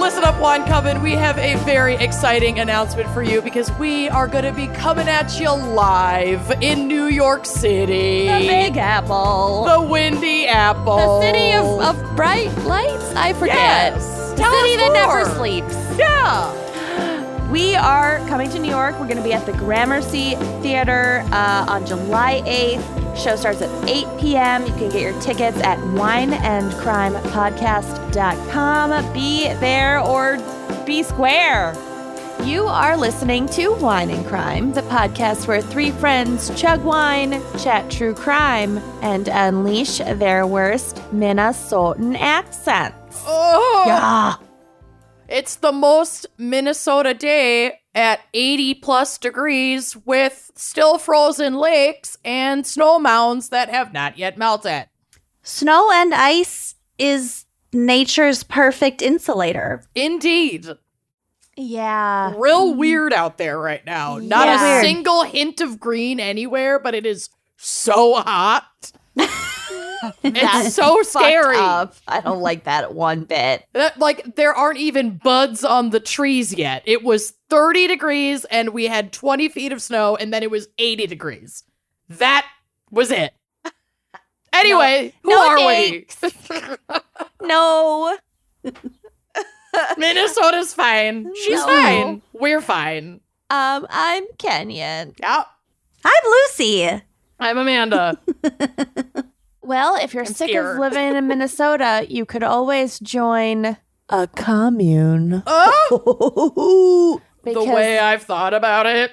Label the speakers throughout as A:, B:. A: Listen up, Wine Coven. We have a very exciting announcement for you because we are going to be coming at you live in New York City.
B: The Big Apple.
A: The Windy Apple.
B: The city of, of bright lights? I forget.
A: Yes.
B: The
A: Tell
B: city
A: us
B: that never
A: more.
B: sleeps.
A: Yeah.
B: We are coming to New York. We're going to be at the Gramercy Theater uh, on July 8th. Show starts at 8 p.m. You can get your tickets at wineandcrimepodcast.com. Be there or be square. You are listening to Wine and Crime, the podcast where three friends chug wine, chat true crime, and unleash their worst Minnesotan accents.
A: Oh.
B: Ah,
A: It's the most Minnesota day at 80 plus degrees with still frozen lakes and snow mounds that have not yet melted.
C: Snow and ice is nature's perfect insulator.
A: Indeed.
B: yeah.
A: Real weird out there right now. Not
B: Uh, mm-hmm. Yeah.
A: a
B: Weird.
A: single hint of green anywhere, but it is so hot. it's so
B: fucked
A: scary.
B: up. I don't like that one bit.
A: That, like there aren't even buds on the trees yet. It was 30 degrees and we had 20 feet of snow and then it was 80 degrees. That was it. Anyway, who
B: no
A: are
B: thanks. No.
A: we? Minnesota's fine. She's
B: No.
A: fine. We're fine.
B: Um, I'm Kenyan.
A: Yeah.
C: I'm Lucy.
A: I'm Amanda.
B: Well, if you're
A: I'm
B: sick
A: scared.
B: of living in Minnesota, you could always join a commune.
A: oh, the
B: Because-
A: way I've thought about it,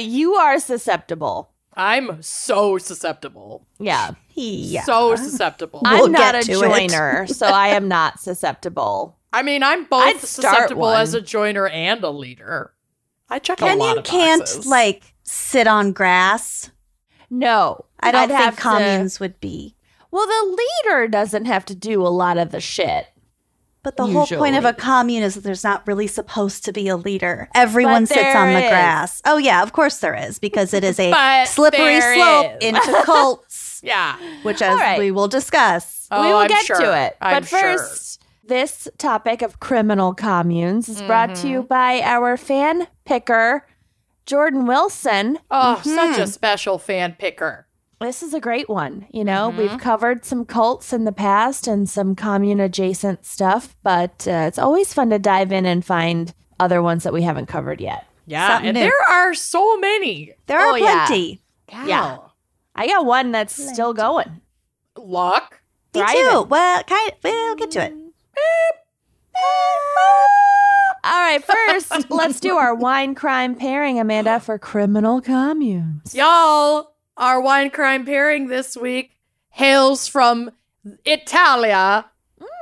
B: you are susceptible.
A: I'm so susceptible.
B: Yeah.
C: Yeah.
A: So susceptible. I,
C: We'll
B: I'm not
C: get
B: a
C: to it.
B: joiner, so I am not susceptible.
A: mean, I'm both
B: I'd start
A: susceptible
B: one.
A: as a joiner and a leader. I check a lot
C: Kenyon
A: of
C: can't
A: boxes.
C: like sit on grass.
B: No.
C: I
B: I'd
C: don't
B: have
C: think
B: to-
C: communes would be.
B: well, the leader doesn't have to do a lot of the shit.
C: But the whole point of a
B: Usually.
C: commune is that there's not really supposed to be a leader. Everyone
B: But
C: sits
B: there
C: on the
B: is.
C: grass. Oh yeah, of course there is because it is a
B: But
C: slippery
B: there
C: slope
B: is.
C: into cults,
A: Yeah.
C: which as
B: All right.
C: we will discuss.
A: Oh,
B: we will
A: I'm
B: get
A: sure.
B: to it.
A: I'm
B: but
A: sure.
B: first, this topic of criminal communes is brought to
A: Mm-hmm.
B: you by our fan picker, Jordan Wilson.
A: oh, such a special fan picker.
B: This is a great one. You know,
A: Mm-hmm.
B: we've covered some cults in the past and some commune adjacent stuff, but uh, it's always fun to dive in and find other ones that we haven't covered yet.
A: Yeah,
C: Something
A: and
C: new.
A: there are so many.
C: There
B: Oh,
C: are
B: yeah.
C: plenty.
B: Yeah.
A: Wow.
B: I got one that's still going.
A: Luck.
C: Me too.
B: Thriving.
C: Well, kind we'll get to it.
B: All right, first, let's do our wine crime pairing, Amanda, for criminal communes.
A: Y'all, our wine crime pairing this week hails from Italia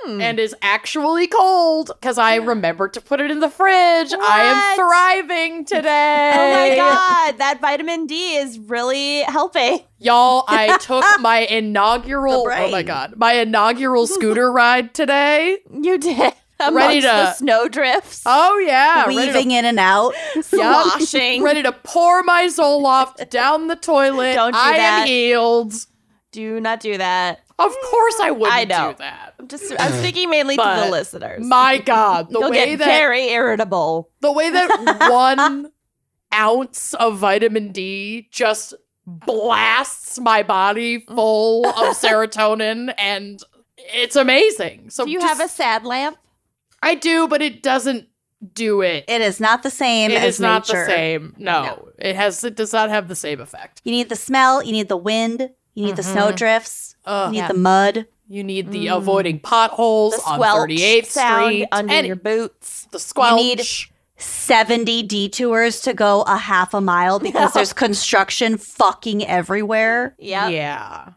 B: Mm.
A: and is actually cold because I remembered to put it in the fridge. I am
B: What?
A: thriving today.
B: Oh my god, that vitamin D is really helping.
A: Y'all, I took my inaugural
C: The
A: oh my
C: brain.
A: god, my inaugural scooter ride today.
B: You did.
A: Ready
B: Amongst
A: to-
B: the snow drifts.
A: Oh yeah, ready to
C: Weaving in and out.
A: Yup.
B: Sloshing.
A: Ready to pour my Zoloft down the toilet.
B: Don't do
A: I am
B: that.
A: healed.
B: Do not do that.
A: Of course I wouldn't
B: I know.
A: do that.
B: I'm just I'm speaking mainly to
A: But
B: the listeners.
A: My God, the
B: You'll
A: way
B: get
A: that
B: very irritable.
A: the way that one ounce of vitamin D just blasts my body full of serotonin and it's amazing. So
B: do you
A: just,
B: have a sad lamp?
A: I do, but it doesn't do it.
C: It is not the same
A: it
C: as
A: is not
C: nature.
A: the same. No, It has it does not have the same effect.
C: You need the smell, you need the wind, you need the snow drifts,
A: Ugh.
C: you need
B: Mm-hmm. Oh, Yeah. Mm.
C: the mud.
A: You need the avoiding potholes
B: The
A: on
B: squelch
A: 38th
B: sound
A: Street
B: under
A: and
B: your boots.
A: the squelch.
C: need- 70 detours to go a half a mile because there's construction fucking everywhere.
B: Yep.
A: Yeah.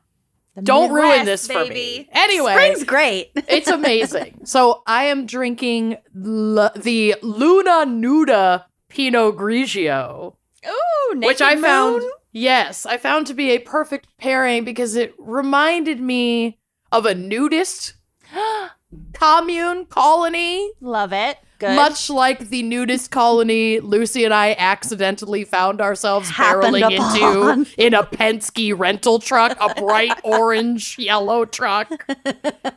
B: The
A: Don't ruin
B: Midwest,
A: this for
B: baby.
A: me. Anyway,
C: Spring's great.
A: it's amazing. so I am drinking l- the Luna Nuda Pinot Grigio,
B: Ooh,
A: which I found Yes, I found to be a perfect pairing because it reminded me of a nudist commune colony,
B: Love it. Good.
A: much like the nudist colony Lucy and I accidentally found ourselves
C: Happened
A: barreling
C: upon.
A: into in a Penske rental truck, a bright orange yellow truck,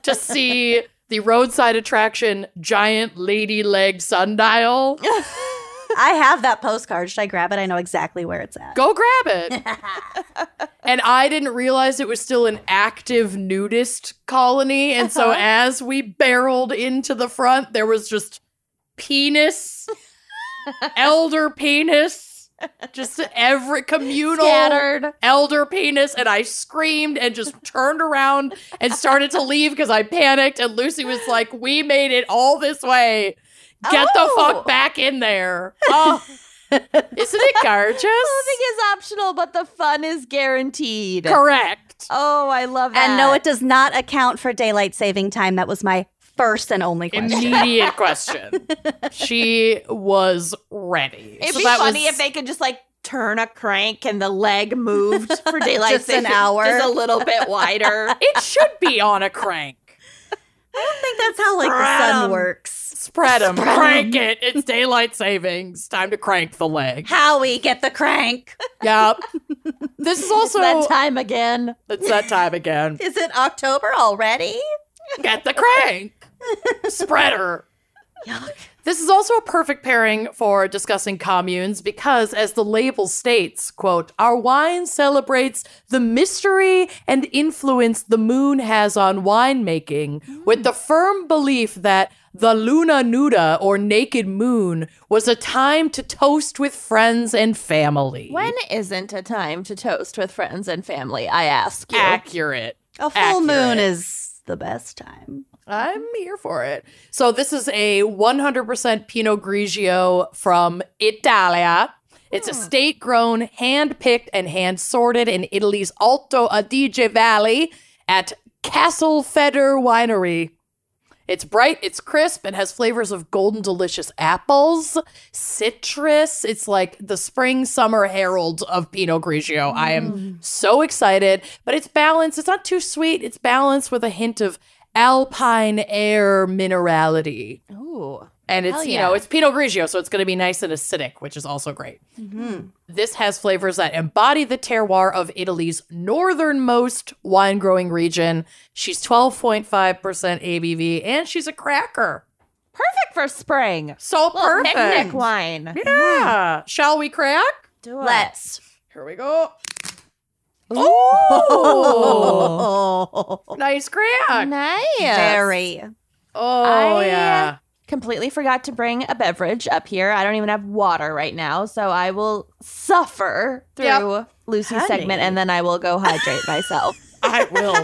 A: to see the roadside attraction giant lady leg sundial.
C: I have that postcard. Should I grab it? I know exactly where it's at.
A: Go grab it. and I didn't realize it was still an active nudist colony. And so as we barreled into the front, there was just penis, elder penis, just every communal
B: Scattered.
A: elder penis. And I screamed and just turned around and started to leave because I panicked. And Lucy was like, We made it all this way. Get
B: Oh.
A: the fuck back in there. Oh, isn't it gorgeous?
B: Living is optional, but the fun is guaranteed.
A: Correct.
B: Oh, I love that.
C: And no, it does not account for daylight saving time. That was my first and only question.
A: Immediate question. She was ready.
B: It'd
A: So
B: be
A: that
B: funny
A: was-
B: if they could just like turn a crank and the leg moved for daylight
C: Just an
B: saving-
C: hour.
B: just a little bit wider.
A: It should be on a crank.
C: I think that's how like the sun works.
A: Spread them. Crank it. It's daylight savings. Time to crank the leg.
C: Howie, get the crank.
A: Yep. This is also
B: that time again.
A: it's that time again.
C: Is it October already?
A: Get the crank. Spread her. This is also a perfect pairing for discussing communes because, as the label states, quote, our wine celebrates the mystery and influence the moon has on winemaking with the firm belief that the luna nuda or naked moon was a time to toast with friends and family.
B: When isn't a time to toast with friends and family? I ask you.
A: Accurate.
C: A full moon
A: Accurate.
C: is the best time.
A: I'm here for it. So this is a 100% Pinot Grigio from Italia. It's a state grown, hand picked, and hand sorted in Italy's Alto Adige Valley at Castelfeder Winery. It's bright, it's crisp, and has flavors of golden delicious apples, citrus. It's like the spring summer herald of Pinot Grigio. I am
B: Mm.
A: so excited, but it's balanced. It's not too sweet. It's balanced with a hint of alpine air minerality.
B: Ooh.
A: And it's,
B: Hell
A: you
B: yeah.
A: know, it's Pinot Grigio, so it's going to be nice and acidic, which is also great. This has flavors that embody the terroir of Italy's northernmost wine growing region. She's 12.5% ABV and she's a cracker.
B: Perfect for spring.
A: So
B: Little
A: perfect.
B: Picnic wine.
A: Yeah. Shall we crack?
B: Do it.
C: Let's.
A: Here we go.
B: Ooh.
C: Oh,
A: Nice crack.
B: nice.
C: very.
A: Oh,
B: I-
A: yeah.
B: Completely forgot to bring a beverage up here. I don't even have water right now, so I will suffer through
A: Yep.
B: Lucy's
C: Honey.
B: segment and then I will go hydrate myself.
A: I will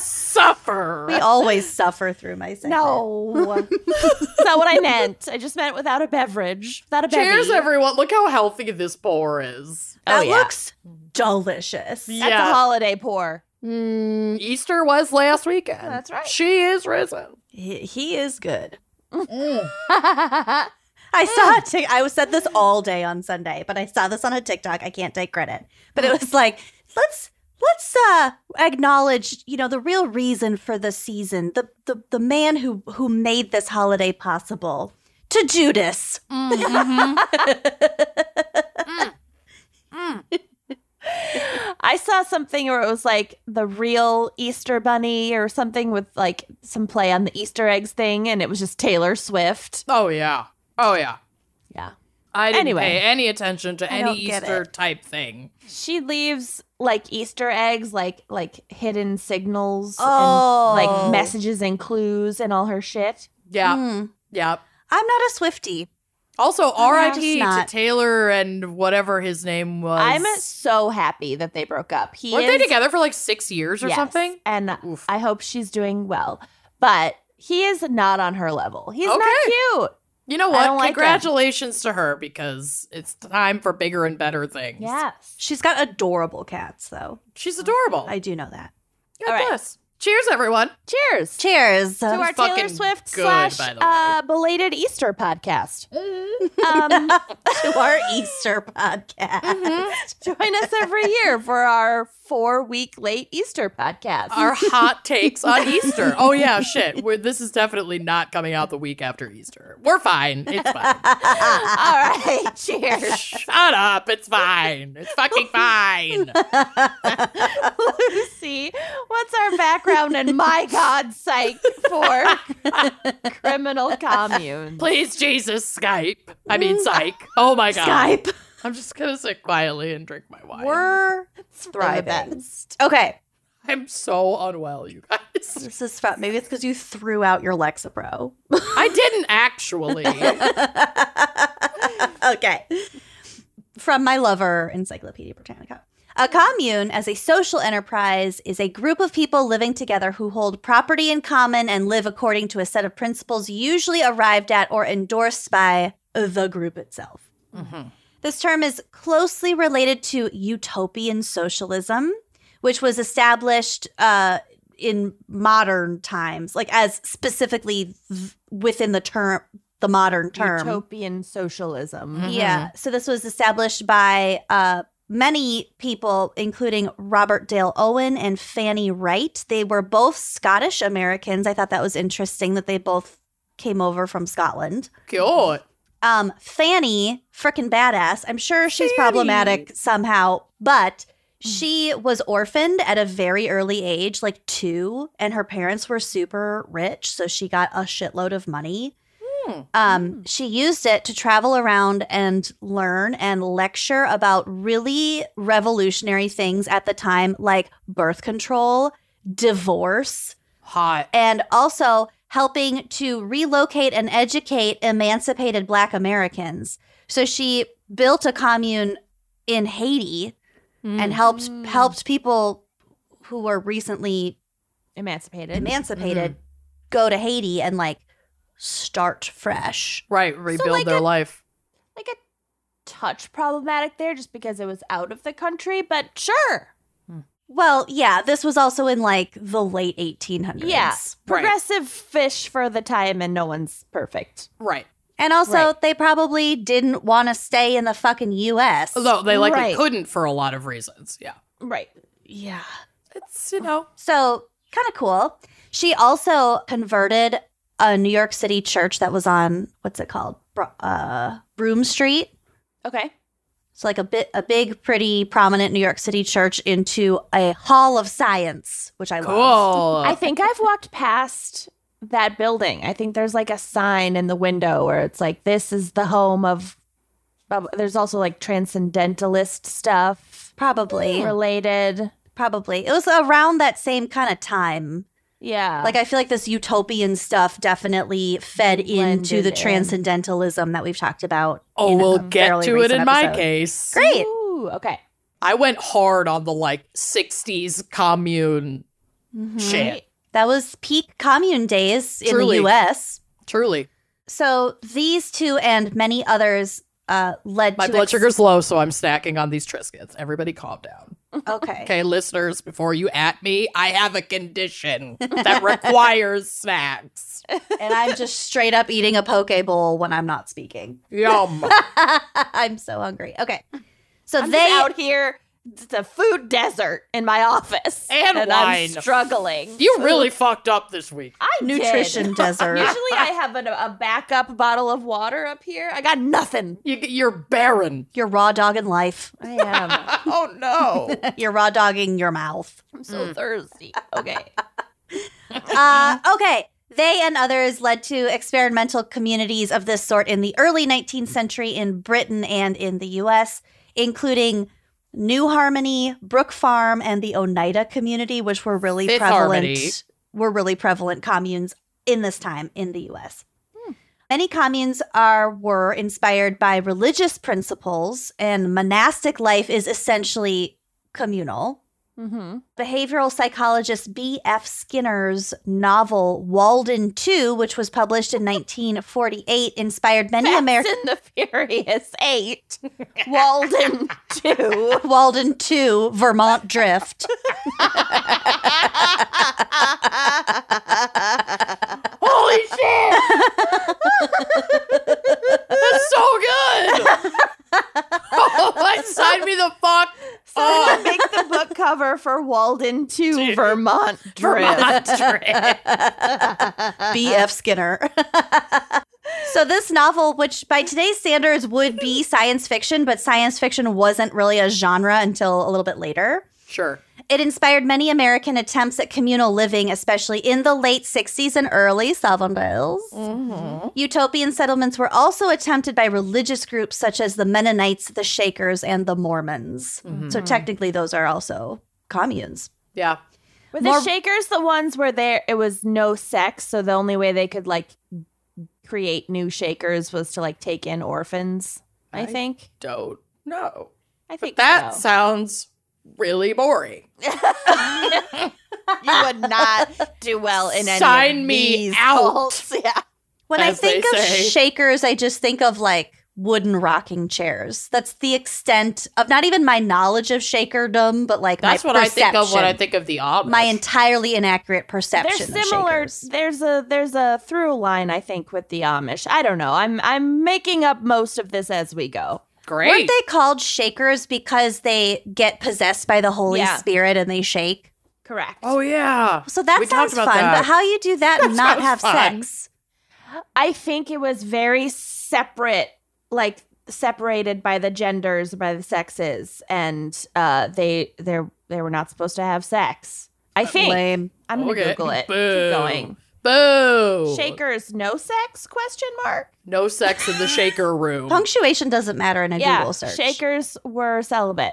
A: suffer.
C: We always suffer through my segment.
B: No. That's not what I meant. I just meant without a beverage. Without a bevy.
A: Cheers, everyone. Look how healthy this bowl is.
B: Oh,
C: That
B: yeah.
C: looks delicious.
B: That's a holiday pour.
A: Mm, Easter was last weekend.
B: Hmm. That's right.
A: She is risen.
C: He, he is good.
A: Mm.
B: That's
C: I saw a tic- I was said this all day on Sunday, but I saw this on a TikTok. I can't take credit. But it was like, let's let's uh acknowledge, you know, the real reason for the season, the the, the man who who made this holiday possible. To Judas.
A: Mm-hmm. Mm.
B: I saw something where it was like the real Easter bunny or something with like some play on the Easter eggs thing and it was just Taylor Swift.
A: Oh yeah. Oh yeah.
B: Yeah.
A: I didn't
B: Anyway.
A: pay any attention to
C: I
A: any
C: don't get
A: Easter type thing.
B: She leaves like Easter eggs, like like hidden signals
C: Oh.
B: and like messages and clues and all her shit.
A: Yeah.
C: Mm.
A: Yeah.
C: I'm not a Swifty.
A: Also, R.I.P. to
C: just not.
A: Taylor and whatever his name was.
B: I'm so happy that they broke up. He
A: Weren't they
B: is-
A: together for like six years or
B: Yes,
A: something?
B: And
A: Oof.
B: I hope she's doing well. But he is not on her level. He's
A: Okay.
B: not cute.
A: You know
B: I
A: what?
B: don't like him.
A: Congratulations to her because it's time for bigger and better things.
B: Yes.
C: She's got adorable cats though.
A: She's adorable.
C: I do know that.
A: God
B: All right.
A: bless. Cheers, everyone.
B: Cheers
C: Cheers.
B: to our Taylor
A: fucking
B: Swift
A: good,
B: slash
A: by the way.
B: uh, belated Easter podcast. um,
C: to our Easter podcast.
B: join us every year for our four week late Easter podcast.
A: Our hot takes on Easter. Oh yeah, shit. We're, this is definitely not coming out the week after Easter. We're fine. It's fine.
B: All right, cheers.
A: Shut up. It's fine. It's fucking fine.
B: Lucy, what's our background and my God's sake for criminal commune?
A: Please, Jesus, Skype. I mean, psych. Oh my god.
C: Skype.
A: I'm just gonna sit quietly and drink my wine.
B: We're
C: They're the
B: thriving.
C: best. Okay.
A: I'm so unwell, you guys.
C: This is fun. Maybe it's because you threw out your Lexapro.
A: I didn't actually.
C: okay. From my lover, Encyclopedia Britannica. A commune, as a social enterprise, is a group of people living together who hold property in common and live according to a set of principles usually arrived at or endorsed by the group itself.
A: Mm-hmm.
C: This term is closely related to utopian socialism, which was established uh, in modern times, like as specifically th- within the term, the modern term.
B: Utopian socialism.
A: Mm-hmm.
C: Yeah. So this was established by uh, many people, including Robert Dale Owen and Fanny Wright. They were both Scottish Americans. I thought that was interesting that they both came over from Scotland.
A: Cute.
C: Um, Fanny, freaking badass. I'm sure she's problematic somehow, but she was orphaned at a very early age, like two, and her parents were super rich, so she got a shitload of money. Um, She used it to travel around and learn and lecture about really revolutionary things at the time, like birth control, divorce,
A: Hot.
C: and also helping to relocate and educate emancipated Black Americans. So she built a commune in Haiti
B: Mm-hmm.
C: and
B: Mm.
C: helped helped people who were recently
B: Emancipated.
C: emancipated
B: Mm-hmm.
C: go to Haiti and like start fresh.
A: Right. Rebuild
B: like
A: their
B: a-
A: life.
B: like a touch problematic there just because it was out of the country, but sure.
C: Well, yeah, this was also in like the late 1800s.
B: Yeah.
A: Right.
B: Progressive fish for the time and no one's perfect.
A: Right.
C: And also,
B: Right.
C: they probably didn't want to stay in the fucking US.
A: Although they likely
B: Right.
A: couldn't for a lot of reasons. Yeah.
B: Right.
C: yeah.
A: It's, you know,
C: So kind of cool. She also converted a New York City church that was on what's it called, Bro- uh, Broome Street.
B: Okay.
C: It's like a bit a big, pretty prominent New York City church into a Hall of Science, which I love.
A: cool.
B: I think I've walked past that building. I think there's like a sign in the window where it's like this is the home of blah, blah." there's also like transcendentalist stuff
C: Probably,
B: related.
C: probably it was around that same kind of time.
B: Yeah.
C: Like I feel like this utopian stuff definitely fed into
B: Blended
C: the
B: in.
C: transcendentalism that we've talked about.
A: oh,
C: in a
A: we'll get
C: fairly
A: to it
C: recent
A: in my
C: episode.
A: case.
C: Great.
B: Ooh, okay.
A: I went hard on the like 60s commune
B: Mm-hmm.
A: shit.
C: That was peak commune days in
A: Truly.
C: the US.
A: Truly.
C: So these two and many others uh, led
A: My
C: to
A: blood
C: ex-
A: sugar's low, so I'm snacking on these Triscuits. Everybody calm down.
C: Okay.
A: Okay, listeners, before you at me, I have a condition that requires snacks.
C: and I'm just straight up eating a poke bowl when I'm not speaking.
A: Yum.
C: I'm so hungry. Okay. So
B: I'm
C: they
B: just out here. It's a food desert in my office,
A: And
B: I'm
A: wine.
B: struggling.
A: You really fucked up this week.
B: I did.
C: nutrition desert.
B: Usually, I have an, a backup bottle of water up here. I got nothing.
A: You, you're barren.
C: You're raw dogging life.
B: I am.
A: Oh no.
C: You're raw dogging your mouth.
B: I'm so thirsty. Okay.
C: Uh, okay. They and others led to experimental communities of this sort in the early 19th century in Britain and in the US, including New Harmony, Brook Farm, and the Oneida community, which were really
A: Fifth
C: prevalent.
A: Harmony.
C: Were really prevalent communes in this time in the US.
A: Hmm.
C: Many communes are were inspired by religious principles, and monastic life is essentially communal
B: Mm-hmm.
C: behavioral psychologist B.F. Skinner's novel Walden 2, which was published in 1948, inspired many American
B: in the Furious Eight, Walden Two.
C: Walden 2 Vermont Drift.
B: cover for Walden 2 Vermont Drift.
D: Vermont Drift.
C: B.F. Skinner. so this novel, which by today's standards would be science fiction, but science fiction wasn't really a genre until a little bit later.
D: Sure.
C: It inspired many American attempts at communal living, especially in the late 60s and early 70s.
D: Mm-hmm.
C: Utopian settlements were also attempted by religious groups such as the Mennonites, the Shakers, and the Mormons.
A: Mm-hmm.
C: So
D: Mm-hmm.
C: technically, those are also communes.
D: Yeah.
B: Were
C: More-
B: the Shakers the ones where there it was no sex, so the only way they could like create new Shakers was to like take in orphans? I,
D: I-
B: think.
D: Don't know.
B: I think
D: That
B: so.
D: sounds really boring.
B: you would not do well in any
D: Sign
B: of
D: me
B: these
D: out.
B: cults. Yeah.
C: When I
D: as they
C: think of
D: say.
C: Shakers, I just think of like wooden rocking chairs. That's the extent of not even my knowledge of Shakerdom, but like
D: That's
C: my
D: what I think of when I
C: perception.
D: think of the Amish.
C: My entirely inaccurate
B: They're
C: perception. of
B: similar.
C: Shakers.
B: There's a there's a through line I think with the Amish. I don't know. I'm I'm making up most of this as we go.
D: Great.
C: Weren't they called Shakers because they get possessed by the Holy
B: Yeah.
C: Spirit and they shake?
B: Correct.
D: oh, yeah.
C: So that
D: We talked
C: sounds
D: about
C: fun.
D: that.
C: But how you do that, and not
D: That sounds
C: have
D: fun.
C: sex?
B: I think it was very separate, like separated by the genders, by the sexes, and uh, they they they were not supposed to have sex. I think
C: Lame.
B: I'm gonna
D: Okay.
B: Google it.
D: Boo.
B: Keep going.
D: Boo.
B: Shakers, no sex? Question mark.
D: No sex in the shaker room.
C: Punctuation doesn't matter in a
B: yeah,
C: Google search.
B: shakers were celibate.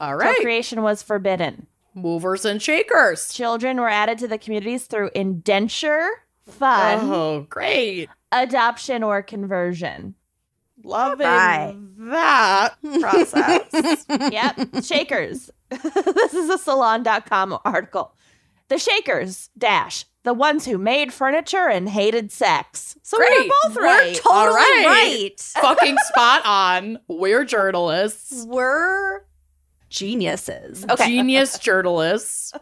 D: All right.
B: Procreation was forbidden.
D: Movers and shakers.
B: Children were added to the communities through indenture, fun,
D: Oh, great.
B: adoption, or conversion.
D: Loving
C: Bye.
D: that process.
B: Yep. Shakers. this is a salon.com article. The Shakers, dash, the ones who made furniture and hated sex. So we
D: Great.
B: were both
C: We're
B: right.
C: totally
D: All right.
C: right.
D: Fucking spot on. We're journalists.
C: We're geniuses.
D: Genius journalists.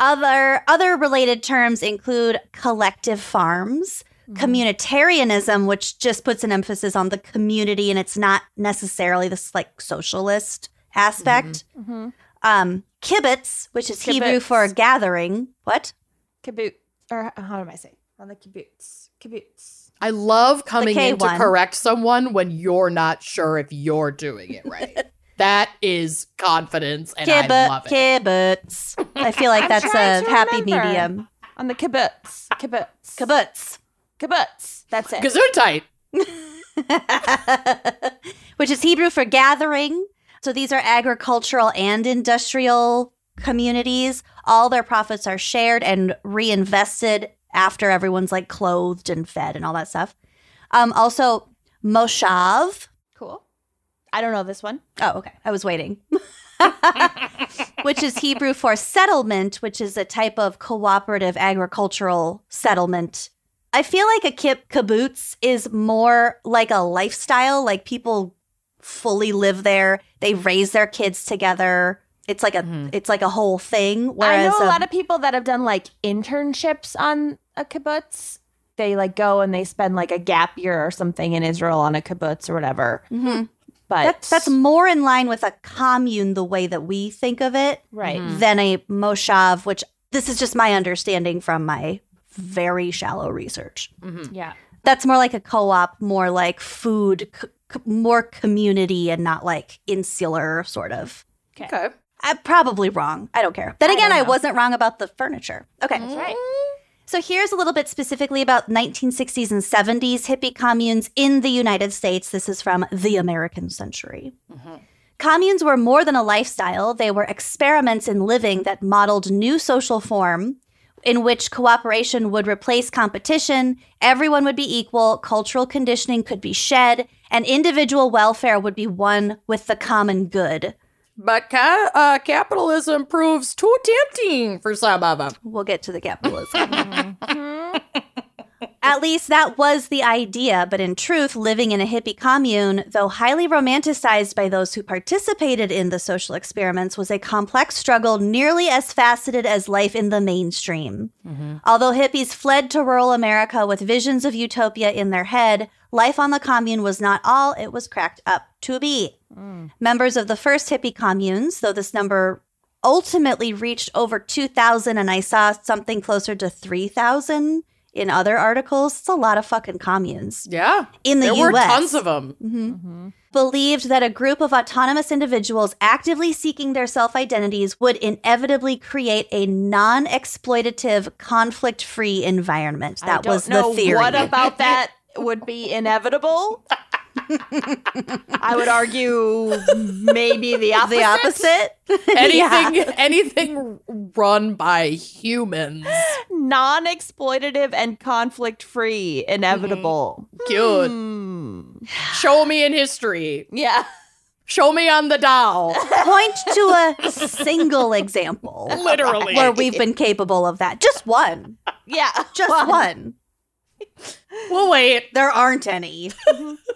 C: Other other related terms include collective farms,
B: Mm-hmm.
C: communitarianism, which just puts an emphasis on the community and it's not necessarily this like socialist aspect.
B: Mhm.
C: Um, kibbutz, which is Hebrew
B: Kibbutz.
C: for gathering. What?
B: Kibbutz. Or uh, how am I saying? On the kibbutz. Kibbutz.
D: I love coming in to
C: K1.
D: correct someone when you're not sure if you're doing it right. that is confidence, and I
C: Kibbut,
D: love it.
C: kibbutz. I feel like
B: I'm
C: that's
B: trying
C: a
B: to
C: happy
B: remember.
C: medium.
B: On the kibbutz. Kibbutz.
C: Kibbutz.
B: Kibbutz. That's it.
D: Gesundheit.
C: which is Hebrew for gathering. So these are agricultural and industrial communities. All their profits are shared and reinvested after everyone's like clothed and fed and all that stuff. Um, also, Moshav.
B: Cool. I don't know this one.
C: Oh, okay. I was waiting. which is Hebrew for settlement, which is a type of cooperative agricultural settlement. I feel like a kip kibbutz is more like a lifestyle, like people fully live there. They raise their kids together. It's like a
D: Mhm.
C: it's like a whole thing. Whereas
B: Mm-hmm.
C: um,
B: I know a lot of people that have done like internships on a kibbutz. They like go and they spend like a gap year or something in Israel on a kibbutz or whatever.
C: Mhm.
B: But
C: That- that's more in line with a commune the way that we think of it.
B: right.
D: Mhm.
C: than a moshav, which this is just my understanding from my very shallow research.
D: Mhm.
B: Yeah.
C: That's more like a co op, more like food, c- c- more community, and not like insular sort of.
D: Okay.
C: I'm Uh, probably wrong. I don't care. Then
B: I
C: again,
B: don't
C: I
B: know.
C: wasn't wrong about the furniture. Okay.
B: That's right.
C: So here's a little bit specifically about 1960s and 70s hippie communes in the United States. This is from The American Century.
B: Mm-hmm.
C: Communes were more than a lifestyle, they were experiments in living that modeled new social form in which cooperation would replace competition, everyone would be equal, cultural conditioning could be shed, and individual welfare would be one with the common good.
D: But ca- uh, capitalism proves too tempting for some of them.
C: We'll get to the capitalism. At least that was the idea, but in truth, living in a hippie commune, though highly romanticized by those who participated in the social experiments, was a complex struggle nearly as faceted as life in the mainstream. Although hippies fled to rural America with visions of utopia in their head, life on the commune was not all it was cracked up to be members of the first hippie communes, though this number ultimately reached over 2,000, and I saw something closer to 3,000 in other articles. It's a lot of fucking communes
A: Yeah.
C: in the
A: There
C: U.S.
A: were tons of them.
C: Mhm. Believed that a group of autonomous individuals actively seeking their self identities would inevitably create a non exploitative, conflict free environment. That was the theory.
B: What about that would be inevitable? I would argue maybe the opposite.
C: the opposite?
A: Anything anything run by humans.
B: Non exploitative and conflict free, inevitable.
A: Mm-hmm. Good.
B: Hmm.
A: Show me in history.
B: Yeah.
A: Show me on the doll.
C: Point to a single example
A: Literally.
C: where we've been capable of that. Just one.
B: Yeah.
C: Just
B: Well,
C: one.
A: We'll wait.
C: There aren't any.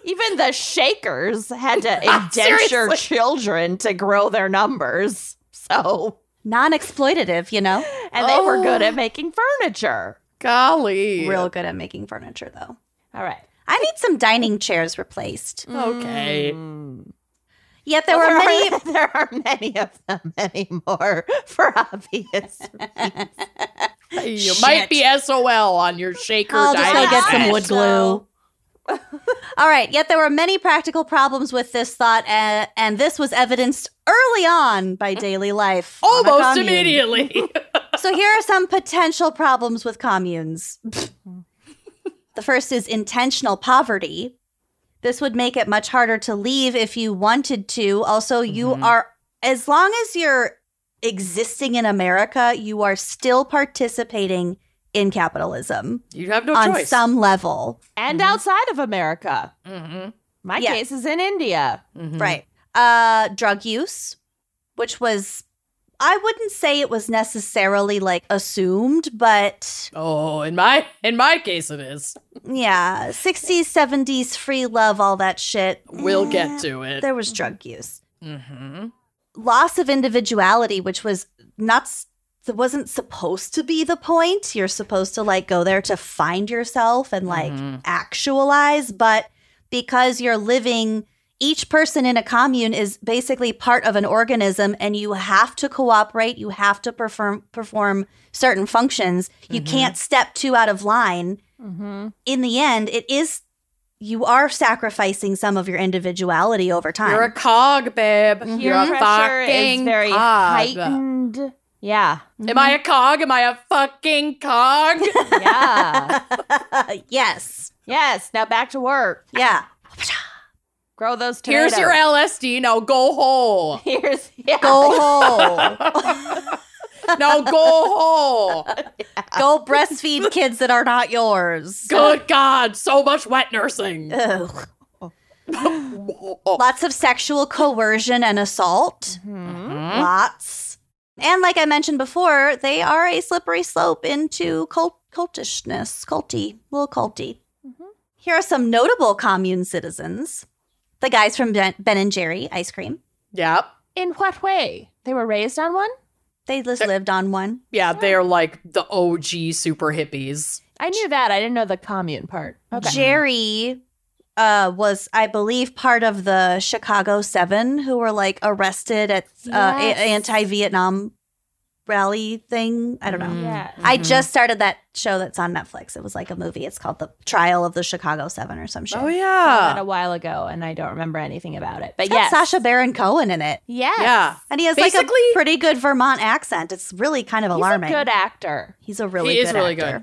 B: Even the Shakers had to indenture
A: Seriously.
B: children to grow their numbers. So,
C: Non exploitative, you know?
B: and they were good
A: Oh.
B: at making furniture.
A: Golly.
C: Real good at making furniture, though.
B: All right.
C: I need some dining chairs replaced.
A: Okay.
B: Mm.
C: Yet there
B: Well,
C: were many
B: Are, there are many of them anymore for obvious.
A: You
C: Shit.
A: might be SOL on your shaker
C: I'll just
A: diet.
C: go get some
A: plan.
C: wood glue. All right. Yet there were many practical problems with this thought, uh, and this was evidenced early on by daily life. on a
A: Almost
C: commune.
A: immediately.
C: So here are some potential problems with communes. the first is intentional poverty. This would make it much harder to leave if you wanted to. Also, you
A: Mm-hmm.
C: are, as long as you're existing in America, you are still participating in capitalism
A: you have no
C: on
A: choice.
C: some level.
B: and outside of America.
A: Mhm.
B: My
C: Yeah.
B: case is in India.
A: Mhm.
C: Right. Uh drug use, which was I wouldn't say it was necessarily like assumed, but
A: Oh, in my in my case it is.
C: yeah, 60s, 70s free love, all that shit.
A: We'll
C: Eh,
A: get to it.
C: There was drug use.
A: hmm
C: Loss of individuality, which was not s- that wasn't supposed to be the point. You're supposed to like go there to find yourself and like
A: Mhm.
C: actualize, but because you're living, each person in a commune is basically part of an organism and you have to cooperate, you have to perform perform certain functions. You
A: Mm-hmm.
C: can't step too out of line.
B: Mm-hmm.
C: In the end, it is you are sacrificing some of your individuality over time.
A: You're a cog, babe. You're a fucking cog.
B: heightened. Yeah.
A: Am I a cog? Am I a fucking cog?
B: Yeah.
C: yes.
B: yes. Now back to work.
C: Yeah.
B: Grow those tomatoes.
A: Here's your LSD. Now go whole.
B: Here's yeah.
C: Go whole.
A: Now go whole.
C: Go breastfeed kids that are not yours.
A: Good God, so much wet nursing.
C: Ugh. Lots of sexual coercion and assault.
B: Mm-hmm.
C: Hmm?
A: Mhm.
C: Lots. And like I mentioned before, they are a slippery slope into cult- cultishness, culty, little culty. Here are some notable commune citizens. The guys from Ben, ben and Jerry ice cream.
A: Yep.
B: In what way? They were raised on one?
C: They just lived on one.
A: Yeah, they're like the OG super hippies.
B: I knew that. I didn't know the commune part. Okay.
C: Jerry uh, was, I believe, part of the Chicago Seven who were like arrested at uh,
B: Yes.
C: a- anti-Vietnam rally thing. I don't know.
A: Mm. Mm-hmm.
B: Yes.
C: I just started that show that's on Netflix. It was like a movie. It's called The Trial of the Chicago Seven or some shit.
A: Oh
B: Saw that
A: yeah.
B: a while ago, and I don't remember anything about it. But
C: It's got
B: yes,
C: Sasha Baron Cohen in it,
B: Yes.
A: Yeah.
C: and he has like
A: Basically-
C: a pretty good Vermont accent. It's really kind of
B: He's
C: alarming.
B: a good actor.
C: He's a really
A: He
C: good
A: is really
C: actor.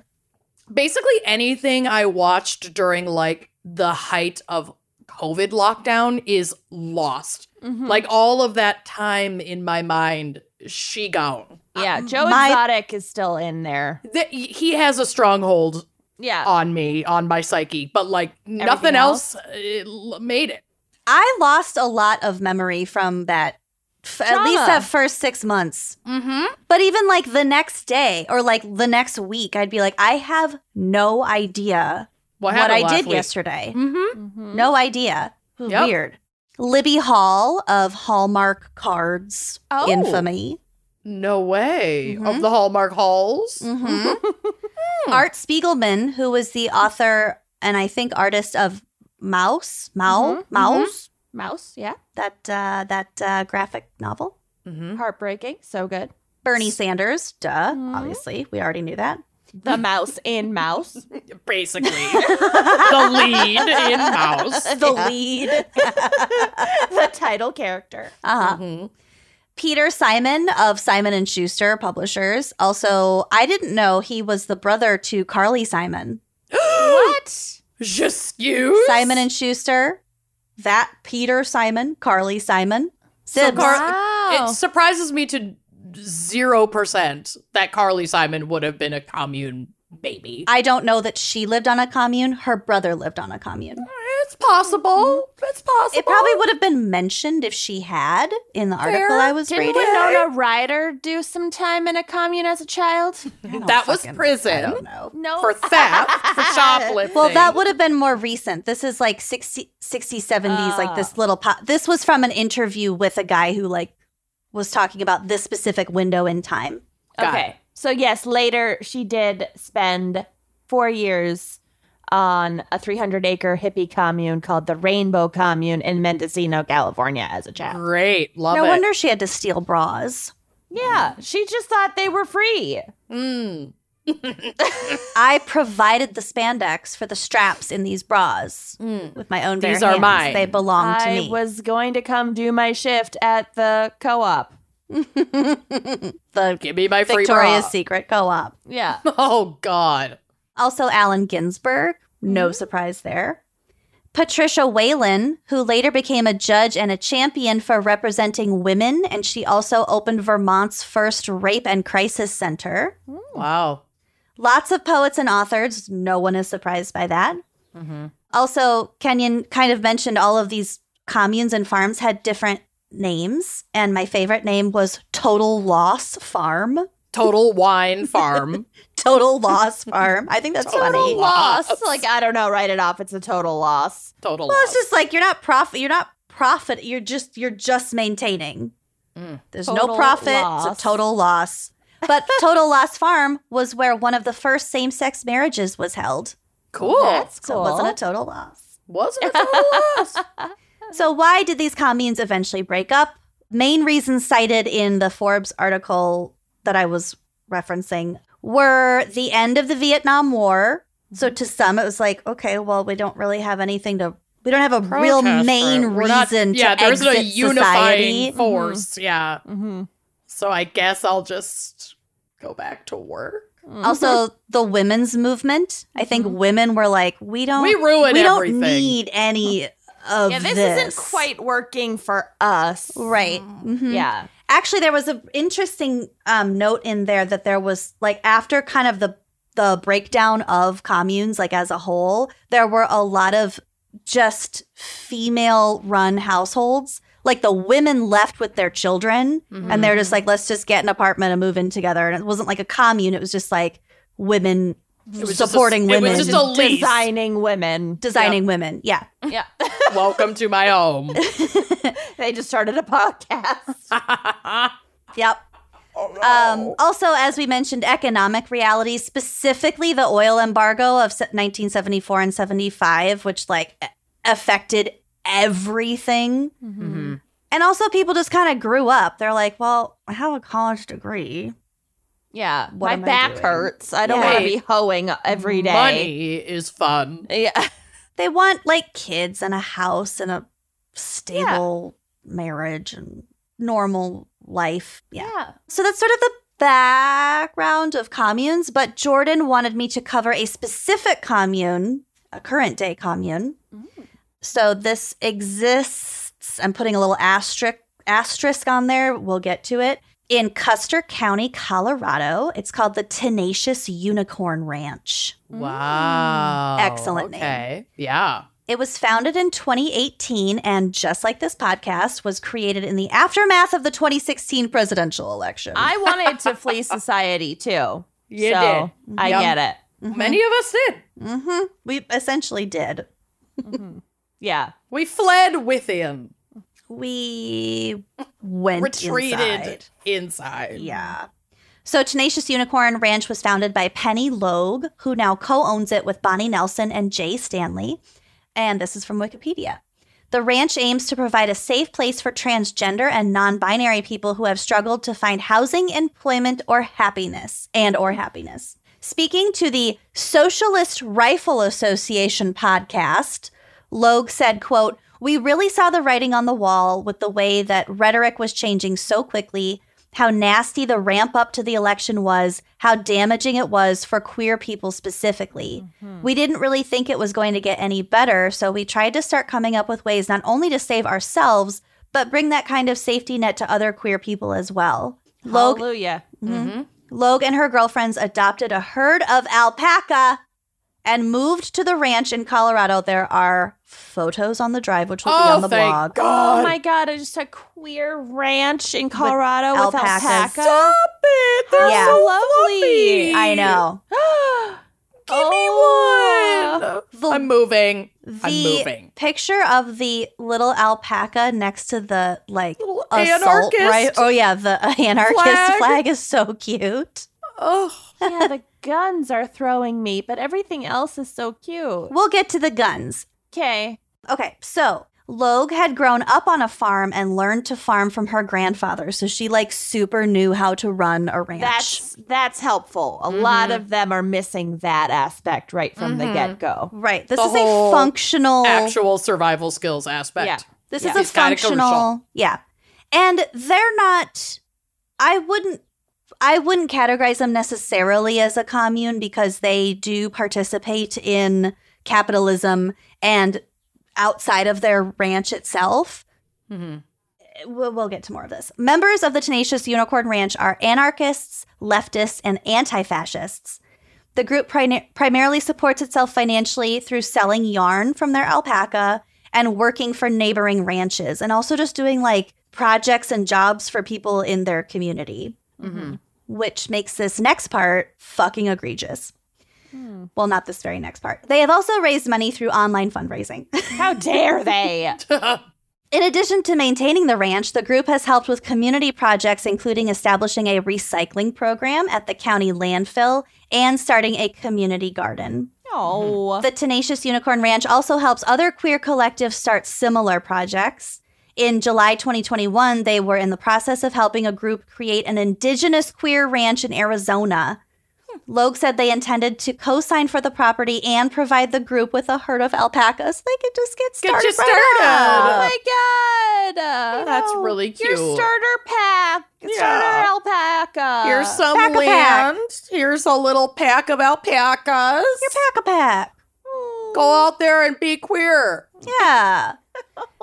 A: good. Basically anything I watched during like the height of COVID lockdown is lost.
B: Mm-hmm.
C: Hmm.
A: Like all of that time in my mind, she gone.
B: yeah, Joe
C: my-
B: Exotic is still in there.
A: Th- he has a stronghold
C: Uh.
B: Yeah,
A: on me, on my psyche, but like nothing else, it l- made it.
C: I lost a lot of memory from that, f- at least
B: Drama.
C: that first six months.
A: Mm-hmm.
C: But even like the next day or like the next week, I'd be like, I have no idea
A: What,
C: what
A: happened
C: I
A: last
C: did
A: week?
C: yesterday.
A: Mm-hmm.
C: No idea.
A: Yep.
C: Weird. Libby Hall of Hallmark Cards
B: Oh.
C: infamy.
A: No way.
C: Mhm.
A: Of the Hallmark Halls.
C: Mm-hmm.
A: Mm-hmm.
C: Art Spiegelman, who was the author and I think artist of Mouse, Mao,
B: Mhm,
A: Mm-hmm.
C: Mouse,
B: mouse. Yeah,
C: that uh, that uh, graphic novel.
D: Mm-hmm.
B: Heartbreaking. So good.
C: Bernie Sanders, duh.
A: Mm-hmm.
B: Mhm.
C: Obviously, we already knew that.
B: The mouse in mouse.
D: Basically, the lead in Mouse.
C: The lead.
B: the title character.
C: uh-huh.
D: Mm-hmm.
E: Mhm.
C: Peter Simon of Simon and Schuster Publishers. Also, I didn't know he was the brother to Carly Simon.
D: what? Just you?
C: Simon and Schuster. That Peter Simon, Carly Simon. Sibs.
D: Car-
B: wow.
C: Oh.
D: It surprises me to zero percent that Carly Simon would have been a commune baby.
C: I don't know that she lived on a commune. Her brother lived on a commune.
D: It's possible. It's possible.
C: It probably would have been mentioned if she had in the article I was
B: Didn't
C: reading.
B: Winona Ryder do some time in a commune as a child?
C: I don't
D: That was
C: fucking- I
D: prison
C: don't know.
B: No.
D: for theft, for shoplifting.
C: Well, that would have been more recent. This is like 60, 60 70s,
B: Ah.
C: like this little pop. This was from an interview with a guy who like was talking about this specific window in time.
D: Got
B: okay. So yes, later she did spend four years on a 300 acre hippie commune called the Rainbow Commune in Mendocino, California as a child.
D: great. Love
C: no
D: it.
C: wonder she had to steal bras.
B: Yeah, she just thought they were free.
D: Mm.
C: I provided the spandex for the straps in these bras
D: Mm.
C: with my own bare
D: These are
C: hands.
D: mine.
C: They belong to
B: I
C: me.
B: was going to come do my shift at the co-op.
C: the
D: Give me my free
C: Victoria's
D: bra.
C: Secret co-op.
B: Yeah.
D: Oh God.
C: Also, Allen Ginsberg. No surprise there. Patricia Whalen, who later became a judge and a champion for representing women, and she also opened Vermont's first rape and crisis center.
D: Wow.
C: Lots of poets and authors. No one is surprised by that. Also, Kenyon kind of mentioned all of these communes and farms had different names, and my favorite name was Total Loss Farm.
D: Total wine farm.
C: Total Loss Farm. I think that's
D: Total
C: funny.
D: Loss.
B: Loss. Like I don't know, write it off. It's a total loss.
D: Total.
C: Well, it's
D: loss.
C: just like you're not profit. You're not profit. You're just you're just maintaining.
D: Mm.
C: There's
B: Total
C: no profit.
B: loss.
C: It's a total loss. But Total Loss Farm was where one of the first same-sex marriages was held,
D: cool.
B: That's
C: so
B: cool.
C: it wasn't a total loss.
D: Wasn't a total loss.
C: So why did these communes eventually break up? Main reasons cited in the Forbes article that I was referencing were the end of the Vietnam War. So
D: Mm-hmm.
C: to some, it was like, okay, well, we don't really have anything to. We don't have a real
D: Protest
C: main
D: route. We're
C: reason
D: not-
C: to
D: Yeah, there isn't a
C: exit society. Mm-hmm.
D: unifying force. Yeah.
B: Mhm.
D: So I guess I'll just go back to work.
B: Mm-hmm.
C: Also, the women's movement. I think women were like, we don't,
D: Mm-hmm. We ruin
C: we
D: everything.
C: don't need any of
B: yeah,
C: this.
B: this, isn't quite working for us. Mm-hmm.
C: right. Mhm.
B: Yeah.
C: Actually, there was an interesting um, note in there that there was like after kind of the the breakdown of communes, like as a whole, there were a lot of just female run households. Like the women left with their children, and they're just like, let's just get an apartment and move in together. And it wasn't like a commune; it was just like women
D: was just a-
C: supporting
D: it was
C: women.
D: just a lease.
B: designing women.
C: designing women. Yeah.
B: Yeah.
D: Welcome to my home.
B: they just started a podcast.
C: Yep. um, also, as we mentioned, economic realities, specifically the oil embargo of se- 1974 and 75, which like a- affected everything.
B: Mm-hmm.
D: Mhm.
C: And also, people just kind of grew up. They're like, well, I have a college degree.
B: Yeah.
C: What
B: My
C: am I
B: back
C: doing?
B: hurts. I don't
C: Yeah.
B: want to be hoeing every day.
D: Money is fun.
B: Yeah.
C: They want like kids and a house and a stable marriage and normal life. Yeah. So that's sort of the background of communes, but Jordan wanted me to cover a specific commune, a current day commune. So this exists. I'm putting a little asterisk asterisk on there. We'll get to it. In Custer County, Colorado, it's called the Tenacious Unicorn Ranch.
D: Wow.
C: Mm-hmm. Excellent name.
D: Okay. Yeah.
C: It was founded in 2018 and just like this podcast was created in the aftermath of the 2016 presidential election.
B: I wanted to flee society too.
D: You
B: so
D: did.
B: I
D: Yep.
B: get it.
C: Mm-hmm.
D: Many of us did.
C: hmm We essentially did.
B: Yeah.
D: We fled within,
C: We went
D: retreated
C: inside.
D: inside.
C: Yeah. So Tenacious Unicorn Ranch was founded by Penny Logue, who now co-owns it with Bonnie Nelson and Jay Stanley. And this is from Wikipedia. The ranch aims to provide a safe place for transgender and non-binary people who have struggled to find housing, employment, or happiness and or happiness. Speaking to the Socialist Rifle Association podcast, Logue said, quote, We really saw the writing on the wall with the way that rhetoric was changing so quickly, how nasty the ramp up to the election was, how damaging it was for queer people specifically.
D: Mm-hmm.
C: We didn't really think it was going to get any better, so we tried to start coming up with ways not only to save ourselves, but bring that kind of safety net to other queer people as well. Logue mm-hmm.
B: Hallelujah.
D: Mm-hmm.
C: Logue and her girlfriends adopted a herd of alpaca and moved to the ranch in Colorado. There are photos on the drive, which will be on
D: Oh,
C: the
D: thank
C: blog.
D: God.
B: Oh my god, I just a queer ranch in Colorado with,
C: alpacas.
B: alpaca.
C: Stop
B: it. They're
C: Yeah.
B: so lovely.
C: I know.
D: Give me one.
C: The,
D: I'm moving. I'm
C: Oh. the
D: moving.
C: picture of the little alpaca next to the like
D: Little
C: assault
D: anarchist.
C: right. Oh yeah, the anarchist
D: Flag.
C: flag. is so cute.
D: Oh,
B: yeah, the guns are throwing me, but everything else is so cute.
C: We'll get to the guns.
B: Okay.
C: Okay, so Logue had grown up on a farm and learned to farm from her grandfather, so she like super knew how to run a ranch.
B: That's that's helpful. A lot of them are missing that aspect right from the get-go.
C: Right. This
D: The
C: is a
D: whole
C: functional.
D: actual survival skills aspect.
B: Yeah.
C: this
B: yeah.
C: is a
D: It's kinda
C: functional.
D: crucial.
C: Yeah. And they're not. I wouldn't. I wouldn't categorize them necessarily as a commune because they do participate in capitalism and outside of their ranch itself.
D: Mhm.
C: We'll, we'll get to more of this. Members of the Tenacious Unicorn Ranch are anarchists, leftists, and anti fascists. The group prim- primarily supports itself financially through selling yarn from their alpaca and working for neighboring ranches, and also just doing like projects and jobs for people in their community, which makes this next part fucking egregious. Well, not this very next part. They have also raised money through online fundraising.
B: How dare they?
C: In addition to maintaining the ranch, the group has helped with community projects, including establishing a recycling program at the county landfill and starting a community garden.
B: Oh.
C: The Tenacious Unicorn Ranch also helps other queer collectives start similar projects. In July 2021, they were in the process of helping a group create an indigenous queer ranch in Arizona. Logue said they intended to co sign for the property and provide the group with a herd of alpacas. so They could just get started.
D: Get you
C: right
D: started.
C: up.
B: Oh my god.
D: Oh, That's
B: No.
D: really
B: Your
D: cute.
B: starter pack. Starter
D: Yeah.
B: alpaca.
D: Here's some
C: Uh, pack a pack.
D: land. Here's a little pack of alpacas.
C: Pack a pack.
D: Go out there and be queer.
C: Yeah.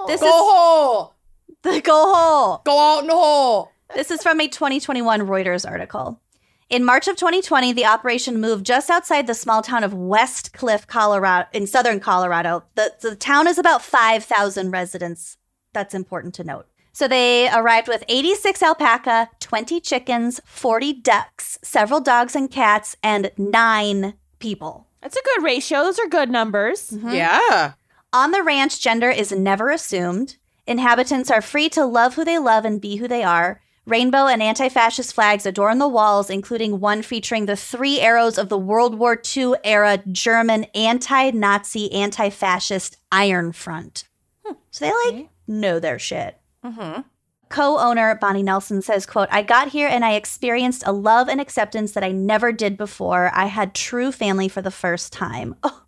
C: This
D: Go hole.
C: is the go hole.
D: Go out and hole.
C: This is from a 2021 Reuters article. In March of 2020, the operation moved just outside the small town of West Cliff, Colorado, in southern Colorado. The, the town is about 5,000 residents. That's important to note. So they arrived with 86 alpaca, 20 chickens, 40 ducks, several dogs and cats, and nine people.
B: That's a good ratio. Those are good numbers.
D: Yeah.
C: On the ranch, gender is never assumed. Inhabitants are free to love who they love and be who they are. Rainbow and anti fascist flags adorn the walls, including one featuring the three arrows of the World War II era German anti Nazi, anti fascist Iron Front. Hmm. So they like know their shit. Co-owner Bonnie Nelson says, quote, I got here and I experienced a love and acceptance that I never did before. I had true family for the first time. Oh.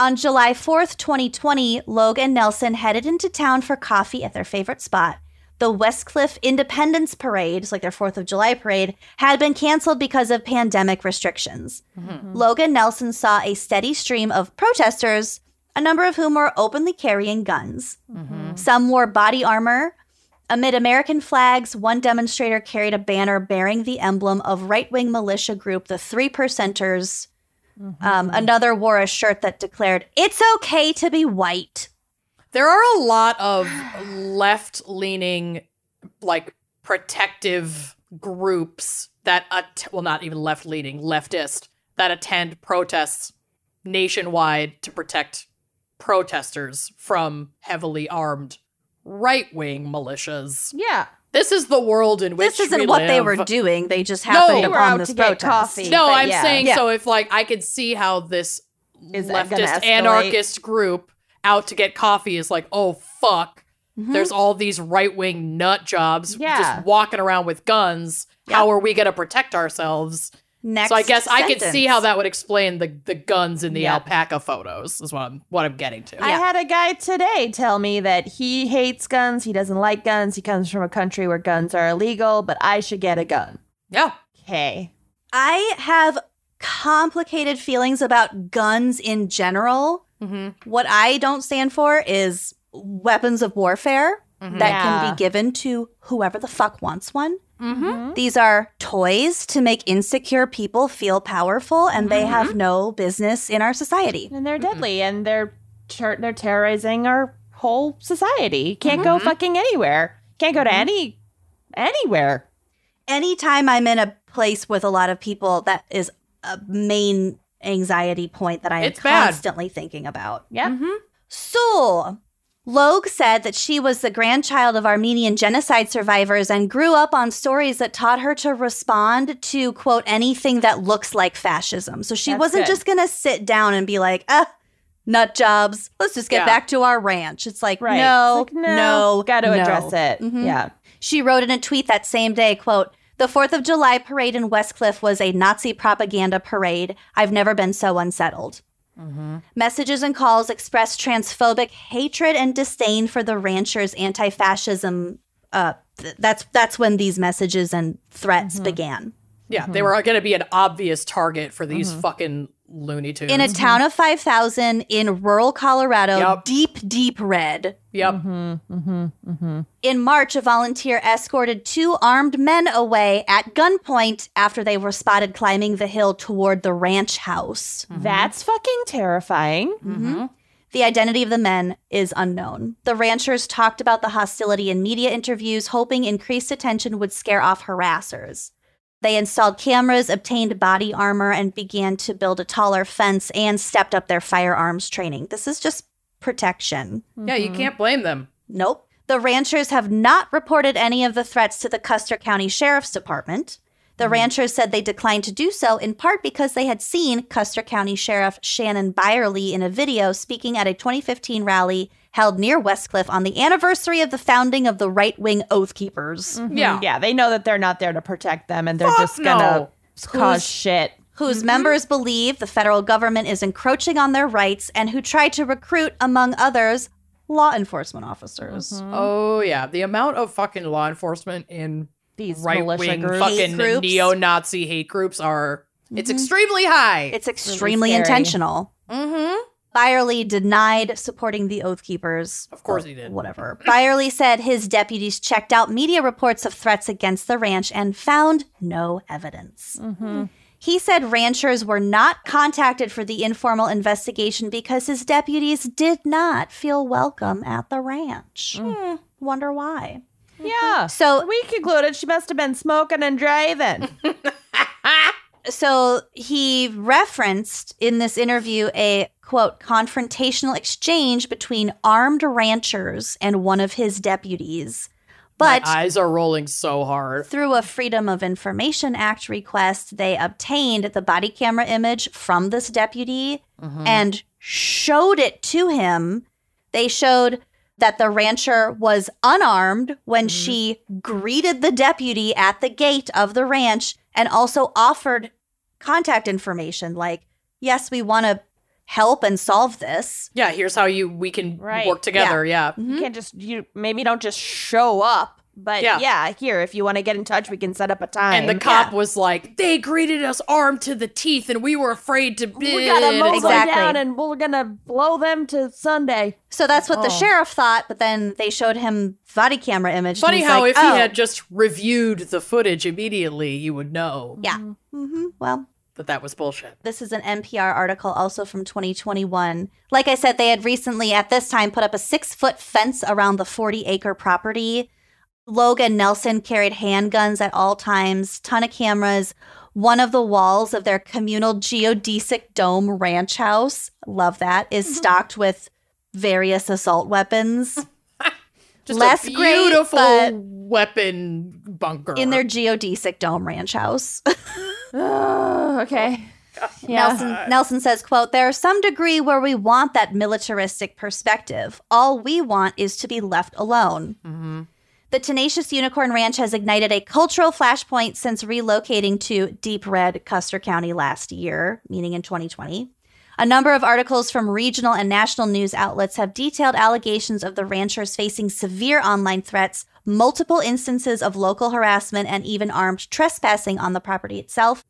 C: On July 4th, 2020, Logue and Nelson headed into town for coffee at their favorite spot. The Westcliff Independence Parade, it's like their 4th of July parade, had been canceled because of pandemic restrictions. Logan Nelson saw a steady stream of protesters, a number of whom were openly carrying guns. Some wore body armor. Amid American flags, one demonstrator carried a banner bearing the emblem of right wing militia group, the Three Percenters.
D: Mm-hmm.
C: Um, another wore a shirt that declared, It's okay to be white.
D: There are a lot of left leaning, like protective groups that, att- well, not even left leaning, leftist, that attend protests nationwide to protect protesters from heavily armed right wing militias.
B: Yeah.
D: This is the world in which
C: this isn't
D: we
C: what they
D: live.
C: were doing. They just happened
D: They were
C: upon
B: out
C: this
B: to get
C: protest.
B: coffee.
D: No,
B: but
D: I'm
B: yeah.
D: saying
C: Yeah.
D: so. If like I could see how this
B: Is that gonna
D: leftist
B: escalate?
D: anarchist group out to get coffee is like, oh fuck,
C: Mhm.
D: there's all these right wing nut jobs
B: Mm-hmm. Yeah.
D: just walking around with guns. How are we going to protect ourselves?
C: next.
D: so I guess I could
C: sentence.
D: see how that would explain the the guns in the
B: Yeah.
D: alpaca photos. Is what I'm what I'm getting to.
B: I had a guy today tell me that he hates guns. He doesn't like guns. He comes from a country where guns are illegal, but I should get a gun.
D: yeah.
B: Okay.
C: I have complicated feelings about guns in general.
D: Mm-hmm.
C: What I don't stand for is weapons of warfare
D: Mhm.
C: that
B: Yeah.
C: can be given to whoever the fuck wants one.
D: Mm-hmm.
C: These are toys to make insecure people feel powerful, and
D: Mm-hmm.
C: they have no business in our society.
B: And they're deadly, and they're ter- they're terrorizing our whole society. Can't go fucking anywhere. Can't go to any anywhere.
C: Anytime I'm in a place with a lot of people, that is a main anxiety point that I am
D: It's bad.
C: constantly thinking about.
B: Yep.
C: So, Logue said that she was the grandchild of Armenian genocide survivors and grew up on stories that taught her to respond to, quote, anything that looks like fascism. So she
B: That's
C: wasn't
B: good.
C: just going to sit down and be like, ah, nut jobs, let's just get
D: Yeah.
C: back to our ranch. It's like,
B: Right.
C: no,
B: It's like,
C: no,
B: Got to
C: no.
B: address it.
C: Mhm.
B: Yeah.
C: She wrote in a tweet that same day, quote, the 4th of July parade in Westcliff was a Nazi propaganda parade. I've never been so unsettled. Messages and calls expressed transphobic hatred and disdain for the ranchers' anti-fascism. Uh, th- that's that's when these messages and threats began.
D: Yeah,
B: Mm-hmm.
D: they were going to be an obvious target for these fucking Looney Tunes.
C: In a town of five thousand in rural Colorado,
D: Yep.
C: deep deep red.
D: yep.
B: Mm-hmm.
C: In March, a volunteer escorted two armed men away at gunpoint after they were spotted climbing the hill toward the ranch house.
B: Hmm. That's fucking terrifying.
C: The identity of the men is unknown. The ranchers talked about the hostility in media interviews, hoping increased attention would scare off harassers. They installed cameras, obtained body armor, and began to build a taller fence and stepped up their firearms training. This is just protection.
D: Yeah, you
B: Mm-hmm.
D: can't blame them.
C: Nope. The ranchers have not reported any of the threats to the Custer County Sheriff's Department. The ranchers said they declined to do so in part because they had seen Custer County Sheriff Shannon Byerly in a video speaking at a 2015 rally held near Westcliff on the anniversary of the founding of the right wing Oath Keepers,
A: Mm-hmm.
D: Yeah.
B: Yeah. They know that they're not there to protect them, and they're
D: Fuck
B: just gonna
D: no.
B: cause
C: Who's-
B: shit.
C: whose members believe the federal government is encroaching on their rights and who tried to recruit, among others, law enforcement officers.
A: Mm-hmm.
D: Oh yeah, the amount of fucking law enforcement in
B: These
D: right
B: militia
D: wing
B: groups.
D: fucking
C: Hate groups. Mm-hmm.
D: neo-Nazi hate groups are it's extremely high.
C: It's extremely
B: scary.
C: intentional.
D: mm-hmm.
C: Byerly denied supporting the Oath Keepers.
D: Of course he did.
C: Whatever. Byerly said his deputies checked out media reports of threats against the ranch and found no evidence. He said ranchers were not contacted for the informal investigation because his deputies did not feel welcome at the ranch. Wonder why.
B: Yeah.
C: So
B: We concluded she must have been smoking and driving.
C: so he referenced in this interview a quote confrontational exchange between armed ranchers and one of his deputies but
D: Eyes are rolling so hard.
C: through a freedom of information act request they obtained the body camera image from this deputy
D: Mm-hmm.
C: and showed it to him they showed that the rancher was unarmed when
D: Mm-hmm.
C: she greeted the deputy at the gate of the ranch and also offered contact information like, yes, we want to help and solve this.
D: Yeah, here's how you we can
B: Right.
D: work together. Yeah.
B: You can't just you maybe don't just show up, but yeah,
D: Yeah.
B: here if you want to get in touch, we can set up a time.
D: And the cop was like, "They greeted us armed to the teeth, and we were afraid to."
B: we gotta mow
C: them
D: It's like,
B: them
C: Exactly.
B: down, and we're gonna blow them to Sunday.
C: So that's what the
D: Oh.
C: sheriff thought, but then they showed him body camera image. and
D: Funny
C: he's
D: how
C: like,
D: if
C: "Oh,
D: he had just reviewed the footage immediately, you would know
C: Yeah.
D: Mm-hmm.
C: hmm Well,
D: that that was bullshit.
C: This is an NPR article also from 2021. Like I said, they had recently, at this time, put up a six foot fence around the 40 acre property. Logan Nelson carried handguns at all times, ton of cameras. One of the walls of their communal geodesic dome ranch house, love that,
D: Mm-hmm.
C: is stocked with various assault weapons
D: Just
C: Less
D: a
C: great,
D: beautiful
C: but-
D: weapon bunker
C: in their geodesic dome ranch house.
B: Oh, okay.
C: Nelson Nelson says, quote, there is some degree where we want that militaristic perspective. All we want is to be left alone. The Tenacious Unicorn Ranch has ignited a cultural flashpoint since relocating to Deep Red, Custer County last year, meaning in 2020. A number of articles from regional and national news outlets have detailed allegations of the ranchers facing severe online threats, multiple instances of local harassment, and even armed trespassing on the property itself.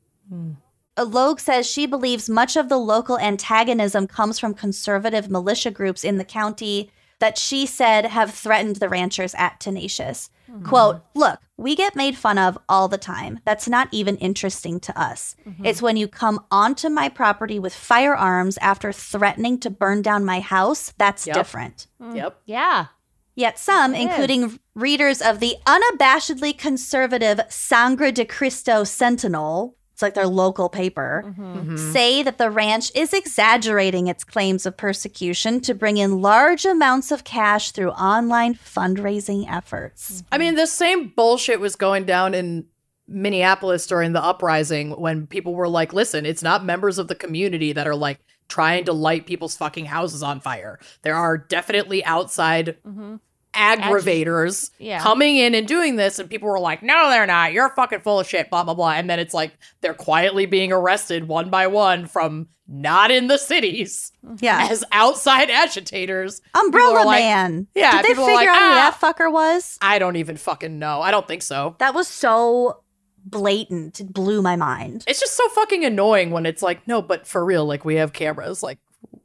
C: Uh, Logue says she believes much of the local antagonism comes from conservative militia groups in the county that she said have threatened the ranchers at Tenacious. Quote, look, we get made fun of all the time. That's not even interesting to us. It's when you come onto my property with firearms after threatening to burn down my house that's
A: Yep.
C: different.
A: Yep.
B: Yeah.
C: Yet some, including readers of the unabashedly conservative Sangre de Cristo Sentinel, it's like their local paper,
A: Mm-hmm.
C: say that the ranch is exaggerating its claims of persecution to bring in large amounts of cash through online fundraising efforts.
A: I mean, this same bullshit was going down in Minneapolis during the uprising when people were like, listen, it's not members of the community that are like trying to light people's fucking houses on fire. There are definitely outside aggravators
B: yeah.
A: coming in and doing this. And people were like, no, they're not. You're fucking full of shit, blah, blah, blah. And then it's like they're quietly being arrested one by one from not in the cities
C: Yeah.
A: as outside agitators. People
C: Umbrella
A: are like-
C: Man.
A: Yeah,
C: Did they
A: people
C: figure
A: are like,
C: out who
A: "Ah."
C: that fucker was?
A: I don't even fucking know. I don't think so.
C: That was so blatant. It blew my mind.
A: It's just so fucking annoying when it's like, no, but for real, like we have cameras, like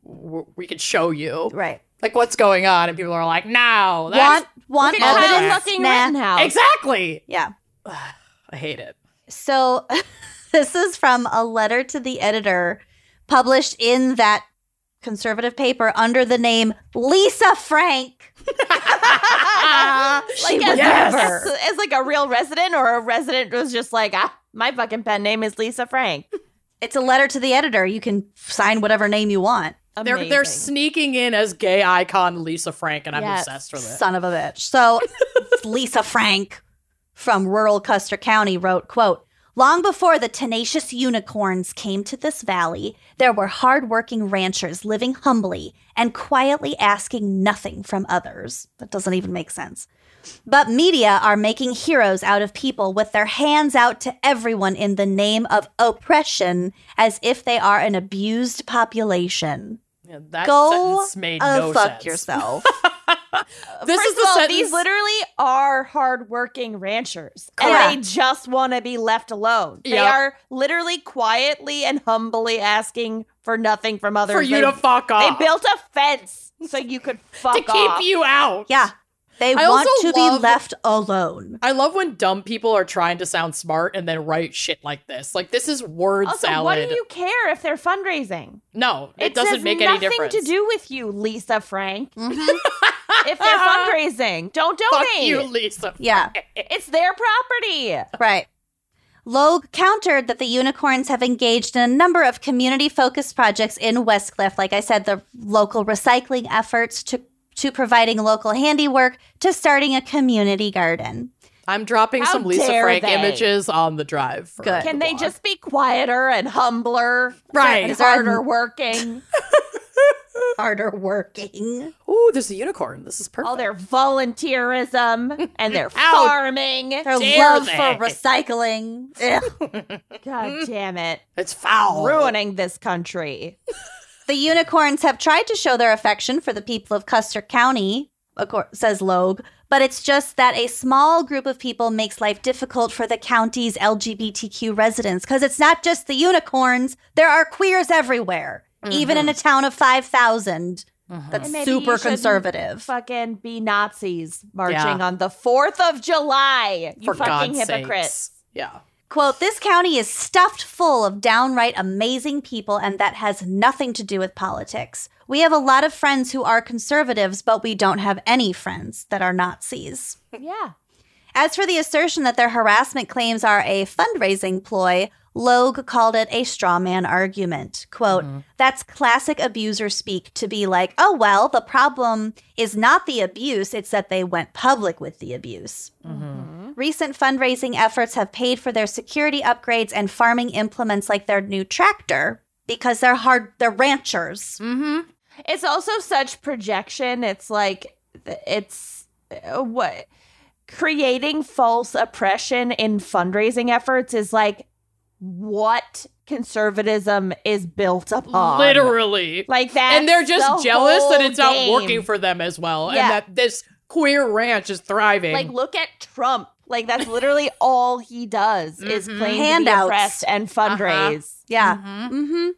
A: w- we could show you,
C: Right.
A: like what's going on, and people are like, no, that's
C: Want, want
A: Look at Kyle
C: evidence?
B: fucking
C: Nah.
B: Rittenhouse.
A: exactly.
C: Yeah.
A: I hate it.
C: So this is from a letter to the editor published in that conservative paper under the name Lisa Frank.
B: like
C: She
B: as,
A: Yes.
B: as, as like a real resident or a resident was just like, ah, my fucking pen name is Lisa Frank.
C: It's a letter to the editor. You can sign whatever name you want.
A: They're they're
B: Amazing.
A: sneaking in as gay icon Lisa Frank, and I'm
B: Yes.
A: obsessed with it.
C: Son of a bitch. So it's Lisa Frank from rural Custer County wrote, quote, Long before the tenacious unicorns came to this valley, there were hardworking ranchers living humbly and quietly asking nothing from others. That doesn't even make sense. But media are making heroes out of people with their hands out to everyone in the name of oppression as if they are an abused population.
A: Yeah, that
C: Go
A: sentence made
C: uh,
A: no
C: fuck
A: sense.
C: yourself.
A: This
B: First
A: is
B: of
A: the
B: all,
A: sentence.
B: these literally are hardworking ranchers,
C: Correct.
B: and they just want to be left alone. They
A: Yep.
B: are literally quietly and humbly asking for nothing from others.
A: for you
B: they,
A: to fuck
B: they
A: off.
B: built a fence so you could fuck
A: to keep
B: off.
A: you out.
C: yeah. They
A: I
C: want
A: also
C: to
A: love-
C: be left alone.
A: I love when dumb people are trying to sound smart and then write shit like this. Like this is word
B: also,
A: salad.
B: what do you care if they're fundraising?
A: no, it,
B: has
A: doesn't make any
B: nothing
A: difference. Mm-hmm.
B: to do with you, Lisa Frank.
C: Mhm.
B: if they're fundraising, don't
A: Fuck
B: donate.
A: you, Lisa.
C: Yeah.
B: It's their property.
C: Right. Logue countered that the unicorns have engaged in a number of community focused projects in Westcliff. Like I said, the local recycling efforts to, to providing local handiwork to starting a community garden.
A: I'm dropping
B: How
A: some Lisa
B: dare
A: Frank
B: they?
A: images on the drive. For
C: Good.
A: the
B: Can they
A: blog.
B: just be quieter and humbler?
A: Right.
B: And harder working.
C: Harder working.
A: Ooh, there's a unicorn. This is perfect.
B: all their volunteerism and their
A: How
B: farming.
C: Their
A: Dare
C: love
A: they.
C: for recycling. Ugh.
A: "Hmm?"
B: God damn it.
A: it's foul.
B: Ruining this country.
C: the unicorns have tried to show their affection for the people of Custer County, acor- says Logue, but it's just that a small group of people makes life difficult for the county's LGBTQ residents because it's not just the unicorns, there are queers everywhere, even in a town of 5,000 that's
B: And maybe you
C: super
B: shouldn't
C: conservative.
B: Fucking be Nazis marching
A: Yeah.
B: on the 4th of July. You
A: For
B: fucking
A: God's
B: hypocrites.
A: sakes. Yeah.
C: Quote, this county is stuffed full of downright amazing people, and that has nothing to do with politics. We have a lot of friends who are conservatives, but we don't have any friends that are Nazis.
B: Yeah.
C: As for the assertion that their harassment claims are a fundraising ploy, Logue called it a straw man argument. Quote, that's classic abuser speak to be like, oh, well, the problem is not the abuse, it's that they went public with the abuse. Recent fundraising efforts have paid for their security upgrades and farming implements like their new tractor because they're hard they're ranchers.
A: Mm-hmm.
B: It's also such projection. It's like th- it's uh, what creating false oppression in fundraising efforts is like what conservatism is built upon.
A: Literally.
B: Like that.
A: and they're just jealous that it's not working for them as well
B: Yeah.
A: and that this queer ranch is thriving.
B: Like look at Trump. Like that's literally all he does is
A: Mhm.
B: claim to be
C: Handouts.
B: oppressed and
A: Uh-huh.
B: fundraise.
C: Yeah.
A: Mhm.
C: Mm-hmm.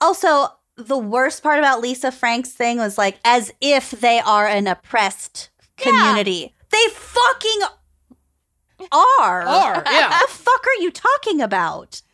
C: Also, the worst part about Lisa Frank's thing was like as if they are an oppressed community. They fucking are.
A: Are, yeah.
C: the fuck are you talking about?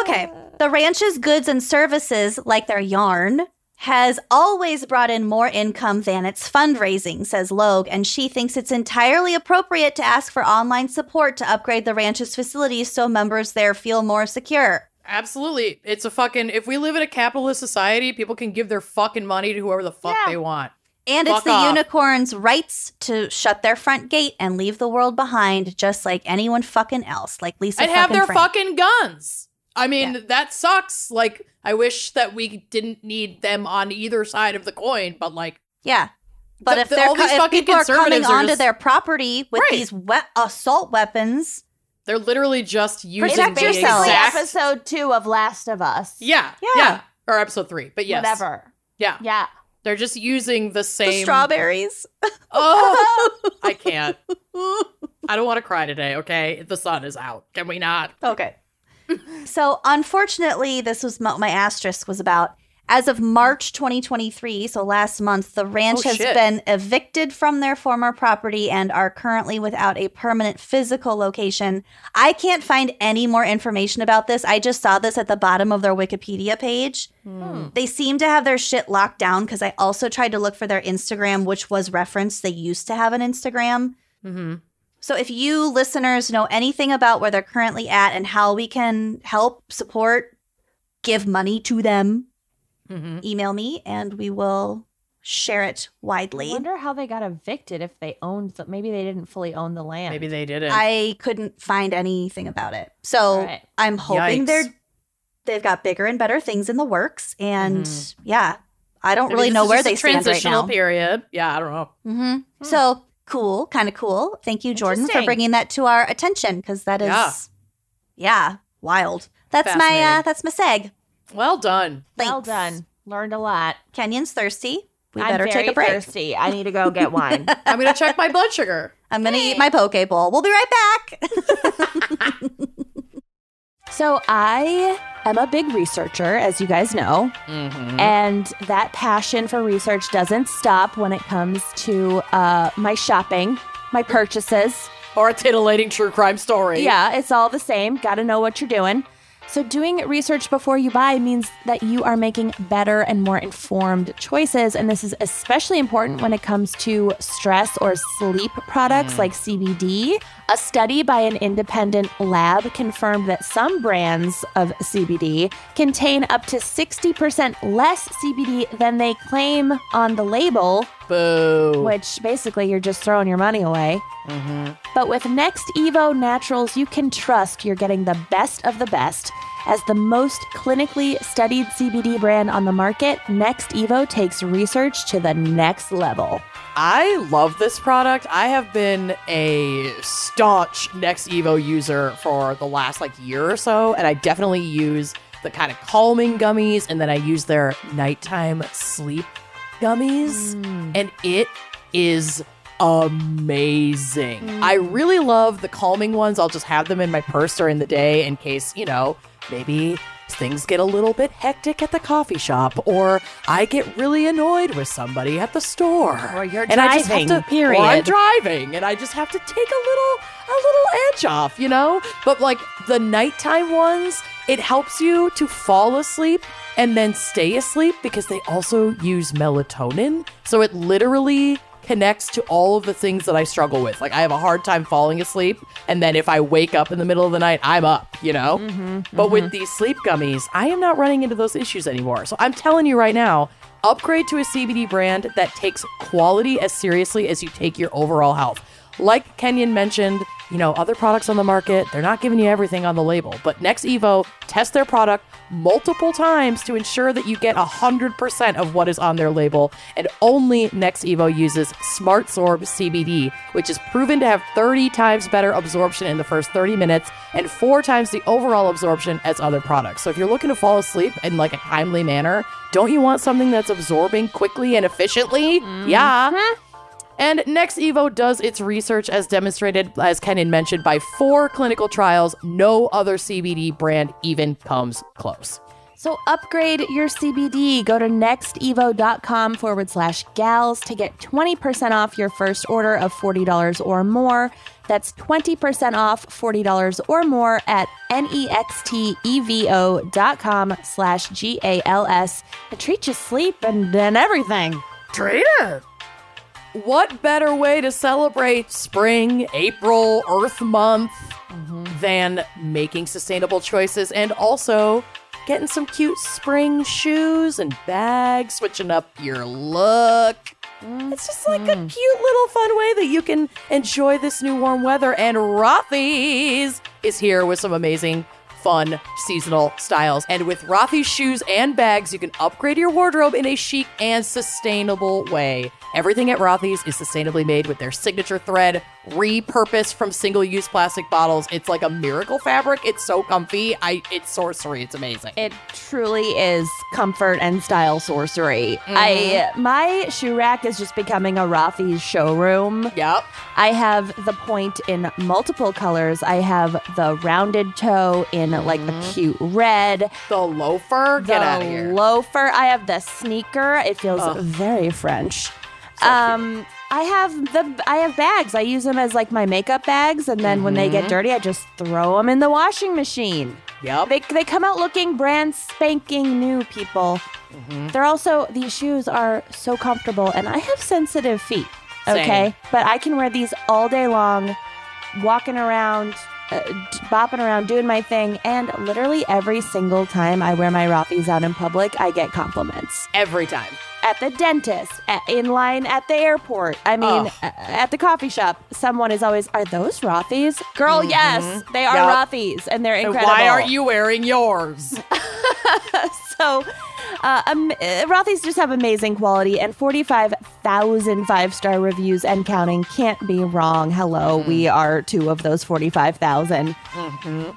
C: Okay. The ranch's goods and services, like their yarn, has always brought in more income than its fundraising, says Logue, and she thinks it's entirely appropriate to ask for online support to upgrade the ranch's facilities so members there feel more secure.
A: Absolutely. It's a fucking if we live in a capitalist society, people can give their fucking money to whoever the fuck
B: Yeah.
A: they want.
C: And
A: Fuck
C: it's the
A: off.
C: unicorn's rights to shut their front gate and leave the world behind, just like anyone fucking else, like Lisa.
A: and have
C: fucking
A: their
C: Frank.
A: fucking guns. I mean, that sucks. Like, I wish that we didn't need them on either side of the coin, but like,
C: Yeah. But
A: The-
C: if
A: the-
C: they're
A: all these
C: co- if
A: fucking
C: people are coming
A: conservatives are
C: onto
A: just-
C: their property with
A: Right.
C: these we- assault weapons,
A: they're literally just using
B: It's
C: Protect
A: the
B: basically
C: yourself.
A: exact.
B: episode two of Last of Us.
A: Yeah, yeah,
C: Yeah.
A: or episode three, but yes,
B: Whatever.
A: Yeah,
B: Yeah.
A: they're just using the same.
C: the strawberries.
A: Oh, I can't. I don't want to cry today. Okay, the sun is out. Can we not?
C: Okay. so, unfortunately, this was what my asterisk was about. As of March 2023, so last month, the ranch
A: Oh,
C: has
A: shit.
C: been evicted from their former property and are currently without a permanent physical location. I can't find any more information about this. I just saw this at the bottom of their Wikipedia page.
A: Hmm.
C: They seem to have their shit locked down because I also tried to look for their Instagram, which was referenced. They used to have an Instagram.
A: Mm-hmm.
C: So if you listeners know anything about where they're currently at and how we can help, support, give money to them,
A: Mm-hmm.
C: email me and we will share it
B: I
C: widely.
B: wonder how they got evicted if they owned the maybe they didn't fully own the land.
A: Maybe they didn't.
C: I couldn't find anything about it. So
B: All right.
C: I'm hoping
A: Yikes.
C: they're they've got bigger and better things in the works and
A: Mhm.
C: yeah, I don't
A: Maybe
C: really
A: this
C: know
A: is
C: where
A: just a
C: they stand right
A: transitional
C: now.
A: period. Yeah, I don't know.
C: hmm So cool, kind of cool. Thank you, Jordan, for
B: Interesting.
C: bringing that to our attention because that is,
A: Yeah.
C: yeah, wild. That's my uh,
A: Fascinating.
C: that's my seg.
A: Well done.
B: Well
C: Thanks.
B: done. Learned a lot.
C: Kenyon's thirsty. We
B: I'm
C: better
B: very
C: take a break.
B: thirsty. I need to go get wine.
A: I'm gonna check my blood sugar.
C: I'm gonna eat my poke bowl. We'll be right back.
B: so I am a big researcher, as you guys know,
A: Mm-hmm.
B: and that passion for research doesn't stop when it comes to uh, my shopping, my purchases.
A: or a titillating true crime story.
B: Yeah, it's all the same. Got to know what you're doing. So, doing research before you buy means that you are making better and more informed choices. And this is especially important when it comes to stress or sleep products like CBD. A study by an independent lab confirmed that some brands of CBD contain up to 60% less CBD than they claim on the label,
A: Boo.
B: which basically you're just throwing your money away.
A: Mm-hmm.
B: But with Next Evo Naturals, you can trust you're getting the best of the best. As the most clinically studied CBD brand on the market, Next Evo takes research to the next level.
A: I love this product. I have been a staunch Next Evo user for the last like year or so, and I definitely use the kind of calming gummies, and then I use their nighttime sleep gummies, and it is amazing. I really love the calming ones. I'll just have them in my purse during the day in case, you know, maybe things get a little bit hectic at the coffee shop or I get really annoyed with somebody at the store.
B: Or you're
A: and I just have
B: driving,
A: to, Or I'm
B: period.
A: driving and I just have to take a little a little edge off, you know? But like the nighttime ones, it helps you to fall asleep and then stay asleep because they also use melatonin. So it literally connects to all of the things that I struggle with. Like I have a hard time falling asleep, and then if I wake up in the middle of the night, I'm up, you know? But with these sleep gummies, I am not running into those issues anymore. So I'm telling you right now, upgrade to a CBD brand that takes quality as seriously as you take your overall health. Like Kenyon mentioned, you know, other products on the market, they're not giving you everything on the label. But Next Evo test their product multiple times to ensure that you get 100% of what is on their label. And only Next Evo uses Smart Sorb CBD, which is proven to have 30 times better absorption in the first 30 minutes and four times the overall absorption as other products. So if you're looking to fall asleep in like a timely manner, don't you want something that's absorbing quickly and efficiently? Yeah. And Next Evo does its research as demonstrated, as Kenan mentioned, by four clinical trials. No other CBD brand even comes close.
B: So upgrade your CBD. Go to nextevo.com forward slash gals to get 20% off your first order of $40 or more. That's 20% off $40 or more at nextevo.com slash G A L S. And treat your sleep and then everything.
A: Traitor! What better way to celebrate spring, April, Earth Month than making sustainable choices and also getting some cute spring shoes and bags, switching up your look? It's just like a cute little fun way that you can enjoy this new warm weather. And Rothy's is here with some amazing, fun seasonal styles. And with Rothy's shoes and bags, you can upgrade your wardrobe in a chic and sustainable way. Everything at Rothy's is sustainably made with their signature thread, repurposed from single-use plastic bottles. It's like a miracle fabric. It's so comfy. I it's sorcery. It's amazing.
B: It truly is comfort and style sorcery. I my shoe rack is just becoming a Rothy's showroom.
A: Yep.
B: I have the point in multiple colors. I have the rounded toe in like the cute red,
A: The loafer.
B: the
A: Get out of here.
B: loafer. I have the sneaker. It feels very French. um, I have the I have bags. I use them as like my makeup bags, and then when they get dirty, I just throw them in the washing machine.
A: yep.
B: They, they come out looking brand spanking new, people.
A: Mm-hmm.
B: They're also, these shoes are so comfortable, and I have sensitive feet,
A: Same.
B: okay? But I can wear these all day long, walking around, uh, d- bopping around, doing my thing, and literally every single time I wear my Rothy's out in public, I get compliments.
A: Every time.
B: At the dentist, a- in line at the airport, I mean,
A: Oh.
B: a- at the coffee shop, someone is always, Are those Rothy's? Girl, yes, they are
A: Mm-hmm. Yup.
B: Rothy's, and they're
A: And
B: incredible.
A: why aren't you wearing yours?
B: So, uh, um, uh, Rothy's just have amazing quality, and 45,000 five star reviews and counting can't be wrong. Hello, we are two of those 45,000.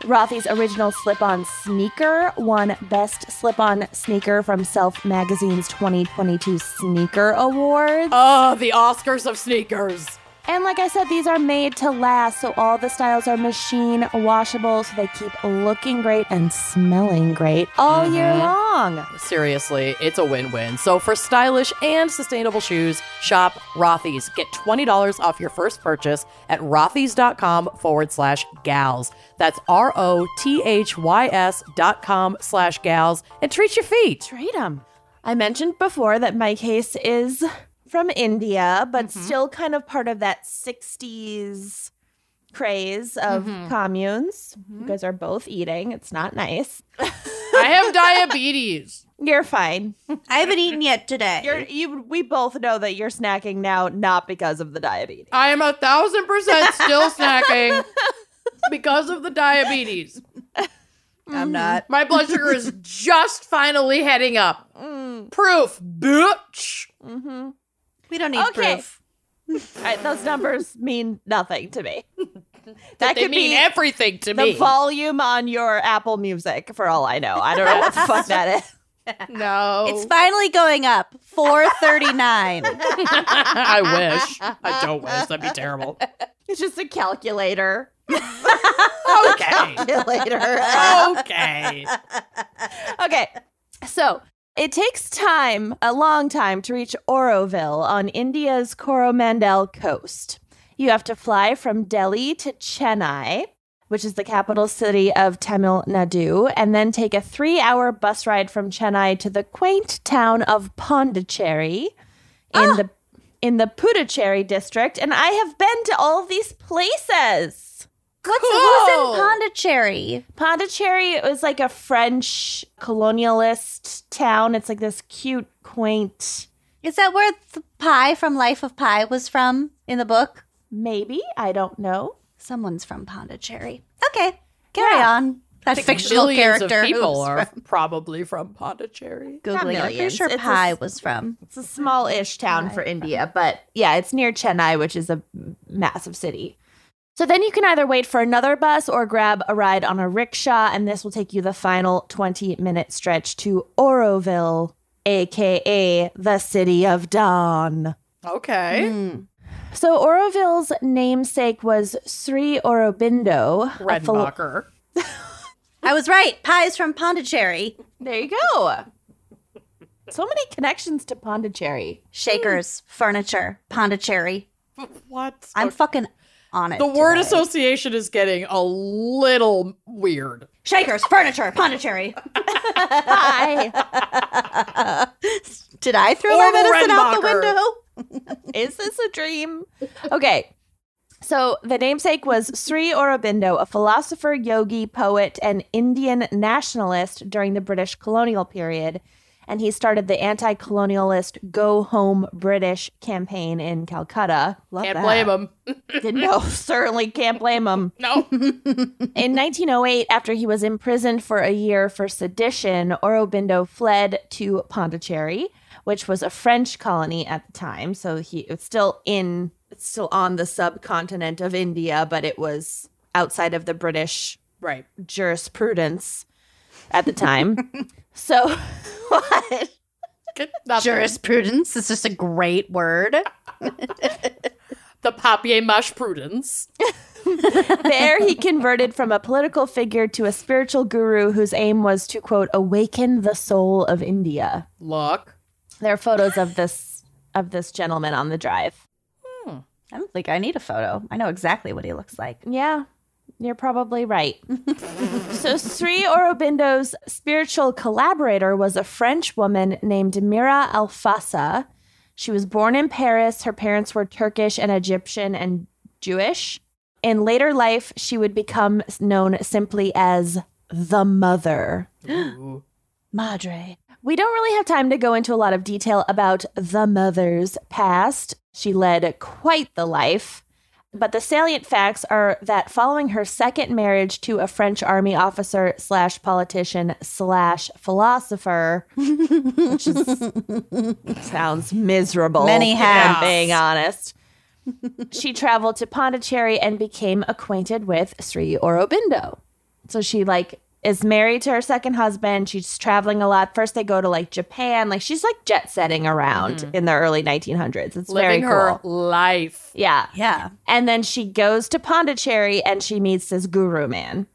B: Rothy's original slip on sneaker won Best Slip on Sneaker from Self Magazine's 2022 Sneaker Awards.
A: oh, the Oscars of sneakers.
B: And like I said, these are made to last, so all the styles are machine washable, so they keep looking great and smelling great all year long.
A: Seriously, it's a win-win. So for stylish and sustainable shoes, shop Rothy's. Get $20 off your first purchase at rothys.com forward slash gals. That's R-O-T-H-Y-S dot com slash gals. And treat your feet.
B: trade 'em. I mentioned before that my case is from India, but
A: Mm-hmm.
B: still kind of part of that 60s craze of
A: Mm-hmm.
B: communes. You guys are both eating. It's not nice.
A: I have diabetes.
B: You're fine.
C: I haven't eaten yet today.
B: You're you we both know that you're snacking now not because of the diabetes.
A: I am a thousand percent still snacking because of the diabetes.
C: I'm not.
A: My blood sugar is just finally heading up.
B: Mm,
A: Proof, bitch.
B: Mhm.
C: We don't need
B: Okay.
C: proof.
B: All right, those numbers mean nothing to me. that
A: They
B: could
A: mean
B: be
A: everything to
B: the
A: me.
B: volume on your Apple Music for all I know. I don't know what the fuck that is.
A: no,
C: It's finally going up. 439.
A: I wish. I don't wish. That'd be terrible.
B: It's just a calculator.
A: Okay.
B: calculator.
A: Okay.
B: okay. So it takes time, a long time, to reach Oroville on India's Coromandel coast. You have to fly from Delhi to Chennai, which is the capital city of Tamil Nadu, and then take a three hour bus ride from Chennai to the quaint town of Pondicherry in the in the Puducherry district. And I have been to all these places.
C: What's
A: Cool.
C: who's in Pondicherry?
B: Pondicherry was like a French colonialist town. It's like this cute, quaint.
C: Is that where the pie from Life of Pi was from in the book?
B: Maybe. I don't know.
C: Someone's from Pondicherry. Okay, carry
B: Yeah.
C: on. That fictional
D: Millions
C: character.
D: of people
C: who's
D: are
C: from-
D: probably from Pondicherry.
C: Googling.
B: Not
C: it. I'm pretty
B: millions.
C: sure
B: It's a
C: Pi
B: s-
C: was from.
B: It's a small ish town for India, but yeah, it's near Chennai, which is a massive city. So then you can either wait for another bus or grab a ride on a rickshaw, and this will take you the final 20 minute stretch to Oroville, aka the City of Dawn.
D: Okay.
C: Mm.
B: So Oroville's namesake was Sri Aurobindo. a philo-
D: Redenbacher.
C: I was right. Pi is from Pondicherry.
B: there you go. So many connections to Pondicherry.
C: Shakers, furniture, Pondicherry.
D: What?
C: I'm fucking on it.
D: the word
C: today.
D: association is getting a little weird.
C: Shakers, furniture, Pondicherry.
B: Hi.
C: Did I throw
D: Or
C: my medicine out the
D: Redenbacher.
C: window?
B: Is this a dream? Okay. So the namesake was Sri Aurobindo, a philosopher, yogi, poet, and Indian nationalist during the British colonial period. And he started the anti colonialist Go Home British campaign in Calcutta. Love
D: Can't
B: that.
D: blame him.
B: No, certainly can't blame him.
D: No.
B: In 1908, after he was imprisoned for a year for sedition, Orobindo fled to Pondicherry, which was a French colony at the time. So he it's still in it's still on the subcontinent of India, but it was outside of the British
D: right.
B: jurisprudence at the time. so what?
D: Good. Not
C: Jurisprudence is just a great word.
D: The papier mâche prudence.
B: There, he converted from a political figure to a spiritual guru whose aim was to, quote, awaken the soul of India.
D: Look.
B: There are photos of this of this gentleman on the drive.
C: I don't think I need a photo. I know exactly what he looks like.
B: Yeah, you're probably right. so Sri Aurobindo's spiritual collaborator was a French woman named Mira Alfasa. She was born in Paris. Her parents were Turkish and Egyptian and Jewish. In later life, she would become known simply as the mother.
D: Ooh.
C: Madre.
B: We don't really have time to go into a lot of detail about the mother's past. She led quite the life. But the salient facts are that following her second marriage to a French army officer slash politician slash philosopher, which is, sounds miserable.
C: Many
B: if I'm
D: hats.
B: being honest. she traveled to Pondicherry and became acquainted with Sri Aurobindo. So she like is married to her second husband. She's traveling a lot. First they go to like Japan. Like she's like jet setting around in the early 1900s. It's
D: Mm-hmm. Living
B: very
D: her
B: cool.
D: life.
B: Yeah.
C: Yeah.
B: And then she goes to Pondicherry and she meets this guru man.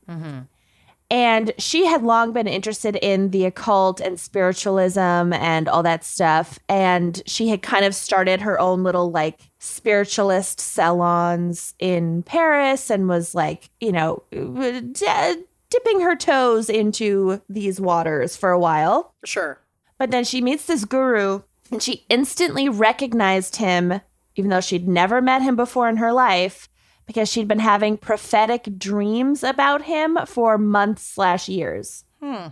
B: And she had long been interested in the occult and spiritualism and all that stuff. And she had kind of started her own little like spiritualist salons in Paris and was like, you know, uh, d- dipping her toes into these waters for a while.
D: Sure.
B: But then she meets this guru and she instantly recognized him, even though she'd never met him before in her life, because she'd been having prophetic dreams about him for months slash years.
D: Hmm.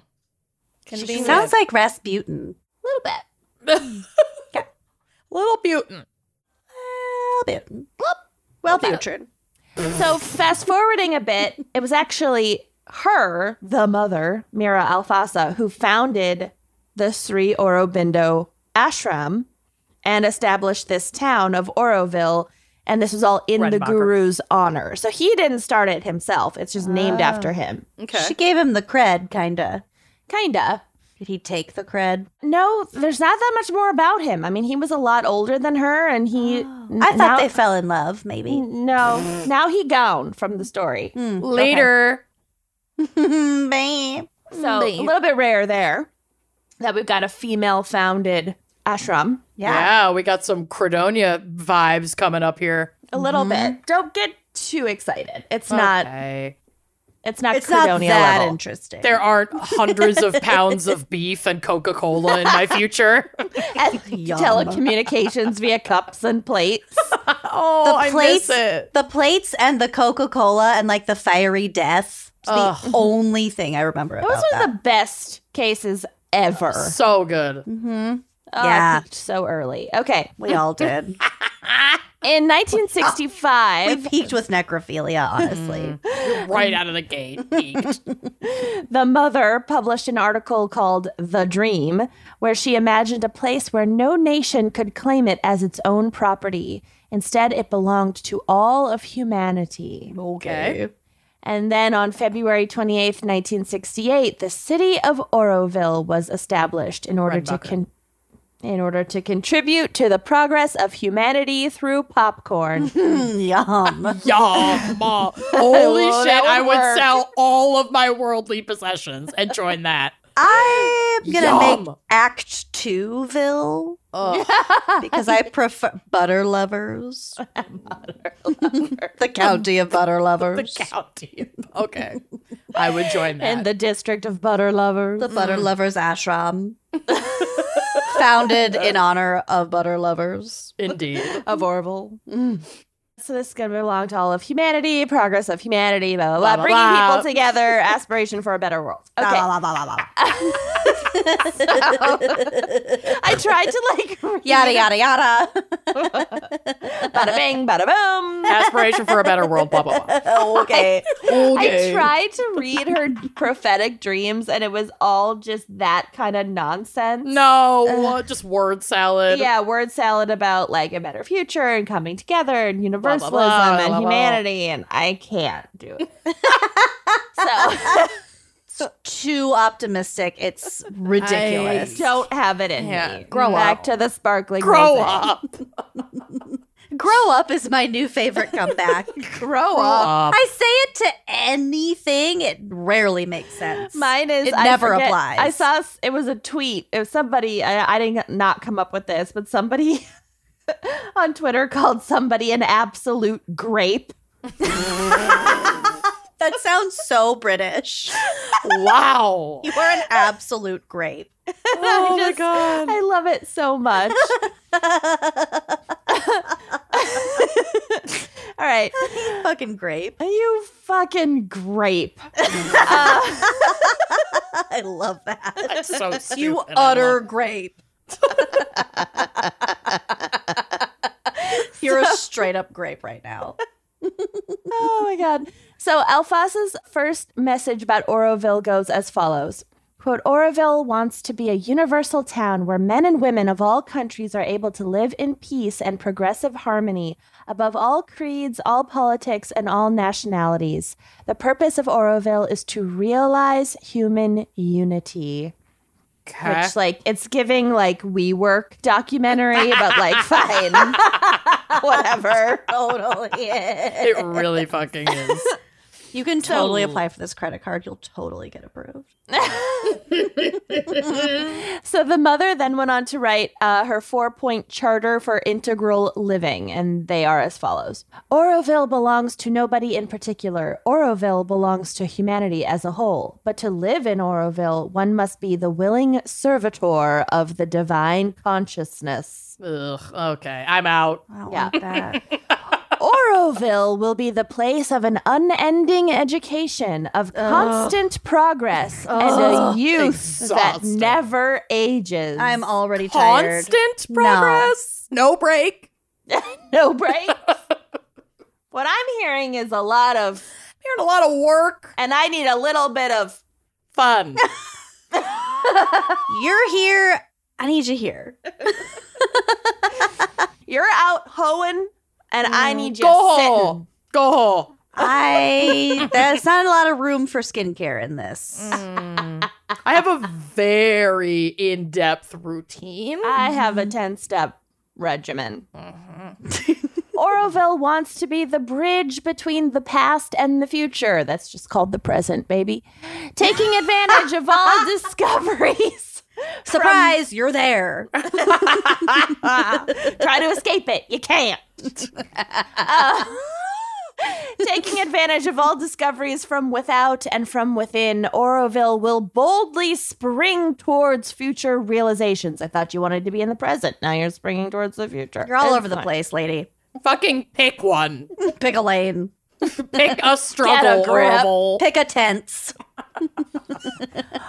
C: She sounds like Rasputin.
B: A little bit.
D: Little Butin.
C: Rasputin. Well, Butrin.
B: So fast forwarding a bit, it was actually her, the mother, Mira Alfasa, who founded the Sri Aurobindo ashram and established this town of Oroville. And this was all in the
D: Redenbacher.
B: guru's honor. So he didn't start it himself. It's just
C: Ah.
B: named after him.
D: Okay.
C: She gave him the cred, kinda.
B: Kinda.
C: Did he take the cred?
B: No, there's not that much more about him. I mean, he was a lot older than her and he
C: Ah. I thought
B: now- Mm.
C: they fell in love, maybe.
B: No. Now he gone from the story.
D: Later.
C: Mm, Babe.
B: So a little bit rare there that we've got a female founded ashram.
C: Yeah.
D: yeah, we got some Credonia vibes coming up here.
B: A little
C: Mm-hmm.
B: bit. Don't get too excited. It's not.
D: Okay.
B: It's not.
C: It's not
B: Credonia
C: that
B: level.
C: interesting.
D: There aren't hundreds of pounds of beef and Coca Cola in my future.
B: And
C: Yum.
B: telecommunications via cups and plates.
D: oh,
C: The
D: I
C: plates,
D: miss it.
C: the plates, and the Coca Cola, and like the fiery death. It's the only thing I remember
B: Those
C: about
B: are
C: that.
B: the best cases ever.
D: So good.
C: Mhm.
B: Oh, I
C: yeah.
B: peaked so early. Okay.
C: We all did.
B: In
C: We
B: 1965,
C: peaked with necrophilia, honestly.
D: right out of the gate. Eeked.
B: the mother published an article called The Dream, where she imagined a place where no nation could claim it as its own property. Instead, it belonged to all of humanity.
D: okay.
B: And then on February 28th, 1968, the city of Oroville was established in order to con- in order to contribute to the progress of humanity through popcorn.
C: Yum.
D: Yeah, ma. Holy
B: Well,
D: shit,
B: that would
D: I would
B: work.
D: sell all of my worldly possessions and join that.
C: I'm gonna make
D: Yum.
C: Act Twoville because I prefer butter lovers. the county of butter lovers. The,
D: County. Okay. I would join that.
B: in the district of butter lovers.
C: butter lovers ashram, founded in honor of butter lovers.
D: Indeed.
B: of Orville. So this is going to belong to all of humanity, progress of humanity, blah, blah, blah.
D: blah,
B: bringing
D: blah.
B: people together, aspiration for a better world. Okay.
C: Blah, blah, blah, blah, blah.
B: I tried to like, read
C: Yada
B: it.
C: yada yada.
B: Bada bing, bada boom.
D: Aspiration for a better world, blah, blah, blah.
C: okay.
B: I tried to read her prophetic dreams and it was all just that kind of nonsense.
D: No, uh, just word salad.
B: Yeah, word salad about like a better future and coming together and universalism and
D: blah, blah, blah.
B: humanity, and I can't do it. so
C: Too optimistic. It's ridiculous.
B: don't have it in me.
D: Can't.
B: Grow Back to the sparkling.
D: Grow
B: rosé.
D: up.
C: Grow up is my new favorite comeback. Grow
D: up.
C: I say it to anything. It rarely makes sense.
B: Mine is
C: It
B: I
C: never
B: forget-
C: applies.
B: I saw s- it was a tweet. It was somebody. I, I didn't not come up with this, but somebody on Twitter called somebody an absolute grape.
C: that sounds so British.
D: Wow.
C: You are an absolute grape.
D: Oh my
B: just-
D: god.
B: I love it so much. All right,
C: Fucking grape.
B: you fucking grape.
C: I love that.
D: That's so stupid.
C: You
D: I love
C: utter grape. You're a straight up grape right now.
B: Oh my god. So Alphonse's first message about Oroville goes as follows. Quote, Oroville wants to be a universal town where men and women of all countries are able to live in peace and progressive harmony above all creeds, all politics, and all nationalities. The purpose of Oroville is to realize human unity.
D: Okay.
B: Which, like, it's giving like we work documentary, but like, fine, whatever.
C: Totally.
D: It really fucking is.
C: You can totally apply for this credit card. You'll totally get approved.
B: So the mother then went on to write uh, her four point charter for integral living, and they are as follows Oroville belongs to nobody in particular. Oroville belongs to humanity as a whole. But to live in Oroville, one must be the willing servitor of the divine consciousness.
D: Ugh, okay, I'm out.
C: I don't
B: Yeah.
C: want that.
B: Oroville will be the place of an unending education, of constant progress, and a youth
D: Exhausting.
B: that never ages.
C: I'm already tired.
D: Constant progress, no, break.
B: no break. what I'm hearing is a lot of,
D: Hearing a lot of work,
B: and I need a little bit of.
D: fun.
C: You're here. I need you here.
B: You're out hoeing, and I need you
D: Mm, Go
B: sitting.
D: home. Go home.
C: I there's not a lot of room for skincare in this.
D: Mm. I have a very in-depth routine.
B: I have a ten-step regimen.
D: Mm-hmm.
B: Oroville wants to be the bridge between the past and the future. That's just called the present, baby. Taking advantage of all discoveries.
C: Surprise, you're there.
B: Try to escape it. You can't. Uh, taking advantage of all discoveries from without and from within, Oroville will boldly spring towards future realizations. I thought you wanted to be in the present. Now you're springing towards the future.
C: You're all
B: It's
C: over the
B: fine.
C: place, lady.
D: Fucking pick one.
C: Pick a lane.
D: Pick a struggle.
C: grip.
D: Orville.
C: Pick a tense.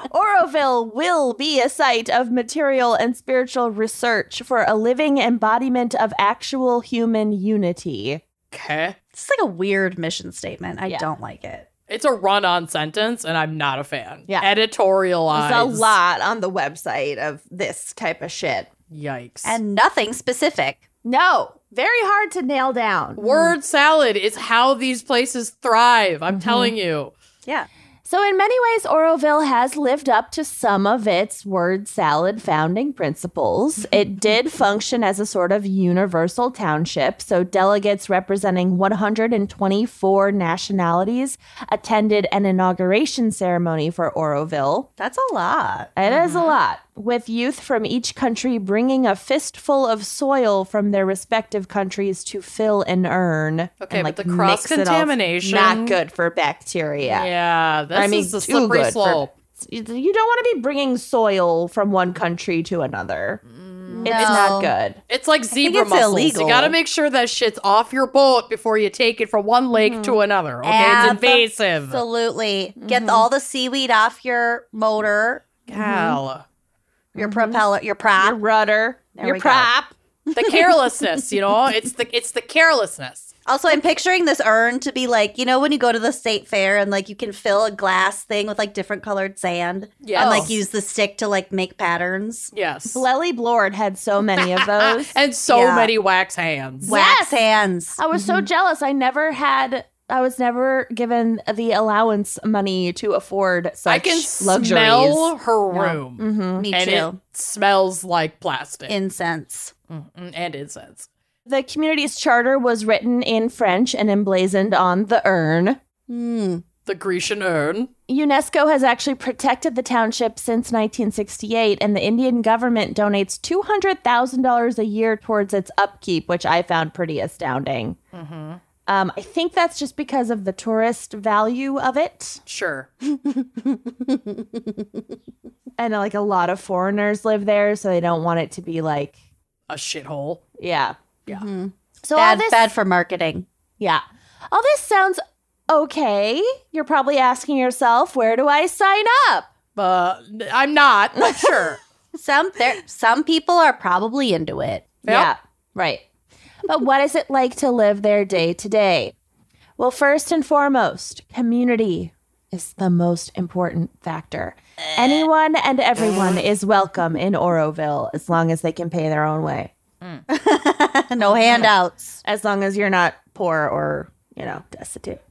B: Oroville will be a site of material and spiritual research for a living embodiment of actual human unity.
D: Okay.
C: It's like a weird mission statement. I
B: Yeah.
C: don't like it.
D: It's a run on sentence, and I'm not a fan.
B: Yeah.
D: Editorialized.
B: There's a lot on the website of this type of shit.
D: Yikes.
C: And nothing specific.
B: No, very hard to nail down.
D: Word salad is how these places thrive.
B: Mm-hmm.
D: I'm telling you.
C: Yeah.
B: So, in many ways, Oroville has lived up to some of its word salad founding principles. It did function as a sort of universal township. So, delegates representing 124 nationalities attended an inauguration ceremony for Oroville.
C: That's a lot.
B: It is
D: Mm-hmm.
B: a lot, with youth from each country bringing a fistful of soil from their respective countries to fill an urn.
D: Okay,
B: and, like,
D: but the
B: mix it all.
D: cross-contamination-
B: Not good for bacteria.
D: Yeah. This
B: I mean,
D: is a
B: too
D: slippery
B: good for-
D: slope.
B: You don't want to be bringing soil from one country to another. It's
C: No.
B: not good.
D: It's like zebra
C: it's
D: mussels. You
C: illegal.
D: gotta make sure that shit's off your boat before you take it from one lake to another. Okay, it's invasive.
C: Absolutely. Get all the seaweed off your motor,
D: Gal.
C: your propeller, Mm-hmm. your
B: Your
C: prop.
B: rudder,
C: There
B: your
C: we go.
B: prop.
D: The carelessness, you know, it's the it's the carelessness.
C: Also, I'm picturing this urn to be like, you know, when you go to the state fair and like you can fill a glass thing with like different colored sand.
D: Yes.
C: And like use the stick to like make patterns.
D: Yes.
B: Lely Blord had so many of those.
D: And so
C: Yeah.
D: many wax hands.
C: Wax hands.
B: I was so jealous. I never had. I was never given the allowance money to afford such
D: I can
B: luxuries.
D: smell her room.
B: Mhm.
C: Me
D: And it
C: too.
D: smells like plastic
C: Incense.
D: Mm, and incense.
B: The community's charter was written in French and emblazoned on the urn.
C: Mm.
D: The Grecian urn.
B: UNESCO has actually protected the township since 1968, and the Indian government donates $200,000 a year towards its upkeep, which I found pretty astounding. Um, I think that's just because of the tourist value of it.
D: Sure.
B: And like a lot of foreigners live there, so they don't want it to be like,
D: A shithole.
B: yeah.
D: Yeah.
B: So all
C: bad,
B: this
C: bad for marketing.
B: Yeah. All this sounds okay. You're probably asking yourself, where do I sign up?
D: But I'm not, but sure.
C: Some there, some people are probably into it.
D: Yep.
B: Yeah, right. But what is it like to live there day to day? Well, first and foremost, community is the most important factor. Anyone and everyone is welcome in Oroville as long as they can pay their own way.
C: no handouts.
B: as long as you're not poor or you know destitute.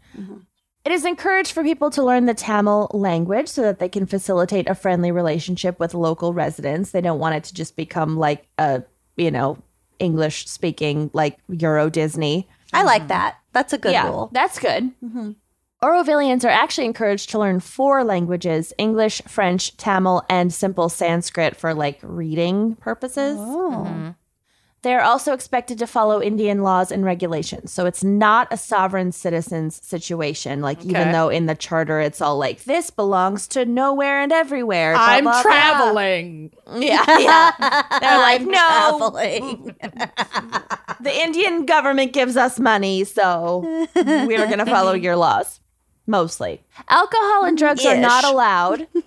B: It is encouraged for people to learn the Tamil language so that they can facilitate a friendly relationship with local residents. They don't want it to just become like a you know English speaking like Euro Disney.
C: I like that. That's a good
B: yeah,
C: rule. Mm-hmm.
B: that's good. Orovillians are actually encouraged to learn four languages: English, French, Tamil, and simple Sanskrit for like reading purposes.
C: Oh.
B: Mm-hmm. They're also expected to follow Indian laws and regulations. So it's not a sovereign citizen's situation. Like, even
D: Okay.
B: though in the charter it's all like, this belongs to nowhere and everywhere. blah,
D: I'm
B: blah, blah."
D: traveling.
B: Yeah. yeah. They're like, no,
C: Traveling.
B: the Indian government gives us money. So we're going to follow your laws, mostly. Alcohol and drugs are
C: Ish.
B: not allowed.
D: Boo.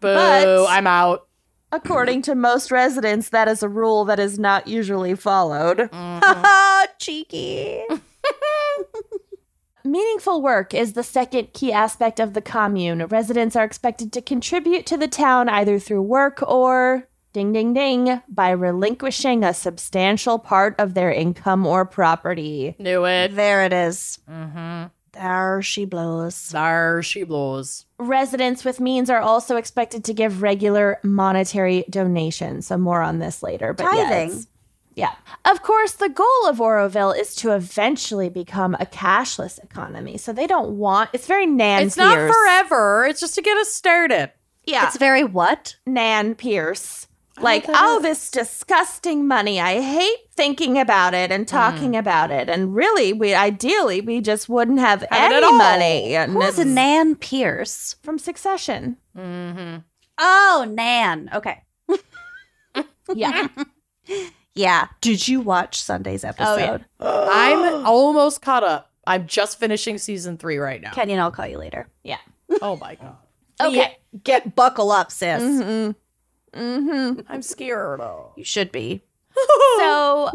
B: But-
D: I'm out.
B: According to most residents, that is a rule that is not usually followed.
C: Cheeky.
B: Meaningful work is the second key aspect of the commune. Residents are expected to contribute to the town either through work or, ding ding ding, by relinquishing a substantial part of their income or property.
D: Knew it.
C: There it is.
D: Mm-hmm.
C: There she blows.
D: There she blows.
B: Residents with means are also expected to give regular monetary donations. So, more on this later. But yeah,
C: Tithing.
B: it's- Yeah. Of course, the goal of Oroville is to eventually become a cashless economy. So, they don't want, it's very Nan
D: It's not
B: Pierce.
D: forever. It's just to get us started.
B: Yeah.
C: It's very what?
B: Nan Pierce. Like, oh, this disgusting money. I hate thinking about it and talking
D: Mm.
B: about it. And really, we ideally we just wouldn't have
D: Have it at
B: any
D: all.
B: money. And
C: Who is
B: it's
C: Nan Pierce?
B: from Succession.
D: Mm-hmm.
C: Oh, Nan. Okay.
B: Yeah.
C: Yeah. Did you watch Sunday's episode?
B: Oh, yeah.
D: I'm almost caught up. I'm just finishing season three right now.
C: Kenyon, I'll call you later.
B: yeah.
D: Oh my god.
B: Okay.
C: Get buckle up, sis.
B: Mm-hmm. Mm-hmm.
D: I'm scared.
C: You should be.
B: So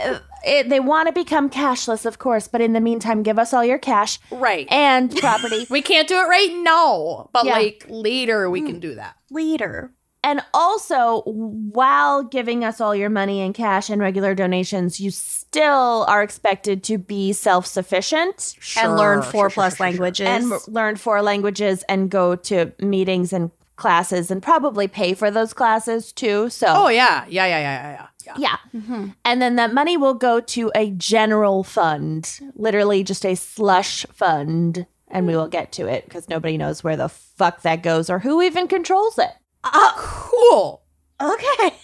B: uh, it, they want to become cashless, of course, but in the meantime, give us all your cash
D: Right.
B: and property.
D: we can't do it right now, but
B: Yeah.
D: like later we can do that.
C: Leader.
B: And also, while giving us all your money in cash and regular donations, you still are expected to be self sufficient
C: and learn four
D: sure,
C: plus
D: sure, sure, sure.
C: languages.
B: and learn four languages and go to meetings and classes and probably pay for those classes too. So,
D: Oh yeah, yeah, yeah, yeah, yeah, yeah.
B: yeah.
D: Mm-hmm.
B: And then that money will go to a general fund, literally just a slush fund. And we will get to it because nobody knows where the fuck that goes or who even controls it.
D: Cool.
C: okay.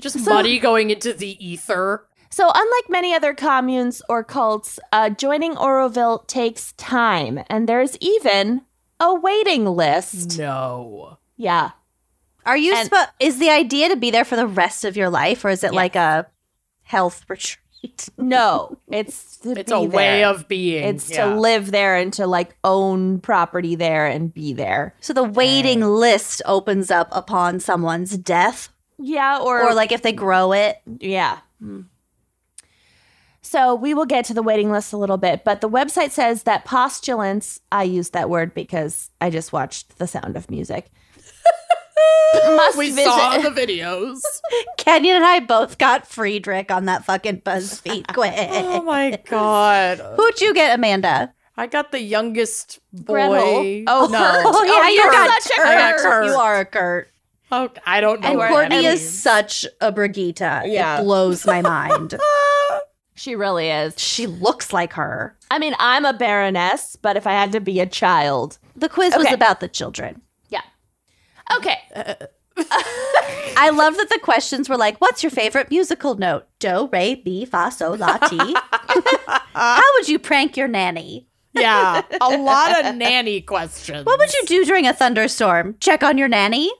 D: Just money going into the ether.
B: So, unlike many other communes or cults, uh, joining Oroville takes time, and there's even a waiting
D: Mm.
B: list.
D: No.
B: Yeah.
C: Are you
B: And-
C: spo- is the idea to be there for the rest of your life or is it
B: Yeah.
C: like a health retreat?
B: No, it's to
D: It's
B: be
D: a way
B: there.
D: of being.
B: It's
D: yeah.
B: to live there and to like own property there and be there.
C: So the waiting list opens up upon someone's death
B: Yeah, or,
C: or like if they grow it.
B: Yeah. Hmm. So we will get to the waiting list a little bit, but the website says that postulants, I use that word because I just watched The Sound of Music. must
D: We
B: visit
D: saw the videos.
C: Kenyon and I both got Friedrich on that fucking BuzzFeed quiz.
D: Oh, my
B: Oh.
D: god.
C: Who'd you get, Amanda?
D: I got the youngest boy.
B: Gretel. Oh,
D: no.
B: Kurt. Oh,
C: yeah, you
B: you're
C: got
B: such a
C: Kurt.
D: I got Kurt.
C: You are a Kurt.
D: Oh, I don't know.
C: And
D: what that
C: Courtney is
D: means.
C: such a Brigitte.
B: Yeah.
C: It blows my mind.
B: She really is.
C: she looks like her.
B: I mean, I'm a baroness, but if I had to be a child.
C: The quiz was
B: Okay.
C: about the children.
B: Okay.
C: I love that the questions were like, "What's your favorite musical note? Do, re, mi, fa, sol, la, ti." How would you prank your nanny?
D: Yeah, a lot of nanny questions.
C: What would you do during a thunderstorm? Check on your nanny.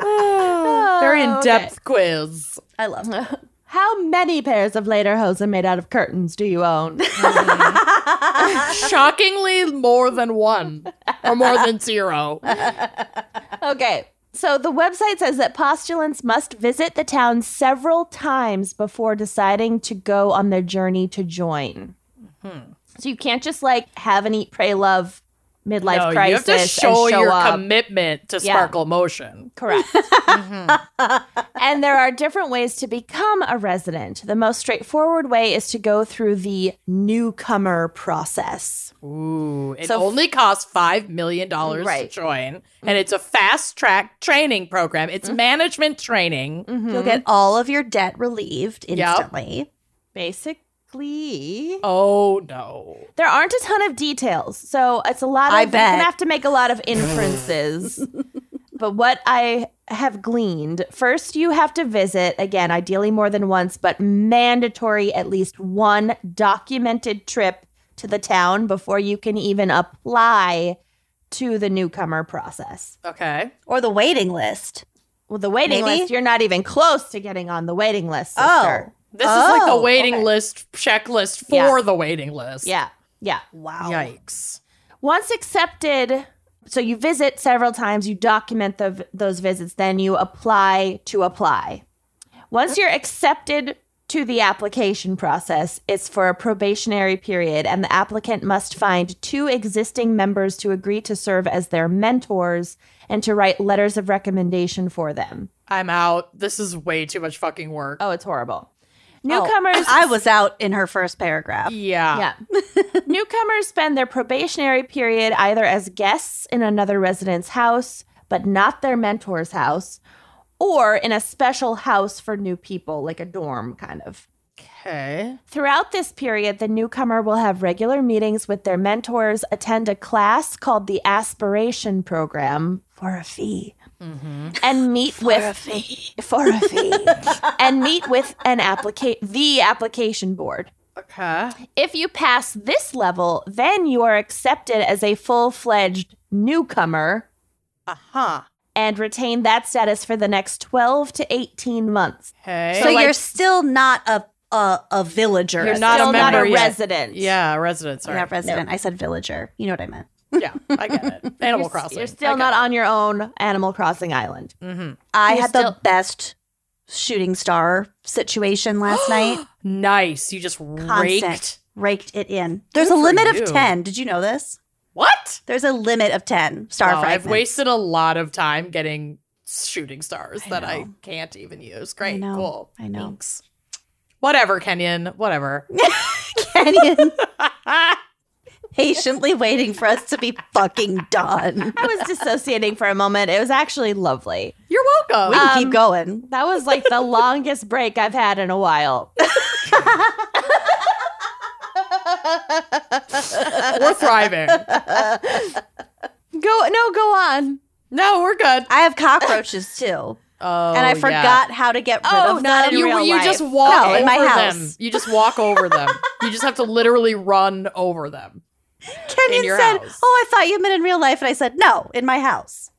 D: Very in
B: Oh, okay.
D: depth quiz.
C: I love. That.
B: How many pairs of lederhosen made out of curtains do you own?
D: Shockingly, more than one or more than zero.
B: Okay. So the website says that postulants must visit the town several times before deciding to go on their journey to join.
D: Hmm.
B: So you can't just like have an eat, pray, love midlife
D: No, you have
B: crisis
D: to show,
B: and show
D: your
B: up.
D: commitment to
B: Yeah.
D: Sparkle Motion.
B: Correct.
D: Mm-hmm.
B: and there are different ways to become a resident. The most straightforward way is to go through the newcomer process.
D: Ooh, it
B: So-
D: only costs five million dollars
B: Right.
D: to join, and it's a fast track training program.
C: Mm-hmm.
D: It's management training.
C: You'll get all of your debt relieved instantly.
B: Basically,
D: Oh no!
B: There aren't a ton of details, so it's a lot. Of,
C: I
B: you're gonna
C: bet.
B: have to make a lot of inferences. but what I have gleaned first, you have to visit again, ideally more than once, but mandatory at least one documented trip to the town before you can even apply to the newcomer process.
D: Okay,
C: Or the waiting list.
B: Well, the waiting
C: Maybe?
B: list—you're not even close to getting on the waiting list. Sister.
D: Oh. this is like
C: Oh,
D: the waiting
C: okay.
D: list checklist for
B: Yeah.
D: the waiting list.
B: yeah, yeah.
C: Wow.
D: Yikes.
B: Once accepted, so you visit several times, you document the, those visits, then you apply to apply. Once you're accepted to the application process, it's for a probationary period, and the applicant must find two existing members to agree to serve as their mentors and to write letters of recommendation for them.
D: I'm out. This is way too much fucking work.
B: Oh, it's horrible.
C: Oh,
B: Newcomers.
C: I was out in her first paragraph.
D: Yeah.
B: Yeah. Newcomers spend their probationary period either as guests in another resident's house, but not their mentor's house, or in a special house for new people, like a dorm kind of.
D: Okay.
B: Throughout this period, the newcomer will have regular meetings with their mentors, attend a class called the Aspiration Program for a fee, and meet with Mm-hmm. a fee. for a fee, and meet with an applica- the application board.
D: Okay.
B: If you pass this level, then you are accepted as a full fledged newcomer
D: Uh huh.
B: and retain that status for the next 12 to 18 months.
D: Hey.
C: So
B: like-
C: you're still not a a, a villager.
D: You're not a
B: Still not
D: member
B: a
D: yet.
B: resident.
D: Yeah, resident. Sorry.
C: not resident. I said villager. You know what I meant.
D: yeah, I get it. Animal
B: You're,
D: Crossing.
B: you're still not on your own Animal Crossing island.
D: hmm
C: I
B: You're
C: had
B: still-
C: the best shooting star situation last night.
D: Nice. You just raked.
C: Raked it in. There's
D: Good
C: a
D: for
C: limit
D: you.
C: of 10. Did you know this?
D: What?
C: There's a limit of 10 star
D: Wow, I've
C: fragments.
D: wasted a lot of time getting shooting stars that I
C: know.
D: can't even use. Great.
C: know.
D: Cool.
C: I know.
D: Thanks. Whatever, Kenyon. Whatever.
C: Kenyon patiently waiting for us to be fucking done.
B: I was dissociating for a moment. It was actually lovely.
D: You're
C: We
D: welcome.
C: can
B: Um,
C: keep going.
B: That was like the longest break I've had in a while.
D: Oh, we're thriving.
B: Go no, go on.
D: No, we're good.
C: I have cockroaches too.
D: Oh,
C: and I
D: yeah.
C: forgot how to get rid
B: Oh,
C: of
B: not
C: them.
B: in
D: You,
B: real
D: you
B: life.
D: just walk
C: No,
D: over
C: in my house.
D: them. You just walk over them. You just have to literally run over them. in your
C: Kenyon said,
D: house.
C: Oh, I thought you meant in real life. And I said, No, in my house.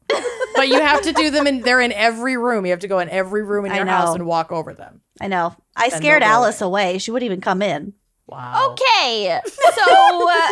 D: But you have to do them in they're in every room. You have to go in every room in
C: I
D: your house
C: know.
D: and walk over them.
C: I know. I
D: Then
C: scared
D: they'll go
C: Alice away. She wouldn't even come in.
D: Wow.
B: Okay. So uh,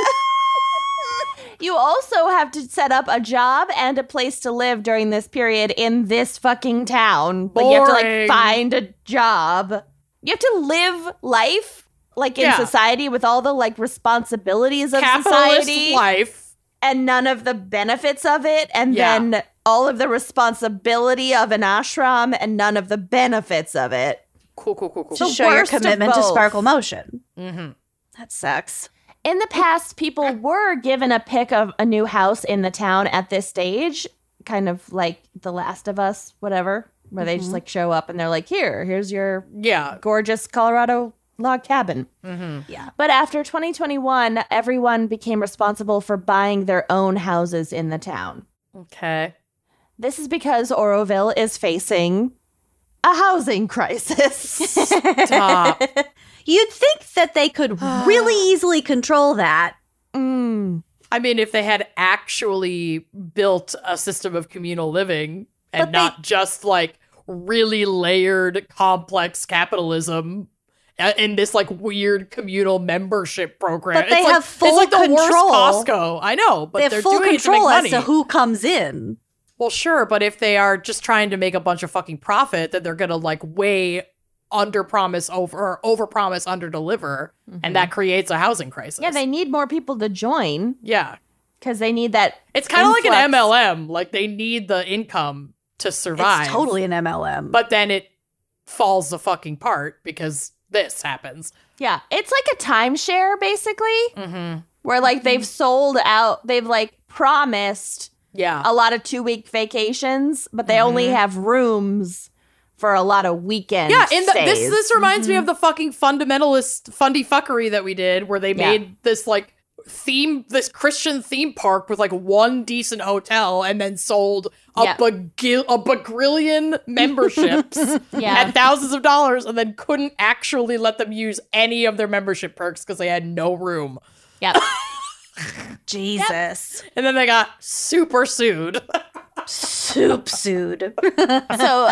B: you also have to set up a job and a place to live during this period in this fucking town. Like you have to
D: Boring.
B: like find a job. You have to live life like in
D: Yeah.
B: society with all the like responsibilities of
D: Capitalist
B: society
D: life.
B: and none of the benefits of it and
D: Yeah.
B: then all of the responsibility of an ashram and none of the benefits of it.
D: Cool, cool, cool, cool.
B: So-
C: To
B: The
C: show your
B: worst of
C: commitment to
B: both.
C: Sparkle Motion.
D: mm-hmm.
C: That sucks.
B: In the past, people were given a pick of a new house in the town at this stage, kind of like The Last of Us, whatever, where they just like show up and they're like, here, here's your
D: Yeah.
B: gorgeous Colorado log cabin.
D: Mm-hmm.
B: But after 2021, everyone became responsible for buying their own houses in the town.
D: Okay.
B: This is because Oroville is facing a housing crisis.
D: Top.
C: You'd think that they could really easily control that.
B: Mm.
D: I mean, if they had actually built a system of communal living and
C: But they-
D: not just like really layered, complex capitalism uh, in this like weird communal membership program.
C: But they
D: it's like,
C: have full
D: it's like the
C: control.
D: worst Costco. I know, but
C: they
D: are
C: have full
D: doing
C: control
D: it to
C: as
D: make
C: to
D: money.
C: who comes in.
D: well, sure, but if they are just trying to make a bunch of fucking profit, then they're gonna like way under promise over or over promise under deliver, and that creates a housing crisis.
B: Yeah, they need more people to join
D: yeah.
B: because they need that
D: It's kind of like an
B: influx.
D: MLM. Like they need the income to survive.
C: It's totally an MLM.
D: But then it falls the fucking part because this happens.
B: Yeah, it's like a timeshare basically,
D: Mm-hmm.
B: where like they've sold out, they've like promised
D: Yeah. Mm-hmm.
B: a lot of two week vacations, but they only have rooms for a lot of weekends.
D: yeah, in the, this
B: stays.
D: this reminds me of the fucking fundamentalist fundy fuckery that we did, where they
B: Yeah.
D: made this like theme, this Christian theme park with like one decent hotel, and then sold a
B: Yeah.
D: bagil- a bagrillion memberships
B: yeah.
D: at thousands of dollars, and then couldn't actually let them use any of their membership perks because they had no room.
B: yeah.
C: Jesus.
D: And then they got super sued.
C: Soup sued.
B: so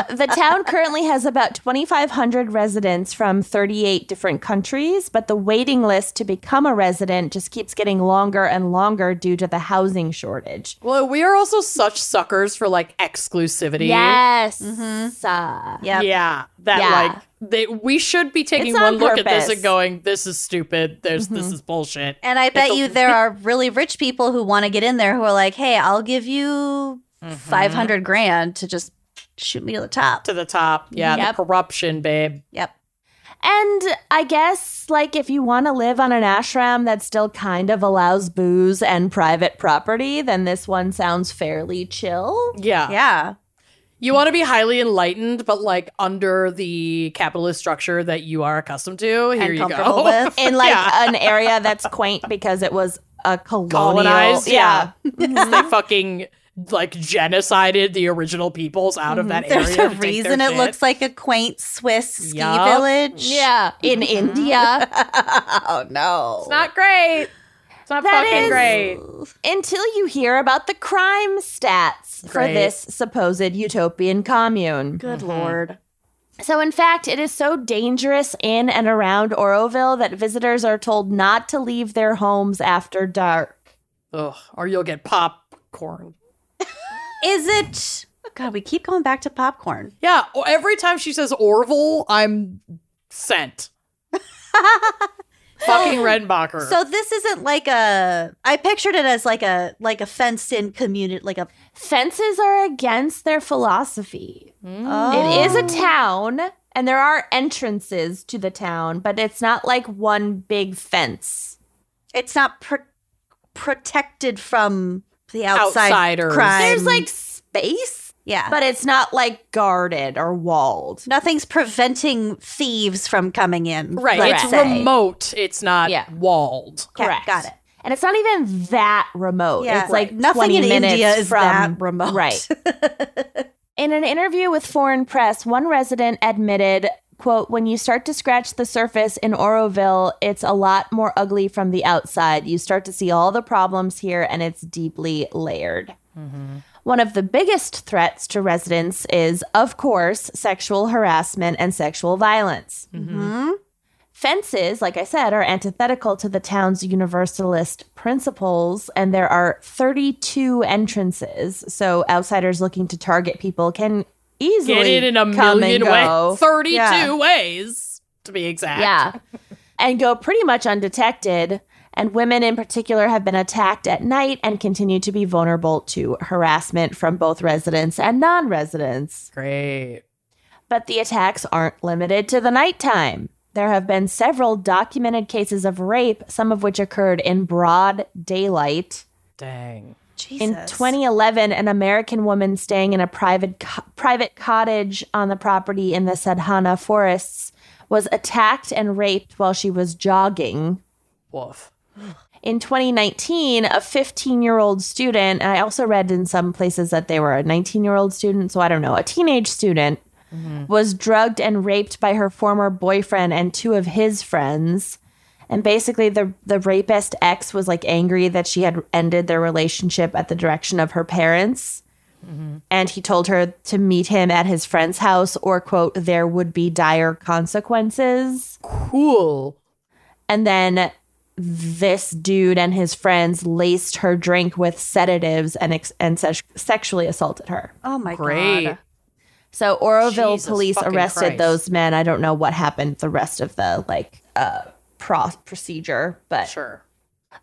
B: the town currently has about 2,500 residents from 38 different countries, but the waiting list to become a resident just keeps getting longer and longer due to the housing shortage.
D: Well, we are also such suckers for like exclusivity.
B: Yes. Uh,
C: Yep.
D: Yeah. That
B: Yeah.
D: like they, we should be taking
B: It's on
D: one look at this
B: purpose. Mm-hmm.
D: and going, this is stupid.
C: Mm-hmm.
D: There's this is bullshit.
C: And I bet you there are really rich people who want to get in there who are like, hey, I'll give you 500 grand to just shoot me to the top.
D: to the top. Yeah.
B: Yep.
D: The corruption, babe.
C: Yep.
B: And I guess, like, if you want to live on an ashram that still kind of allows booze and private property, then this one sounds fairly chill.
D: Yeah.
C: Yeah.
D: You want to be highly enlightened, but like under the capitalist structure that you are accustomed to. Here
C: and
D: you
C: comfortable
D: go.
C: with.
B: In, like,
D: Yeah.
B: an area that's quaint because it was a colonial.
D: Colonized. Yeah. 'Cause they fucking like genocided the original peoples out of that
C: Mm-hmm. There's
D: area.
C: a
D: to take their
C: reason it
D: shit.
C: looks like a quaint Swiss ski
D: Yup.
C: village.
B: Yeah. In
D: Mm-hmm.
B: India.
C: oh, no.
D: It's not great. It's not
B: That
D: fucking
B: is-
D: great.
B: Until you hear about the crime stats for
D: Great.
C: Mm-hmm.
B: this supposed utopian commune.
C: Good lord.
B: So, in fact, it is so dangerous in and around Oroville that visitors are told not to leave their homes after dark.
D: Ugh, or you'll get popcorn.
C: Is it? God, we keep going back to popcorn.
D: Yeah, o- every time she says Orville, I'm sent. Fucking Redenbacher.
C: So this isn't like a. I pictured it as like a like a fenced in community, like a.
B: Fences are against their philosophy. It
C: oh.
B: is a town, and there are entrances to the town, but it's not like one big fence.
C: It's not pr- protected from the outside
D: Outsiders.
C: crime.
B: There's like space,
C: yeah,
B: but it's not like guarded or walled.
C: nothing's preventing thieves from coming in.
D: right,
C: let's
D: it's
C: say.
D: remote. It's not
B: Yeah.
D: walled.
C: Okay,
B: Correct.
C: got it.
B: And it's not even that remote.
C: Yeah.
B: It's like
C: Right. Nothing
B: 20
C: in
B: minutes
C: India is
B: from,
C: that remote.
B: Right. in an interview with Foreign Press, one resident admitted, quote, when you start to scratch the surface in Oroville, it's a lot more ugly from the outside. You start to see all the problems here and it's deeply layered.
C: Mm-hmm.
B: One of the biggest threats to residents is, of course, sexual harassment and sexual violence.
C: Mm-hmm. Hmm?
B: Fences, like I said, are antithetical to the town's universalist principles, and there are 32 entrances. So outsiders looking to target people can easily
D: Get it in a
B: come and
D: million
B: go.
D: ways. 32
C: Yeah.
D: ways, to be exact.
B: Yeah. and go pretty much undetected. And women in particular have been attacked at night and continue to be vulnerable to harassment from both residents and non residents.
D: Great.
B: But the attacks aren't limited to the nighttime. There have been several documented cases of rape, some of which occurred in broad daylight.
D: Dang.
C: Jesus.
B: In 2011, an American woman staying in a private co- private cottage on the property in the Sadhana forests was attacked and raped while she was jogging.
D: Woof.
B: In 2019, a 15 year old student, and I also read in some places that they were a 19 year old student, so I don't know, a teenage student was drugged and raped by her former boyfriend and two of his friends. And basically, the, the rapist ex was like angry that she had ended their relationship at the direction of her parents. And he told her to meet him at his friend's house, or, quote, there would be dire consequences.
D: Cool.
B: And then this dude and his friends laced her drink with sedatives and ex- and sex- sexually assaulted her.
C: Oh my
D: Great.
C: god.
B: So Oroville
D: Jesus
B: police
D: fucking
B: arrested
D: Christ.
B: those men. I don't know what happened the rest of the like uh pro- procedure, but
D: Sure.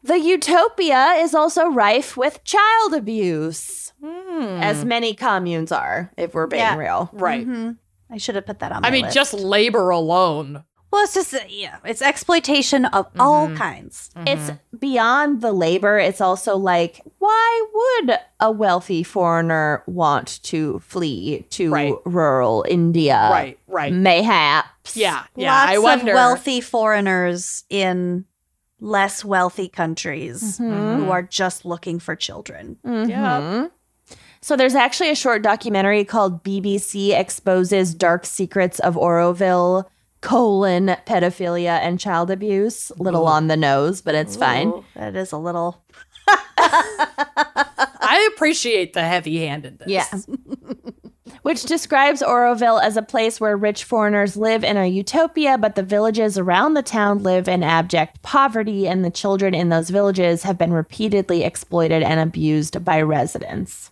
B: the utopia is also rife with child abuse.
D: Hmm.
B: As many communes are, if we're being
C: Yeah.
B: real.
D: Right.
C: Mhm. I should have put that on.
D: I
C: my
D: mean,
C: list.
D: just labor alone.
C: well, it's just uh, yeah, it's exploitation of
D: Mm-hmm.
C: all kinds.
B: It's beyond the labor. It's also like, why would a wealthy foreigner want to flee to
D: Right.
B: rural India?
D: right,
B: mm.
D: right.
B: Mayhaps.
D: Yeah, yeah.
C: Lots
D: I wonder.
C: of wealthy foreigners in less wealthy countries
B: Mm-hmm.
C: who are just looking for children.
B: Mhm. So there's actually a short documentary called BBC Exposes Dark Secrets of Oroville, colon, pedophilia and child abuse. Little on the nose, but it's fine.
C: That is a little
D: I appreciate the heavy handedness.
B: Yeah. Which describes Oroville as a place where rich foreigners live in a utopia, but the villages around the town live in abject poverty, and the children in those villages have been repeatedly exploited and abused by residents.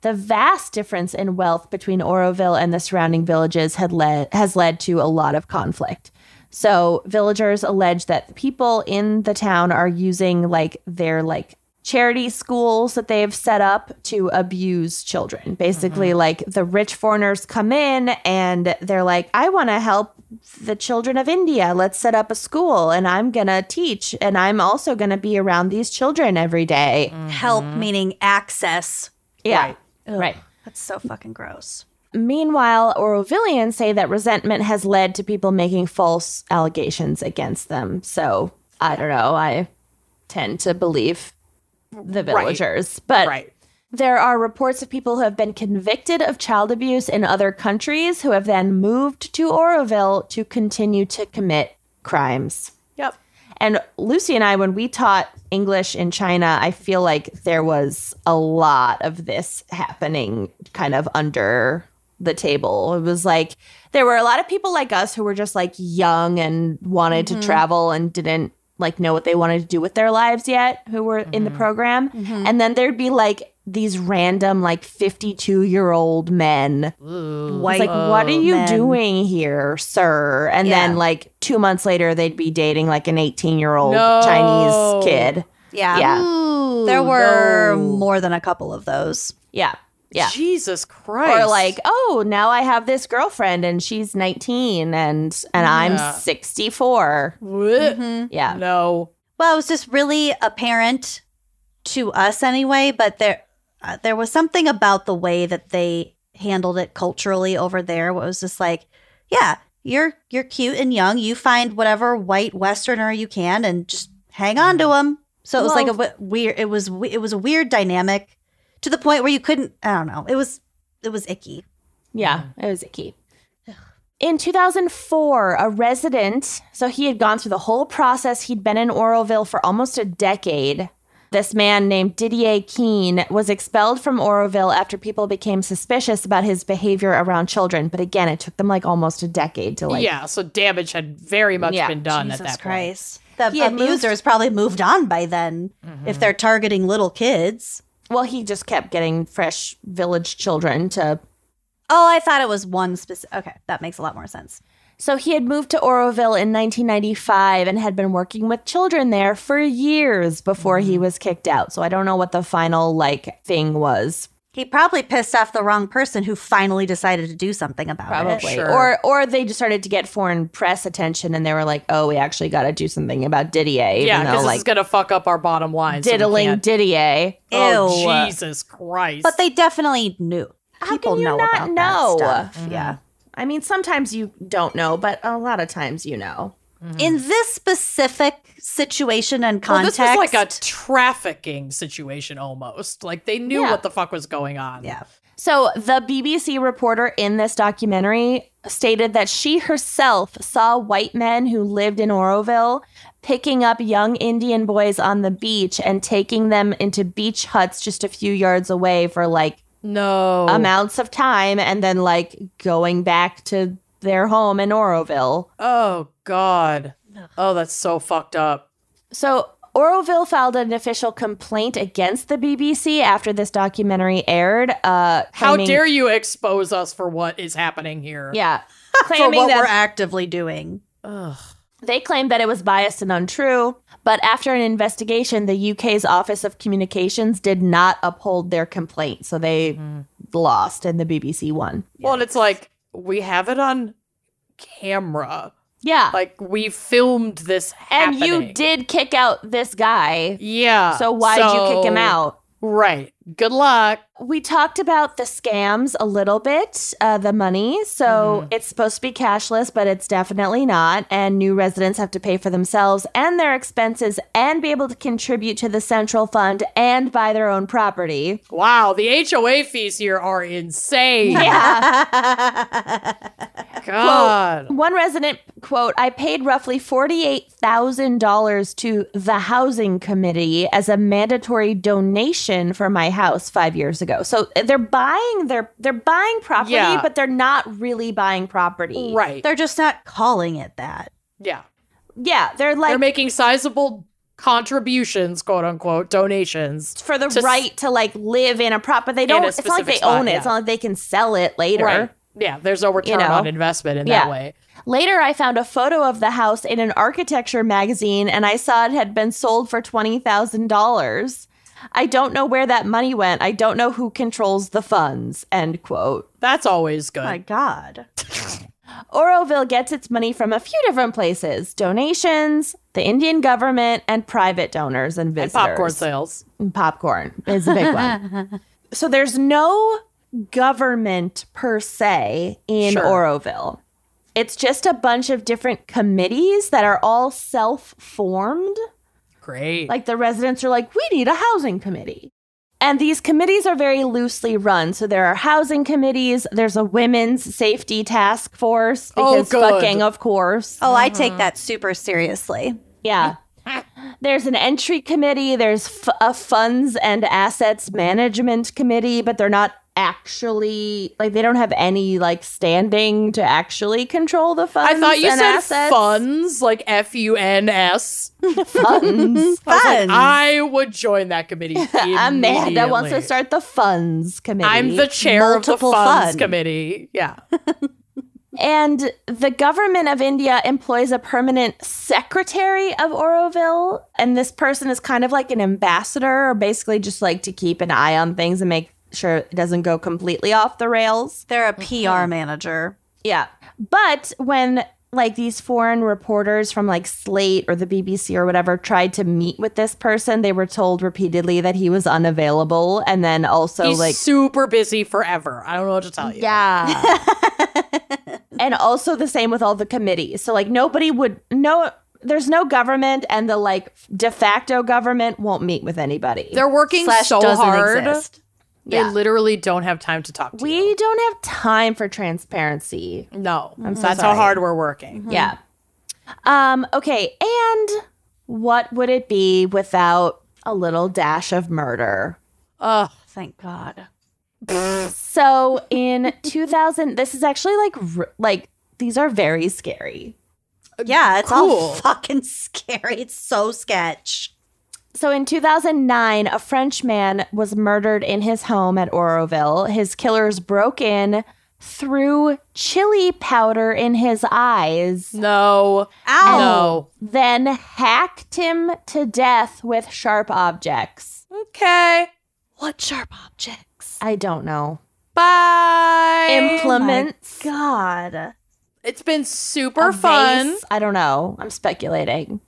B: The vast difference in wealth between Oroville and the surrounding villages had led, has led to a lot of conflict. So villagers allege that the people in the town are using like their like charity schools that they've set up to abuse children. Basically like the rich foreigners come in and they're like I want to help the children of India. Let's set up a school and I'm going to teach and I'm also going to be around these children every day."
C: help, meaning access.
B: Yeah. right.
C: That's so fucking gross.
B: Meanwhile, Orovillians say that resentment has led to people making false allegations against them. So I don't know. I tend to believe the villagers, but
D: Right.
B: there are reports of people who have been convicted of child abuse in other countries who have then moved to Oroville to continue to commit crimes.
D: Yep.
B: And Lucy and I, when we taught English in China, I feel like there was a lot of this happening kind of under the table. It was like there were a lot of people like us who were just like young and wanted
C: Mhm.
B: to travel and didn't like know what they wanted to do with their lives yet who were in the program.
C: Mhm.
B: And then there'd be like these random like 52 year old men.
D: White.
C: White-
B: It's like, what are
D: Oh,
B: you
C: men.
B: doing here, sir? And then
C: Yeah.
B: like two months later, they'd be dating like an 18 year old
D: No.
B: Chinese kid.
C: Yeah.
B: Yeah.
C: There were
D: no.
C: more than a couple of those.
B: Yeah. Yeah.
D: Jesus Christ.
B: Or like, oh, now I have this girlfriend and she's 19 and and
D: Yeah.
B: I'm 64.
D: What?
C: Mm-hmm.
B: Yeah.
D: No.
C: Well, it was just really apparent to us anyway, but there uh, there was something about the way that they handled it culturally over there. What was just like, yeah, you're you're cute and young. You find whatever white westerner you can and just hang on to
B: Mm-hmm.
C: him. So it was like a w- weird. It was we- it was a weird dynamic to the point where you couldn't. I don't know. It was it was icky.
B: Yeah, it was icky. In 2004, a resident, so he had gone through the whole process. He'd been in Oroville for almost a decade. This man named Didier Keen was expelled from Oroville after people became suspicious about his behavior around children. But again, it took them like almost a decade to like.
D: yeah. So damage had very much
B: Yeah,
D: been done at
C: Jesus
D: that point.
C: Christ. The
B: He had Mm-hmm.
C: abusers probably moved on by then if they're targeting little kids.
B: Well, he just kept getting fresh village children to
C: Oh, I thought it was one specific. Okay, that makes a lot more sense.
B: So he had moved to Oroville in 1995 and had been working with children there for years before
D: Mm.
B: he was kicked out. So I don't know what the final like thing was,
C: He probably pissed off the wrong person who finally decided to do something about it.
B: probably,
D: Sure.
B: or or they just started to get foreign press attention and they were like, "Oh, we actually got to do something about Didier," even
D: Yeah,
B: though
D: because this is
B: like
D: gonna fuck up our bottom line. so we
B: diddling
D: can't-
B: Didier.
D: Oh
C: Ew.
D: Jesus Christ!
C: But they definitely knew.
B: How
C: People
B: can you
C: know
B: not
C: about
B: know?
C: that stuff.
D: Mm-hmm.
C: Yeah.
B: I mean, sometimes you don't know, but a lot of times you know.
D: Mm-hmm.
C: In this specific situation and
D: Well,
C: context,
D: this was like a trafficking situation almost. Like they knew
B: Yeah.
D: what the fuck was going on.
C: yeah.
B: So, the BBC reporter in this documentary stated that she herself saw white men who lived in Oroville picking up young Indian boys on the beach and taking them into beach huts just a few yards away for like
D: No.
B: amounts of time and then like going back to their home in Oroville.
D: oh God. Oh, that's so fucked up.
B: So Oroville filed an official complaint against the BBC after this documentary aired. Uh,
D: How
B: claiming-
D: dare you expose us for what is happening here?
B: Yeah,
C: For
B: claiming
C: what
B: that
C: we're actively doing.
D: Ugh.
B: They claimed that it was biased and untrue, but after an investigation, the UK's Office of Communications did not uphold their complaint. So they
D: Mm-hmm.
B: lost and the BBC won.
D: Well, and it's like we have it on camera.
B: Yeah.
D: Like we filmed this
B: and
D: happening.
B: you did kick out this guy.
D: Yeah.
B: So why did you kick him
D: So-
B: out?
D: Right. Good luck.
B: We talked about the scams a little bit, uh, the money.
D: Mm-hmm.
B: So it's supposed to be cashless, but it's definitely not. And new residents have to pay for themselves and their expenses and be able to contribute to the central fund and buy their own property.
D: Wow, the HOA fees here are insane.
B: Yeah.
D: God.
B: One resident quote, I paid roughly $48,000 to the housing committee as a mandatory donation for my house 5 years ago. So uh, they're buying their they're buying property
D: Yeah.
B: but they're not really buying property.
D: Right.
C: They're just not calling it that.
D: yeah.
B: Yeah, they're like
D: They're making sizable contributions, quote unquote, donations.
B: for the
D: to s-
B: right to like live in a prop, but they don't
D: a
B: it's not like
D: specific
B: they
D: spot,
B: own it. It's
D: yeah.
B: not like they can sell it later.
D: Yeah, there's no return
B: know?
D: on investment in that
B: Yeah.
D: way.
B: Later, I found a photo of the house in an architecture magazine and I saw it had been sold for $20,000. I don't know where that money went. I don't know who controls the funds. End quote.
D: That's always good.
C: My God.
B: Oroville gets its money from a few different places donations, the Indian government, and private donors and
D: and
B: visitors.
D: popcorn sales.
B: And popcorn is a big one. So there's no government per se in
D: Sure.
B: Oroville. It's just a bunch of different committees that are all self formed.
D: Great.
B: Like the residents are like, we need a housing committee. And these committees are very loosely run. So there are housing committees, there's a women's safety task force
D: Oh,
B: because
D: good.
B: fucking, of course.
C: Oh, I
D: Mm-hmm.
C: take that super seriously.
B: Yeah. There's an entry committee, there's f- a funds and assets management committee, but they're not actually like they don't have any like standing to actually control the funds.
D: I thought you
B: and
D: said
B: assets.
D: funds, like F U N S.
B: funds.
C: Fun.
D: I would join that committee.
B: Amanda wants
D: immediately.
B: to start the funds committee.
D: I'm the chair of the
C: Multiple
D: funds
C: fun.
D: committee. Yeah.
B: And the government of India employs a permanent secretary of Oroville. And this person is kind of like an ambassador, or basically just like to keep an eye on things and make sure it doesn't go completely off the rails.
C: They're
D: Mm-hmm.
C: a PR manager.
B: Yeah. But when like these foreign reporters from like Slate or the BBC or whatever tried to meet with this person, they were told repeatedly that he was unavailable. And then also
D: He's
B: like
D: super busy forever. I don't know what to tell you.
B: Yeah. and also the same with all the committees. So like nobody would no there's no government and the like de facto government won't meet with anybody.
D: They're working
C: Slash
D: so
C: doesn't
D: hard.
C: exist.
D: They
B: Yeah.
D: literally don't have time to talk to you.
B: we don't have time for transparency.
D: No.
B: I'm so
D: Mm-hmm. That's how
B: sorry.
D: hard we're working.
B: Yeah. Um okay, and what would it be without a little dash of murder?
D: Ugh.
C: Thank God.
B: So in 2000 this is actually like r- like these are very scary.
C: Yeah, it's
D: Cool.
C: all fucking scary. It's so sketch.
B: So in 2009, a French man was murdered in his home at Oroville. His killers broke in, threw chili powder in his eyes,
D: no.
C: Ow.
D: No.
B: then hacked him to death with sharp objects.
D: Okay.
C: What sharp objects?
B: I don't know.
D: Bye.
B: Implements.
C: God.
D: It's been super
B: a
D: fun.
B: vase? I don't know. I'm speculating.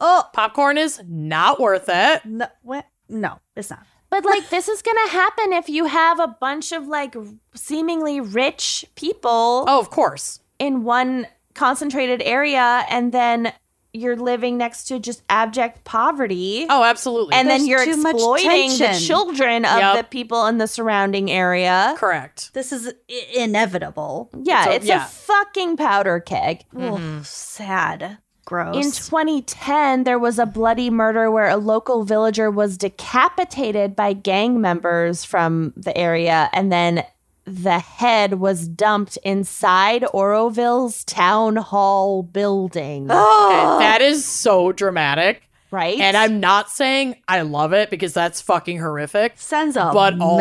C: Oh,
D: Popcorn is not worth it.
C: no. What? No, it's not.
B: But like this is going to happen if you have a bunch of like seemingly rich people
D: Oh, of course.
B: in one concentrated area and then you're living next to just abject poverty
D: Oh, absolutely.
B: and then
C: there's
B: you're
C: too much
B: exploiting the
C: tension.
B: children of
D: Yep.
B: the people in the surrounding area
D: correct.
C: This is I- inevitable.
B: yeah
D: So-
B: it's
D: yeah.
B: a fucking powder keg
D: Mm-hmm.
C: Ugh, sad.
B: in
C: Gross.
B: 2010 there was a bloody murder where a local villager was decapitated by gang members from the area and then the head was dumped inside Oroville's town hall building
C: Oh,
B: Oh.
D: Okay, that is so dramatic.
B: right
D: And I'm not saying I love it because that's fucking horrific.
C: Sends a
D: But also,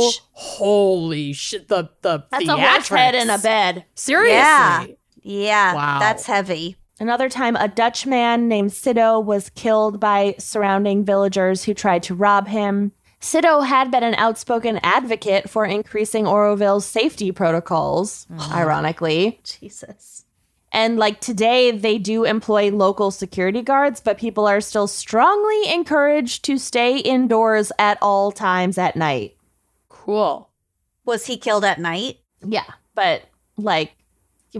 C: message.
D: holy shit, the the
B: That's a
D: theatrics.
B: horse head in a bed.
D: Seriously,
C: Yeah. Yeah,
D: Wow.
C: that's heavy.
B: Another time, a Dutch man named Sido was killed by surrounding villagers who tried to rob him. Sido had been an outspoken advocate for increasing Oroville's safety protocols, ironically.
C: Jesus.
B: And like today, they do employ local security guards, but people are still strongly encouraged to stay indoors at all times at night.
D: cool.
C: Was he killed at night?
B: Yeah. But like,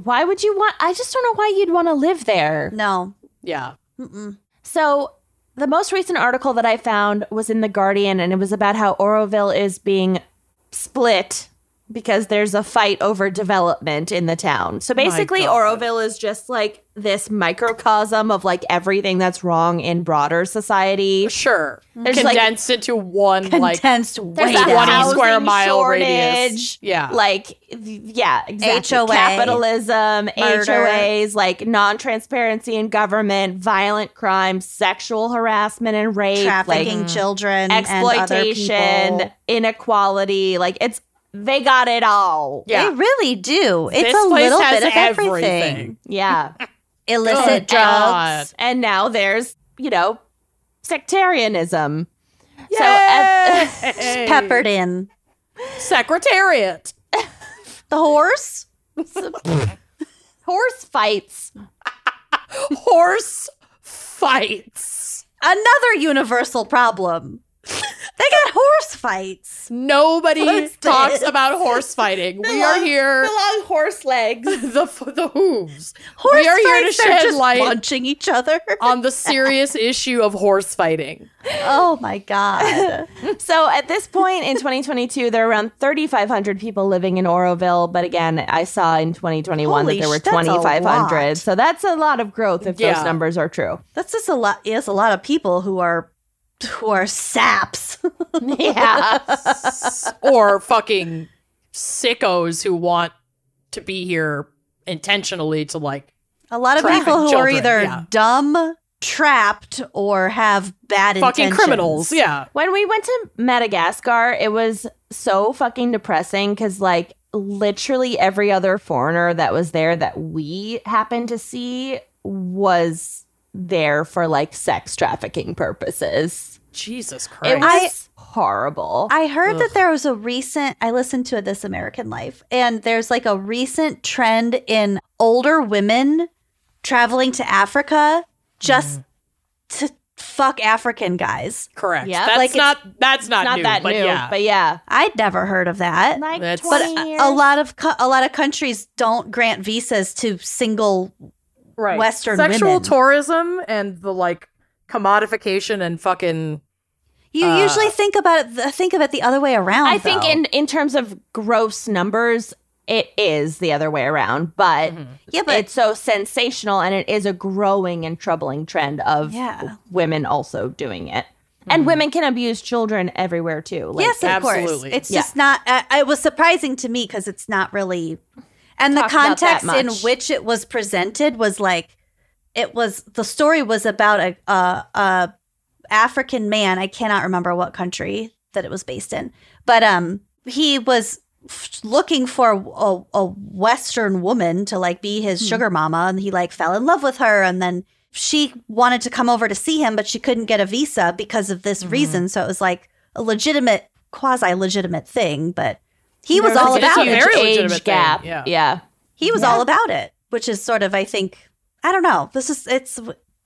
B: why would you want? I just don't know why you'd want to live there.
C: No.
D: Yeah,
C: Mm-mm.
B: So, the most recent article that I found was in The Guardian, and it was about how Oroville is being split because there's a fight over development in the town. So, basically,
D: God.
B: Oroville is just like this microcosm of like everything that's wrong in broader society.
D: sure.
B: There's, like-
D: Condensed into one like
C: Condensed
B: There's
C: way
B: a
C: down.
D: 20 square
B: housing
D: mile
B: shortage.
D: radius. Yeah,
B: Like, th- yeah, exactly.
C: HOA.
B: Capitalism,
C: Murder.
B: HOAs, like non transparency in government, violent crime, sexual harassment, and rape. like,
C: trafficking children, And other
B: exploitation,
C: people.
B: inequality. Like it's they got it all.
D: yeah.
C: They really do. It's
D: this
C: a
D: place
C: little
D: has
C: bit of everything.
D: everything.
B: Yeah.
C: Illicit
D: Good God.
C: drugs.
B: and now there's, you know, sectarianism. So
D: Yay!
B: at-
C: Peppered in.
D: Secretariat.
C: The horse?
B: horse fights.
D: Horse fights.
C: Another universal problem. they got horse fights.
D: Nobody
C: What's
D: talks
C: this?
D: about horse fighting. we are here.
B: long horse legs.
D: The f- the hooves
C: Horse
D: are here to
C: fights, they're
D: shed
C: just
D: light
C: punching each other.
D: on the serious issue of horse fighting.
C: oh my God.
B: So at this point in 2022, there are around 3,500 people living in Oroville. But again, I saw in 2021
C: Holy
B: that there were
C: sh- that's a
B: 2,500.
C: lot.
B: So that's a lot of growth if
D: Yeah.
B: those numbers are true.
C: That's just a lot. Yes, a lot of people who are who are saps.
B: yeah.
D: or fucking sickos who want to be here intentionally to like
C: A lot of
D: Traffic
C: people who are
D: children,
C: either
D: yeah.
C: dumb, trapped, or have bad
D: fucking
C: intentions.
D: criminals. Yeah.
B: When we went to Madagascar, it was so fucking depressing because, like, literally every other foreigner that was there that we happened to see was there for like sex trafficking purposes.
D: Jesus
B: It
D: Christ.
B: was horrible.
C: I heard
D: Ugh.
C: that there was a recent, I listened to This American Life, and there's like a recent trend in older women traveling to Africa just
D: Mm-hmm.
C: to fuck African guys.
D: Correct.
B: Yeah,
D: that's
C: like, it's
D: not that's not,
B: not
D: new,
B: that
D: but
B: new,
D: yeah.
B: but yeah.
C: I'd never heard of that.
B: Like
D: That's-
C: But
B: 20
C: a,
B: years.
C: a lot of co- a lot of countries don't grant visas to single
D: right.
C: Western
D: sexual
C: women.
D: tourism and the like commodification and fucking
C: You
D: Uh,
C: usually think about it th- think of it the other way around.
B: I think
C: though.
B: in in terms of gross numbers, it is the other way around, but
C: yeah, but
B: it's so sensational and it is a growing and troubling trend of
C: Yeah.
B: women also doing it. And
D: Mm-hmm.
B: women can abuse children everywhere too. Like,
C: yes, of
D: Absolutely.
C: course. It's
B: Yeah.
C: just not. Uh, it was surprising to me because it's not really, and the
B: Talked about that
C: context in
B: much.
C: which it was presented was like, it was the story was about a a, a African man. I cannot remember what country that it was based in, but um, he was f- looking for a, a Western woman to like be his sugar mama, and he like fell in love with her, and then she wanted to come over to see him, but she couldn't get a visa because of this reason. So it was like a legitimate, quasi legitimate thing, but he was
B: There
C: all
B: a
D: It's
C: about
D: huge
B: huge
C: it.
D: very legitimate
B: age
D: thing,
B: gap.
D: yeah.
B: yeah.
C: He was all about it, which is sort of, I think, I don't know. This is, it's,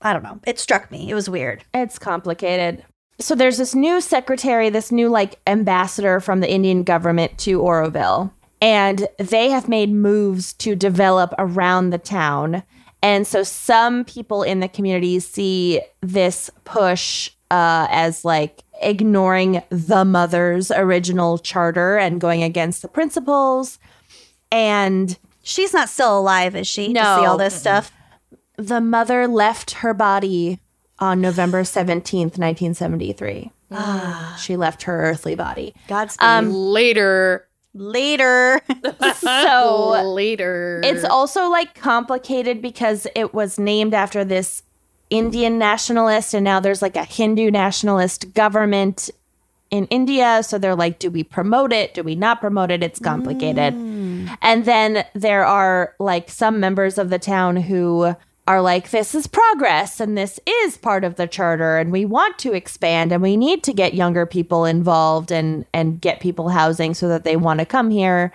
C: I don't know. It struck me. It was weird.
B: It's complicated. So there's this new secretary, this new like ambassador from the Indian government to Oroville, and they have made moves to develop around the town. And so some people in the community see this push uh, as like ignoring the mother's original charter and going against the principles. And
C: She's not still alive, is she? To see
B: No.
C: all this stuff.
B: the mother left her body on November 17th, 1973. she left her earthly body.
C: Godspeed.
D: later
C: Later.
B: So
D: later.
B: it's also like complicated because it was named after this Indian nationalist, and now there's like a Hindu nationalist government in India. So they're like, do we promote it? Do we not promote it? It's complicated. And then there are like some members of the town who are like, this is progress and this is part of the charter and we want to expand and we need to get younger people involved and, and get people housing so that they want to come here.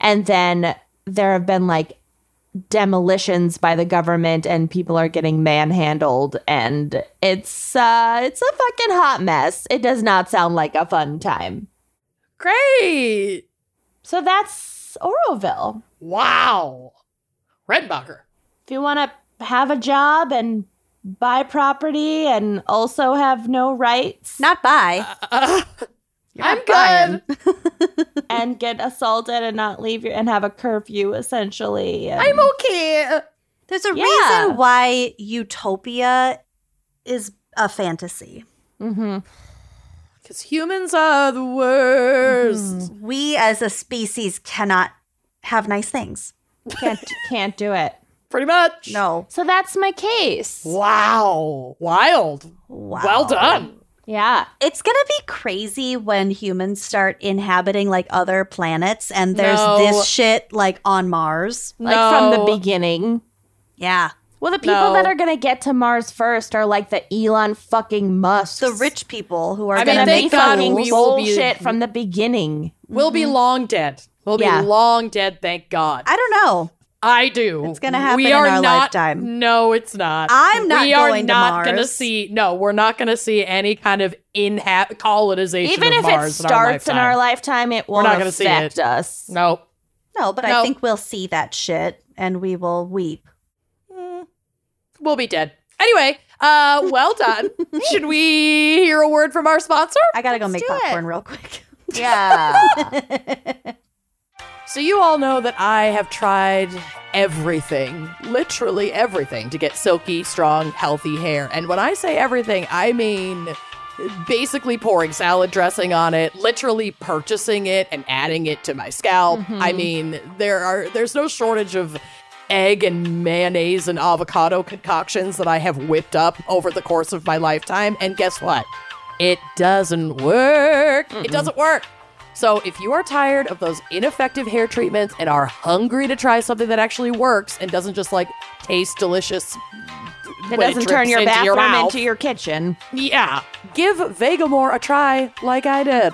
B: And then there have been like demolitions by the government and people are getting manhandled and it's uh it's a fucking hot mess. It does not sound like a fun time.
D: great.
B: So that's Oroville.
D: Wow. Redbacher.
B: if you want to have a job and buy property and also have no rights
C: not by.
D: I'm
C: buying.
D: good.
B: and get assaulted and not leave your and have a curfew essentially. and-
D: I'm okay.
C: There's a
B: Yeah.
C: reason why utopia is a fantasy.
B: Mhm.
D: Because humans are the worst.
C: Mm. We as a species cannot have nice things.
B: can't can't do it.
D: Pretty much.
C: No.
B: So that's my case.
D: Wow. Wild.
C: Wow.
D: Well done.
B: Yeah.
C: It's going to be crazy when humans start inhabiting like other planets and there's
D: No.
C: this shit like on Mars.
B: Like from the
D: No.
B: beginning.
C: Yeah.
B: Well, the people
D: No.
B: that are going to get to Mars first are like the Elon fucking Musk.
C: The rich people who are
D: I mean,
C: going to
B: gonna
D: thank
B: be
C: make
D: God
B: fucking
D: we will be-
B: bullshit from the beginning.
D: We'll
C: Mm-hmm.
D: be long dead. We'll
B: Yeah.
D: be long dead, thank God.
C: I don't know.
D: I do.
C: It's gonna happen
D: we
C: in
D: are
C: our
D: not,
C: lifetime.
D: No, it's not.
C: I'm not
D: We are
C: going to
D: not
C: Mars.
D: gonna see. No, we're not gonna see any kind of inha- colonization.
B: Even
D: of
B: if it
D: Mars
B: starts in our
D: lifetime.
B: lifetime, it won't
D: not gonna see
B: affect
D: it.
B: us.
D: Nope.
C: No, but I
D: No.
C: think we'll see that shit and we will weep.
D: we'll be dead. Anyway, uh, well done. Should we hear a word from our sponsor?
C: I got to go
B: Let's
C: make
B: do it.
C: popcorn real quick.
B: Yeah.
D: So, you all know that I have tried everything, literally everything, to get silky, strong, healthy hair. And when I say everything, I mean basically pouring salad dressing on it, literally purchasing it and adding it to my scalp. I mean, there are there's no shortage of egg and mayonnaise and avocado concoctions that I have whipped up over the course of my lifetime and guess what? It doesn't work. It doesn't work. So if you are tired of those ineffective hair treatments and are hungry to try something that actually works and doesn't just like taste delicious
B: That
D: when it
B: doesn't turn
D: drips
B: your
D: into
B: bathroom
D: mouth,
B: into your kitchen.
D: yeah. Give Vegamore a try like I did.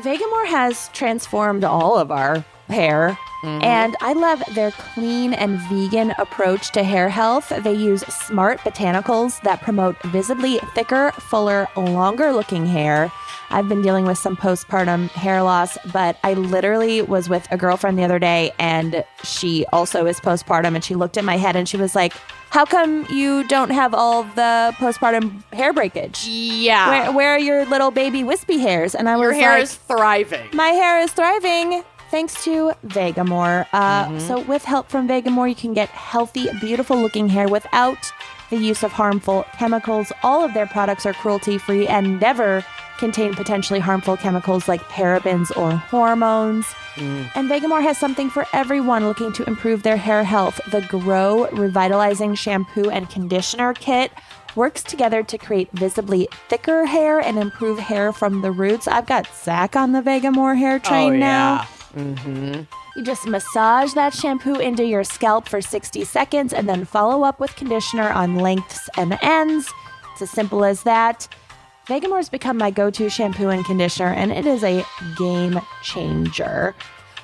B: Vegamore has transformed all of our hair.
D: Mm-hmm.
B: And I love their clean and vegan approach to hair health. They use smart botanicals that promote visibly thicker, fuller, longer looking hair. I've been dealing with some postpartum hair loss, but I literally was with a girlfriend the other day and she also is postpartum and she looked at my head and she was like, How come you don't have all the postpartum hair breakage?
D: Yeah.
B: Where, where are your little baby wispy hairs? And I
D: Ah. Your
B: was
D: hair
B: like,
D: is thriving.
B: my hair is thriving thanks to Vegamore. Uh,
D: Mm-hmm.
B: So, with help from Vegamore, you can get healthy, beautiful looking hair without the use of harmful chemicals. All of their products are cruelty free and never contain potentially harmful chemicals like parabens or hormones. And Vegamore has something for everyone looking to improve their hair health. The Grow Revitalizing Shampoo and Conditioner Kit works together to create visibly thicker hair and improve hair from the roots. I've got Zach on the Vegamore hair train now. Mm-hmm. You just massage that shampoo into your scalp for 60 seconds and then follow up with conditioner on lengths and ends. It's as simple as that. Vegamore's become my go to shampoo and conditioner, and it is a game changer.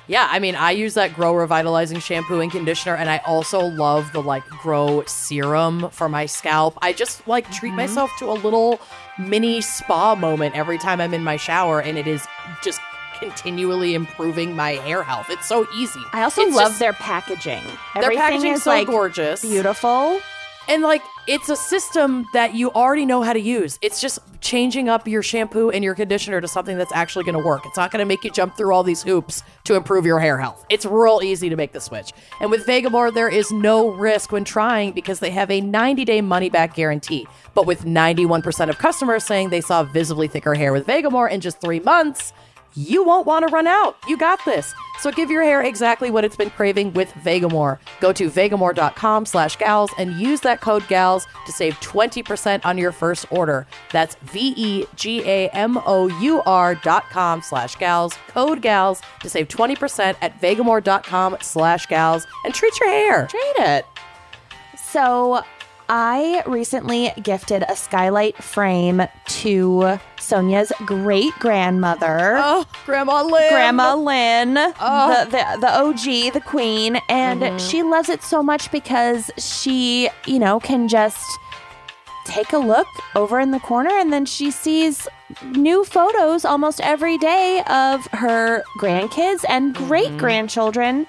D: Yeah, I mean, I use that Grow Revitalizing Shampoo and Conditioner, and I also love the like Grow Serum for my scalp. I just like treat myself to a little mini spa moment every time I'm in my shower, and it is just continually improving my hair health. It's so easy.
B: I also
D: It's
B: love
D: just-
B: their packaging.
D: Their
B: Everything
D: packaging
B: is
D: so
B: like
D: gorgeous.
B: beautiful.
D: And like, it's a system that you already know how to use. It's just changing up your shampoo and your conditioner to something that's actually going to work. It's not going to make you jump through all these hoops to improve your hair health. It's real easy to make the switch. And with Vegamore, there is no risk when trying because they have a 90 day money back guarantee. But with 91% of customers saying they saw visibly thicker hair with Vegamore in just three months, you won't want to run out. You got this. So give your hair exactly what it's been craving with Vegamore. Go to vegamore.com slash gals and use that code gals to save 20% on your first order. That's E V-E-G-A-M-O-U-R dot com slash gals, code gals to save 20% at vegamore.com slash gals and treat your hair. Treat it.
B: So I recently gifted a skylight frame to Sonia's great grandmother.
D: Oh, Grandma Lynn.
B: Grandma Lynn, the, Oh. Mm-hmm. the the OG, the queen, and she loves it so much because she, you know, can just take a look over in the corner and then she sees new photos almost every day of her grandkids and great grandchildren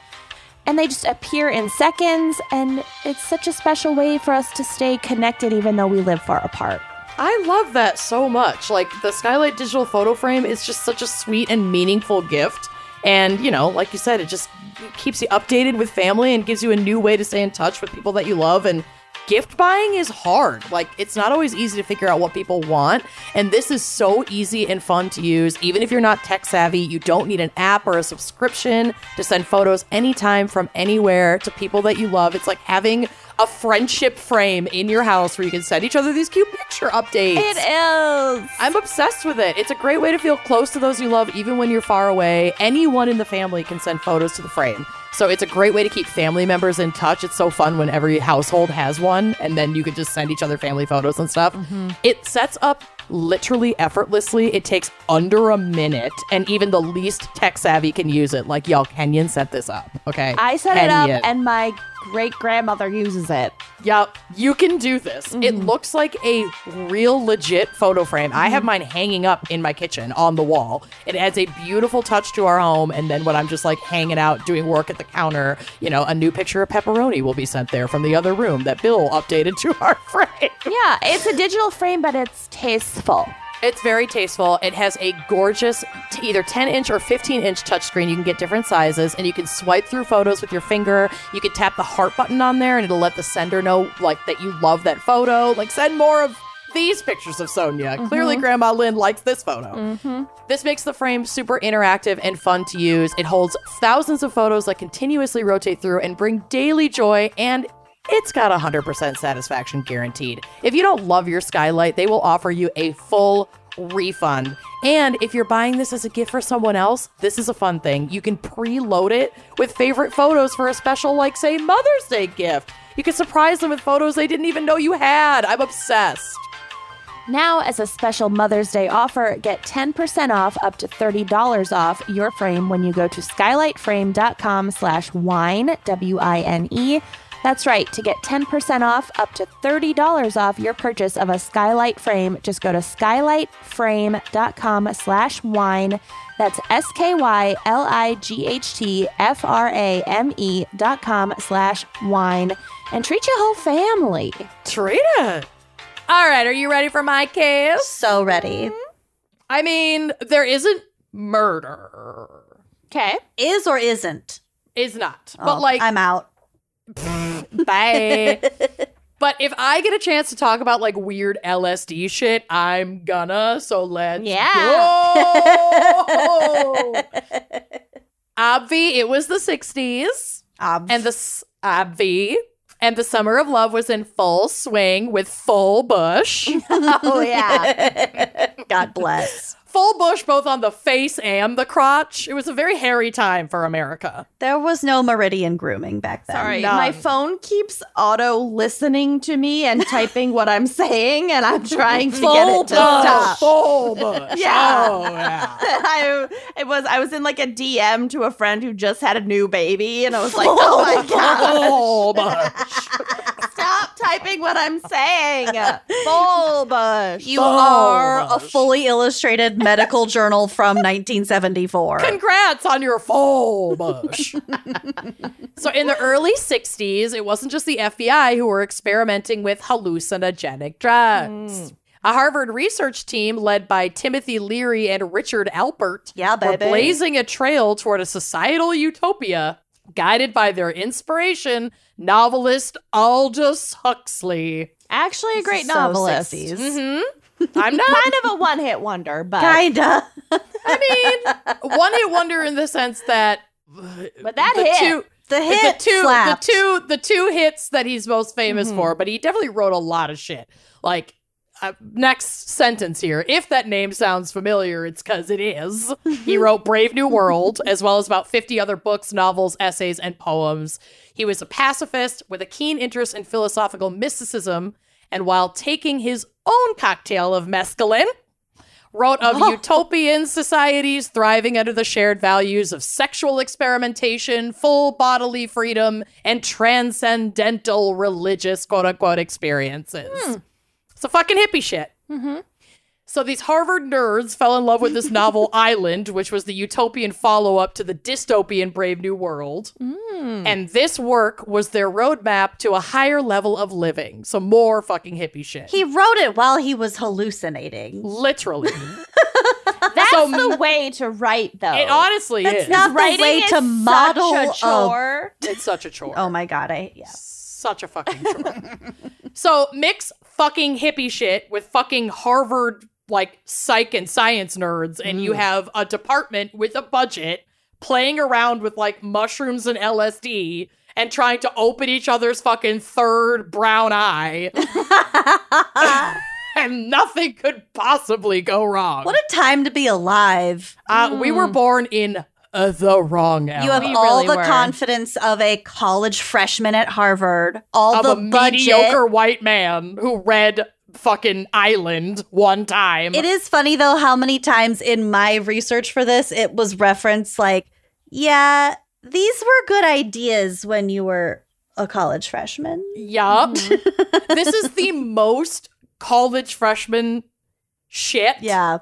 B: and they just appear in seconds and it's such a special way for us to stay connected even though we live far apart.
D: I love that so much. Like the Skylight Digital Photo Frame is just such a sweet and meaningful gift. And, you know, like you said, it just keeps you updated with family and gives you a new way to stay in touch with people that you love. And gift buying is hard. Like, it's not always easy to figure out what people want. And this is so easy and fun to use. Even if you're not tech savvy, you don't need an app or a subscription to send photos anytime from anywhere to people that you love. It's like having a friendship frame in your house where you can send each other these cute picture updates.
B: It is.
D: I'm obsessed with it. It's a great way to feel close to those you love, even when you're far away. Anyone in the family can send photos to the frame. So it's a great way to keep family members in touch. It's so fun when every household has one, and then you can just send each other family photos and stuff. It sets up literally effortlessly. It takes under a minute, and even the least tech savvy can use it. Like, y'all, Kenyon set this up. Okay.
B: I set it up
D: Kenyon.
B: and my great grandmother uses it.
D: Yep, you can do this. It looks like a real legit photo frame. I have mine hanging up in my kitchen on the wall. It adds a beautiful touch to our home. And then when I'm just like hanging out doing work at the counter, you know, a new picture of pepperoni will be sent there from the other room that Bill updated to our frame.
B: Yeah, it's a digital frame, but it's tasteful.
D: It's very tasteful. It has a gorgeous, t- either 10 inch or 15 inch touchscreen. You can get different sizes, and you can swipe through photos with your finger. You can tap the heart button on there, and it'll let the sender know like that you love that photo. Like send more of these pictures of Sonia. Clearly, Grandma Lynn likes this photo. This makes the frame super interactive and fun to use. It holds thousands of photos that continuously rotate through and bring daily joy, and it's got 100% satisfaction guaranteed. If you don't love your skylight, they will offer you a full refund. And if you're buying this as a gift for someone else, this is a fun thing. You can preload it with favorite photos for a special, like, say, Mother's Day gift. You can surprise them with photos they didn't even know you had. I'm obsessed.
B: Now, as a special Mother's Day offer, get 10% off up to $30 off your frame when you go to skylightframe.com slash wine, W-I-N-E. E. That's right. To get 10% off up to $30 off your purchase of a skylight frame, just go to skylightframe.com slash wine. That's S-K-Y-L-I-G-H-T-F-R-A-M-E E dot com slash wine. And treat your whole family.
D: Treat it. All right, are you ready for my case?
C: So ready.
D: I mean, there isn't murder.
B: Okay.
C: Is or isn't?
D: Is not.
C: Oh,
D: but like
C: I'm out.
D: bye. but if I get a chance to talk about like weird LSD shit, I'm gonna. So let's
B: Yeah.
D: go. Obvi, it was the 60s.
C: Obv.
D: And the s- Obvi. And the summer of love was in full swing with full bush.
B: Oh, yeah.
C: God bless.
D: full bush both on the face and the crotch. It was a very hairy time for America.
C: There was no meridian grooming back then.
B: Sorry,
D: None.
B: my phone keeps auto listening to me and typing what I'm saying, and I'm trying to get it to stop.
D: Full bush.
B: Yeah.
D: Oh, yeah.
B: I it was I was in like a DM to a friend who just had a new baby, and I was like, "Oh my god,
D: Full bush.
B: stop typing what I'm saying!" Full bush.
C: You
D: So
C: are
D: much.
C: a fully illustrated medical journal from 1974.
D: Congrats on your full bush. so, in the early 60s, it wasn't just the FBI who were experimenting with hallucinogenic drugs. A Harvard research team led by Timothy Leary and Richard Alpert
C: Yeah,
D: were
C: baby.
D: blazing a trail toward a societal utopia guided by their inspiration, novelist Aldous Huxley.
B: Actually, a great
C: So
B: novelist. Mm-hmm.
C: 60s.
D: hmm I'm not
B: Kind of a one-hit wonder, but
C: Kinda.
D: I mean, one hit wonder in the sense that.
B: but that
D: the
B: hit.
D: two-
C: The hit
D: the two,
C: slapped.
D: the two, the two hits that he's most famous for. But he definitely wrote a lot of shit. Like uh, next sentence here, if that name sounds familiar, it's because it is. he wrote Brave New World, as well as about fifty other books, novels, essays, and poems. He was a pacifist with a keen interest in philosophical mysticism, and while taking his own cocktail of mescaline wrote of
C: Oh.
D: utopian societies thriving under the shared values of sexual experimentation, full bodily freedom, and transcendental religious quote unquote experiences.
C: Hmm.
D: So fucking hippie shit.
C: Mm-hmm.
D: So these Harvard nerds fell in love with this novel Island, which was the utopian follow-up to the dystopian Brave New World.
C: Hmm.
D: And this work was their roadmap to a higher level of living. So more fucking hippie shit.
C: He wrote it while he was hallucinating.
D: Literally.
B: That's
D: So-
B: the way to write, though.
D: It honestly
C: That's
D: is.
C: not the
B: Writing
C: way
B: is
C: to
B: such
C: model
B: a
C: a.
B: chore.
D: It's such a chore.
C: Oh my god! I yeah.
D: Such a fucking chore. so mix fucking hippie shit with fucking Harvard like psych and science nerds, and
C: Mm.
D: you have a department with a budget playing around with like mushrooms and LSD and trying to open each other's fucking third brown eye. and nothing could possibly go wrong.
C: What a time to be alive.
D: uh, We were born in uh, the wrong era.
C: You have
B: Oh. We
C: all
B: really
C: the
B: were.
C: confidence of a college freshman at Harvard. All
D: of
C: the
D: a
C: budget.
D: mediocre white man who read fucking Island one time.
C: It is funny though how many times in my research for this it was referenced like, yeah, these were good ideas when you were a college freshman.
D: Yup. Mm-hmm. this is the most college freshman shit
C: Yeah.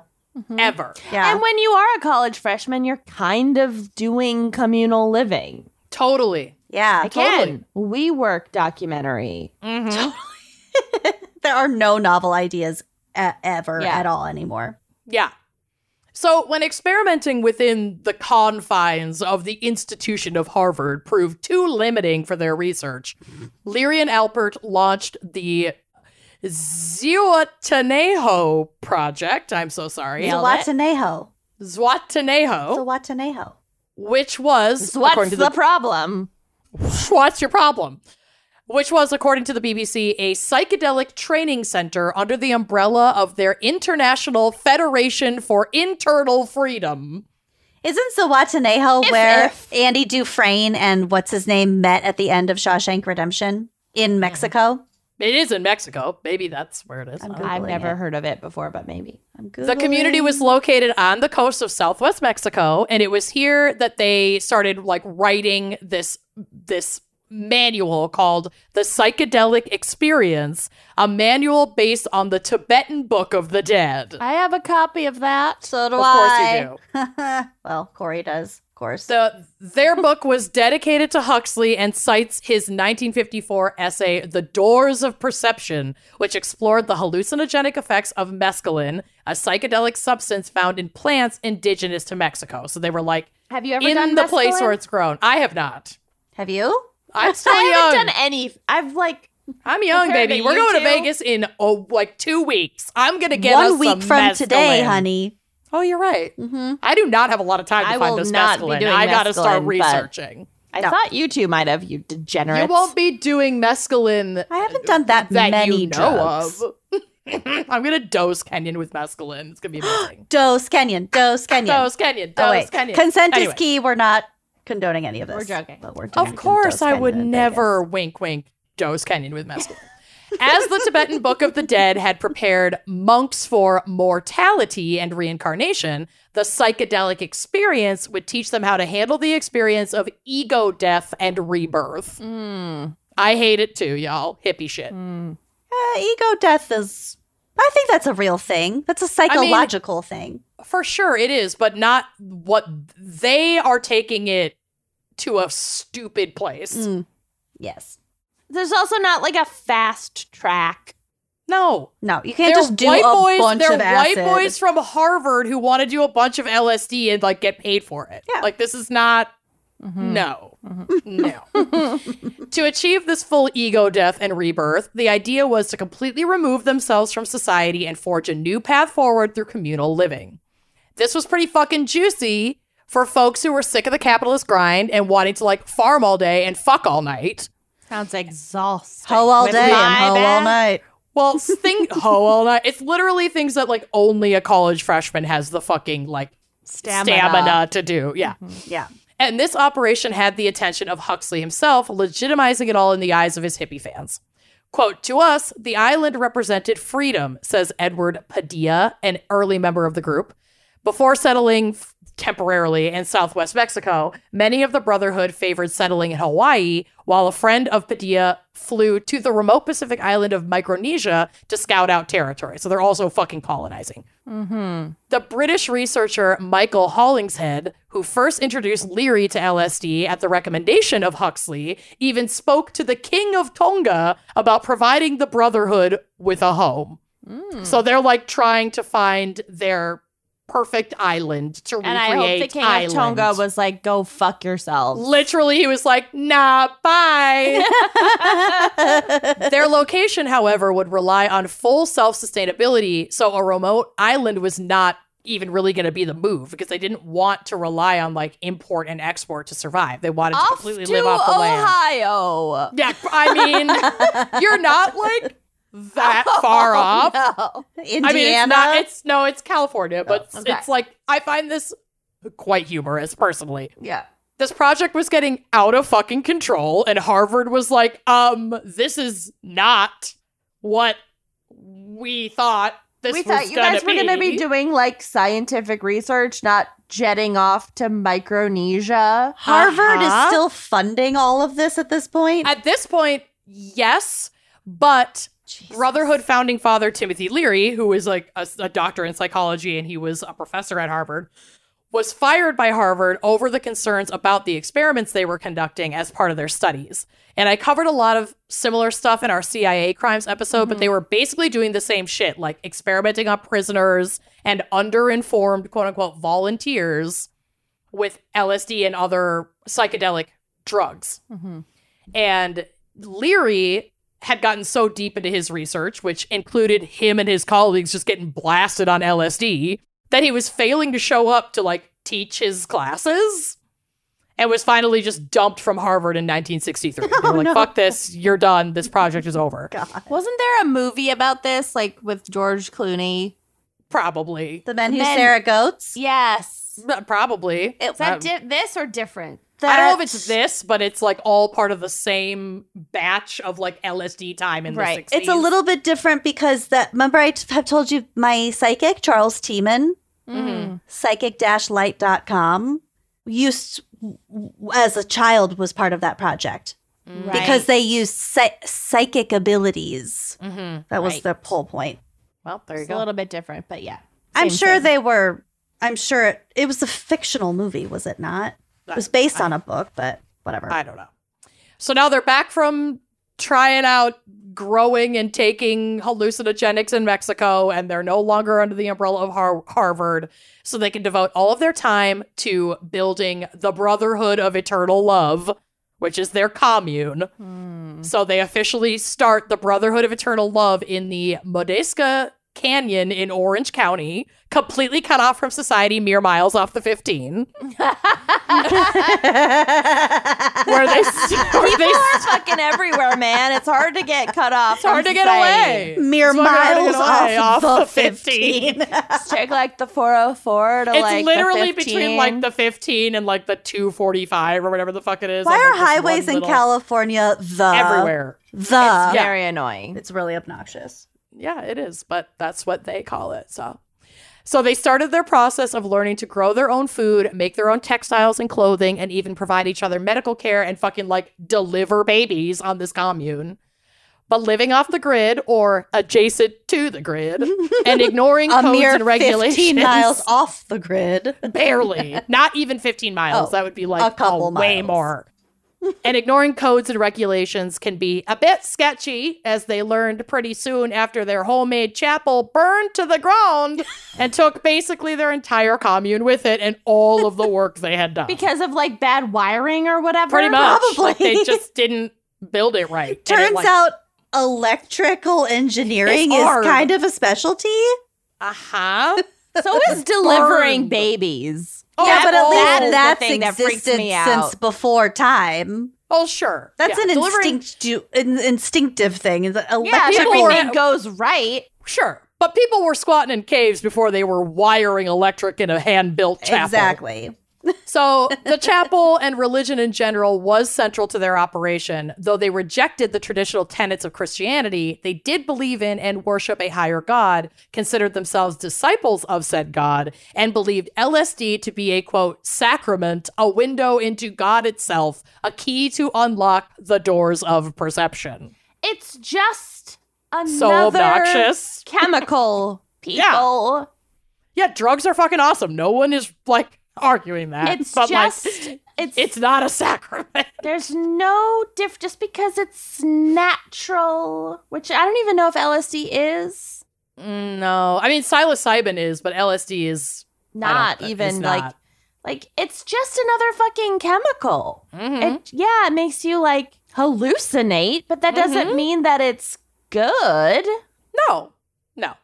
D: ever.
C: Yeah.
B: And when you are a college freshman, you're kind of doing communal living.
D: Totally.
C: yeah.
B: Again, we work documentary.
D: Mhm.
C: There are no novel ideas e- ever
B: Yeah.
C: at all anymore.
D: Yeah. So, when experimenting within the confines of the institution of Harvard proved too limiting for their research, Leary and Alpert launched the Zihuatanejo project. I'm so sorry.
B: Nailed it. Oh.
C: Zwatanejo.
D: Zuatanejo,
C: Zwatanejo.
D: which was
B: So what's
D: according
B: the,
D: to the
B: problem?
D: What's your problem? Which was, according to the BBC, a psychedelic training center under the umbrella of their International Federation for Internal Freedom.
C: Isn't Zwatanejo where Andy Dufresne and what's his name met at the end of Shawshank Redemption
D: Mm-hmm.
C: in Mexico?
D: It is in Mexico. Maybe that's where it is. I don't know.
B: I've
C: Googling
B: never
C: it.
B: heard of it before, but maybe.
C: I'm
D: The community was located on the coast of southwest Mexico, and it was here that they started like writing this this manual called The Psychedelic Experience, a mail based on the Tibetan Book of the Dead.
B: I have a copy of that.
C: So do
D: of course
C: I.
D: you do.
C: well, Corey does, of course.
D: The their book was dedicated to Huxley and cites his 1954 essay "The Doors of Perception," which explored the hallucinogenic effects of mescaline, a psychedelic substance found in plants indigenous to Mexico. So they were like
B: Have you ever
D: in
B: done
D: the place
B: mescaline?
D: where it's grown. I have not.
C: Have you?
D: I'm still
B: I
D: young.
B: haven't done any. I've like
D: I'm young,
B: compared
D: baby.
B: to
D: We're
B: you
D: going to
B: two.
D: Vegas in oh, like two weeks. I'm gonna get us
C: One week
D: some
C: from today,
D: mescaline.
C: honey.
D: Oh, you're right.
C: Mm-hmm.
D: I do not have a lot of time to
B: I
D: find
B: will
D: this
B: not be
D: mescaline.
B: doing
D: I gotta start
B: mescaline, but-
D: researching.
B: I
C: No.
B: thought you two might have, you degenerates.
D: You won't be doing mescaline
C: I haven't done that,
D: that
C: many
D: you know
C: drugs.
D: of. I'm gonna dose Kenyon with mescaline. It's gonna be amazing.
C: Dose Kenyon. Dose Kenyon.
D: dose Kenyon. Dose
C: oh, wait.
D: Kenyon.
C: Consent
D: Anyway.
C: is key. We're not condoning any of this.
B: We're joking.
C: But we're
D: Of
C: doing
D: course,
C: Dose
D: I
C: Kenyon
D: would
C: in
D: never wink, wink, dose Kenyon with mescaline. As the Tibetan Book of the Dead had prepared monks for mortality and reincarnation, the psychedelic experience would teach them how to handle the experience of ego death and rebirth.
B: Mm,
D: I hate it too, y'all. Hippie shit.
B: mm.
C: Vegas. Uh, ego death is. I think that's a real thing. That's a psychological thing.
D: For sure, it is, but not what they are taking it to a stupid place.
C: Mm. Yes.
B: There's also not like a fast track.
D: No,
C: No, you can't
D: They're
C: just do a
D: white boys.
C: bunch
D: they're
C: of
D: white
C: acid.
D: boys from Harvard who want to do a bunch of LSD and like get paid for it.
C: Yeah.
D: like this is not. No, no. to achieve this full ego death and rebirth, the idea was to completely remove themselves from society and forge a new path forward through communal living. This was pretty fucking juicy for folks who were sick of the capitalist grind and wanting to like farm all day and fuck all night.
B: Sounds exhausting.
C: Hoe all
B: With
C: day
B: my
C: and hoe all
B: bad-
C: night.
D: Well, thing ho all night. It's literally things that like only a college freshman has the fucking like stamina, to do. Yeah.
C: Yeah.
D: And this operation had the attention of Huxley himself, legitimizing it all in the eyes of his hippie fans. Quote, to us, the island represented freedom, says Edward Padilla, an early member of the group. Before settling f- temporarily in southwest Mexico, many of the Brotherhood favored settling in Hawaii, while a friend of Padilla flew to the remote Pacific island of Micronesia to scout out territory. So they're also fucking colonizing. The British researcher Michael Hollingshead, who first introduced Leary to LSD at the recommendation of Huxley, even spoke to the King of Tonga about providing the Brotherhood with a home.
B: Hmm.
D: So they're like trying to find their perfect island to
B: And I
D: recreate.
B: hope the king
D: island.
B: of Tonga was like, "Go fuck yourselves."
D: Literally, he was like, nah, bye. Their location, however, would rely on full self sustainability. So a remote island was not even really going to be the move because they didn't want to rely on like import and export to survive. They wanted to
B: Off to
D: completely live off the land.
B: Ohio.
D: Yeah, I mean, you're not like that far off.
B: No.
C: Indiana.
D: I mean, it's not, it's no, it's California, but
B: Oh, okay.
D: it's like, I find this quite humorous personally.
B: Yeah.
D: this project was getting out of fucking control and harvard was like um this is not what we thought this
B: we
D: was
B: thought you
D: gonna
B: guys were
D: be.
B: going to be doing like scientific research, not jetting off to Micronesia.
C: Harvard
D: Uh-huh.
C: is still funding all of this at this point.
D: at this point yes but brotherhood founding father timothy leary who is like a, a doctor in psychology and he was a professor at harvard was fired by Harvard over the concerns about the experiments they were conducting as part of their studies. And I covered a lot of similar stuff in our CIA crimes episode, but they were basically doing the same shit, like experimenting on prisoners and underinformed, quote unquote, volunteers with LSD and other psychedelic drugs.
B: Mhm.
D: And Leary had gotten so deep into his research, which included him and his colleagues just getting blasted on LSD, that he was failing to show up to like teach his classes and was finally just dumped from Harvard in 1963. They were like, fuck this, you're done, this project is over.
C: God.
B: Wasn't there a movie about this, like with George Clooney?
D: Probably.
C: The men who
B: Men-
C: stare at goats.
B: Yes.
D: Probably.
B: Is that di- this or different?
D: I don't know if
C: That's-
D: it's this, but it's like all part of the same batch of like LSD time in
B: Right.
D: the 60s.
C: It's a little bit different because that remember I t- have told you my psychic Charles Tiemann
D: Mm-hmm.
B: Mm.
C: psychic-light.com used as a child was part of that project
D: Mm.
B: Right.
C: because they used psy- psychic abilities.
D: Mhm.
C: That was
B: Mm-hmm. Right.
C: the whole point.
D: Well, there you
B: it's
D: go.
B: a little bit different, but yeah.
C: I'm
B: Same
C: sure
B: thing.
C: they were. I'm sure it, it was a fictional movie, was it not? It was based on a book, but whatever.
D: I don't know. So now they're back from trying out growing and taking hallucinogenics in Mexico, and they're no longer under the umbrella of Har- Harvard. So they can devote all of their time to building the Brotherhood of Eternal Love, which is their commune. So they officially start the Brotherhood of Eternal Love in the Modesca Canyon in Orange County, completely cut off from society, mere miles off the 15. where they, where they
B: People are fucking everywhere, man. It's hard to get cut off.
D: It's hard to get away.
C: Mere
D: It's hard to get
C: miles
D: away
C: off,
D: off
C: the
D: the 15.
C: 15.
B: Check like the 404 to
D: It's
B: like the
D: literally
B: 15.
D: between like the 15 and like the 245 or whatever the fuck it is.
C: Why
D: on,
C: are
D: like, this one
C: highways in
D: little-
C: California the
D: Everywhere.
C: The
D: yeah.
B: very annoying.
C: it's really obnoxious.
D: Yeah, it is, but that's what they call it. So. So they started their process of learning to grow their own food, make their own textiles and clothing, and even provide each other medical care and fucking like deliver babies on this commune. But living off the grid or adjacent to the grid and ignoring
C: A
D: codes
C: mere
D: and regulations.
C: 15 miles off the grid.
D: barely not even 15 miles
C: Oh,
D: that would be like
C: a couple
D: way
C: miles.
D: more and ignoring codes and regulations can be a bit sketchy as they learned pretty soon after their homemade chapel burned to the ground and took basically their entire commune with it and all of the work they had done
B: Because of like bad wiring or whatever.
D: pretty much like,
C: Probably.
D: they just didn't build it right And it,
C: Turns
D: like,
C: out electrical engineering
D: It's
C: is
D: hard.
C: kind of a specialty.
D: uh-huh
B: So is delivering
D: Burned.
B: babies.
D: Oh,
C: yeah, but at
D: well,
C: least
B: that is the
C: that's
B: thing that freaks
C: existed
B: me out.
C: since before time.
D: oh sure
C: That's
D: Yeah.
C: an
D: Delivering-
C: instinct, an instinctive thing. The
B: Yeah, if
C: electric
D: people were-
B: everything goes right.
D: sure but people were squatting in caves before they were wiring electric in a hand-built chapel
C: exactly.
D: So the chapel and religion in general was central to their operation. Though they rejected the traditional tenets of Christianity, they did believe in and worship a higher God, considered themselves disciples of said God, and believed LSD to be a quote sacrament, a window into God itself, a key to unlock the doors of perception.
B: It's just another
D: So obnoxious.
B: chemical people.
D: Yeah, drugs are fucking awesome. No one is like arguing that.
B: It's
D: but
B: just
D: like
B: it's,
D: it's not a sacrament.
B: there's no diff just because it's natural, which I don't even know if LSD is
D: Mm, No, I mean psilocybin is, but LSD is I don't-
B: not
D: it's
B: even
D: not.
B: like like it's just another fucking chemical.
D: Mm-hmm.
B: It yeah, it makes you like hallucinate, but that doesn't mean that it's good.
D: Mm-hmm. no, no.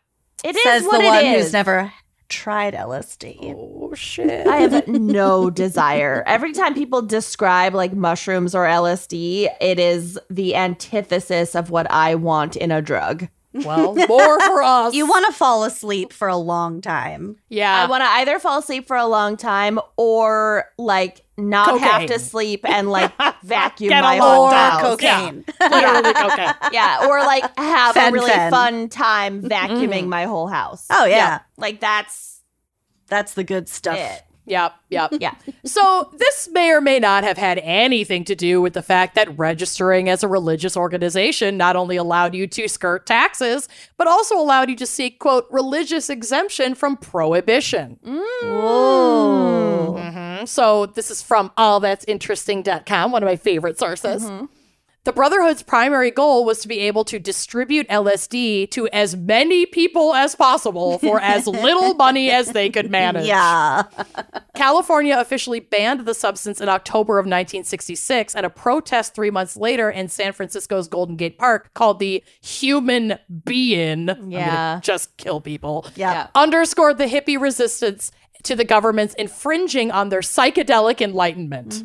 B: It is
C: Says
B: what
C: the
B: it
C: one
B: is.
C: who's never tried LSD.
D: Oh shit!
B: I have no desire. Every time people describe like mushrooms or LSD, it is the antithesis of what I want in a drug.
D: well, more for us.
C: You want to fall asleep for a long time.
D: Yeah,
B: I want to either fall asleep for a long time or like not have to
D: Cocaine.
B: sleep and like vacuum
D: Get
B: my
D: a
B: whole
D: lot
B: house.
D: of
C: Cocaine.
D: literally cocaine.
B: Yeah, or like have a
C: Fen
B: really
C: Fen.
B: fun time vacuuming my whole house.
C: Oh, yeah.
B: Like that's
C: That's the good stuff.
B: it.
D: Yep, yep.
B: Yeah.
D: So this may or may not have had anything to do with the fact that registering as a religious organization not only allowed you to skirt taxes, but also allowed you to seek quote religious exemption from prohibition.
C: Whoa.
D: Mhm. So this is from allthat'sinteresting.com, one of my favorite sources. The Brotherhood's primary goal was to be able to distribute LSD to as many people as possible for as little money as they could manage.
C: Yeah.
D: California officially banned the substance in October of 1966 at a protest three months later in San Francisco's Golden Gate Park called the Human Being. I'm gonna
B: Yeah.
D: just kill people.
C: Yeah.
D: Underscored the hippie resistance to the government's infringing on their psychedelic enlightenment.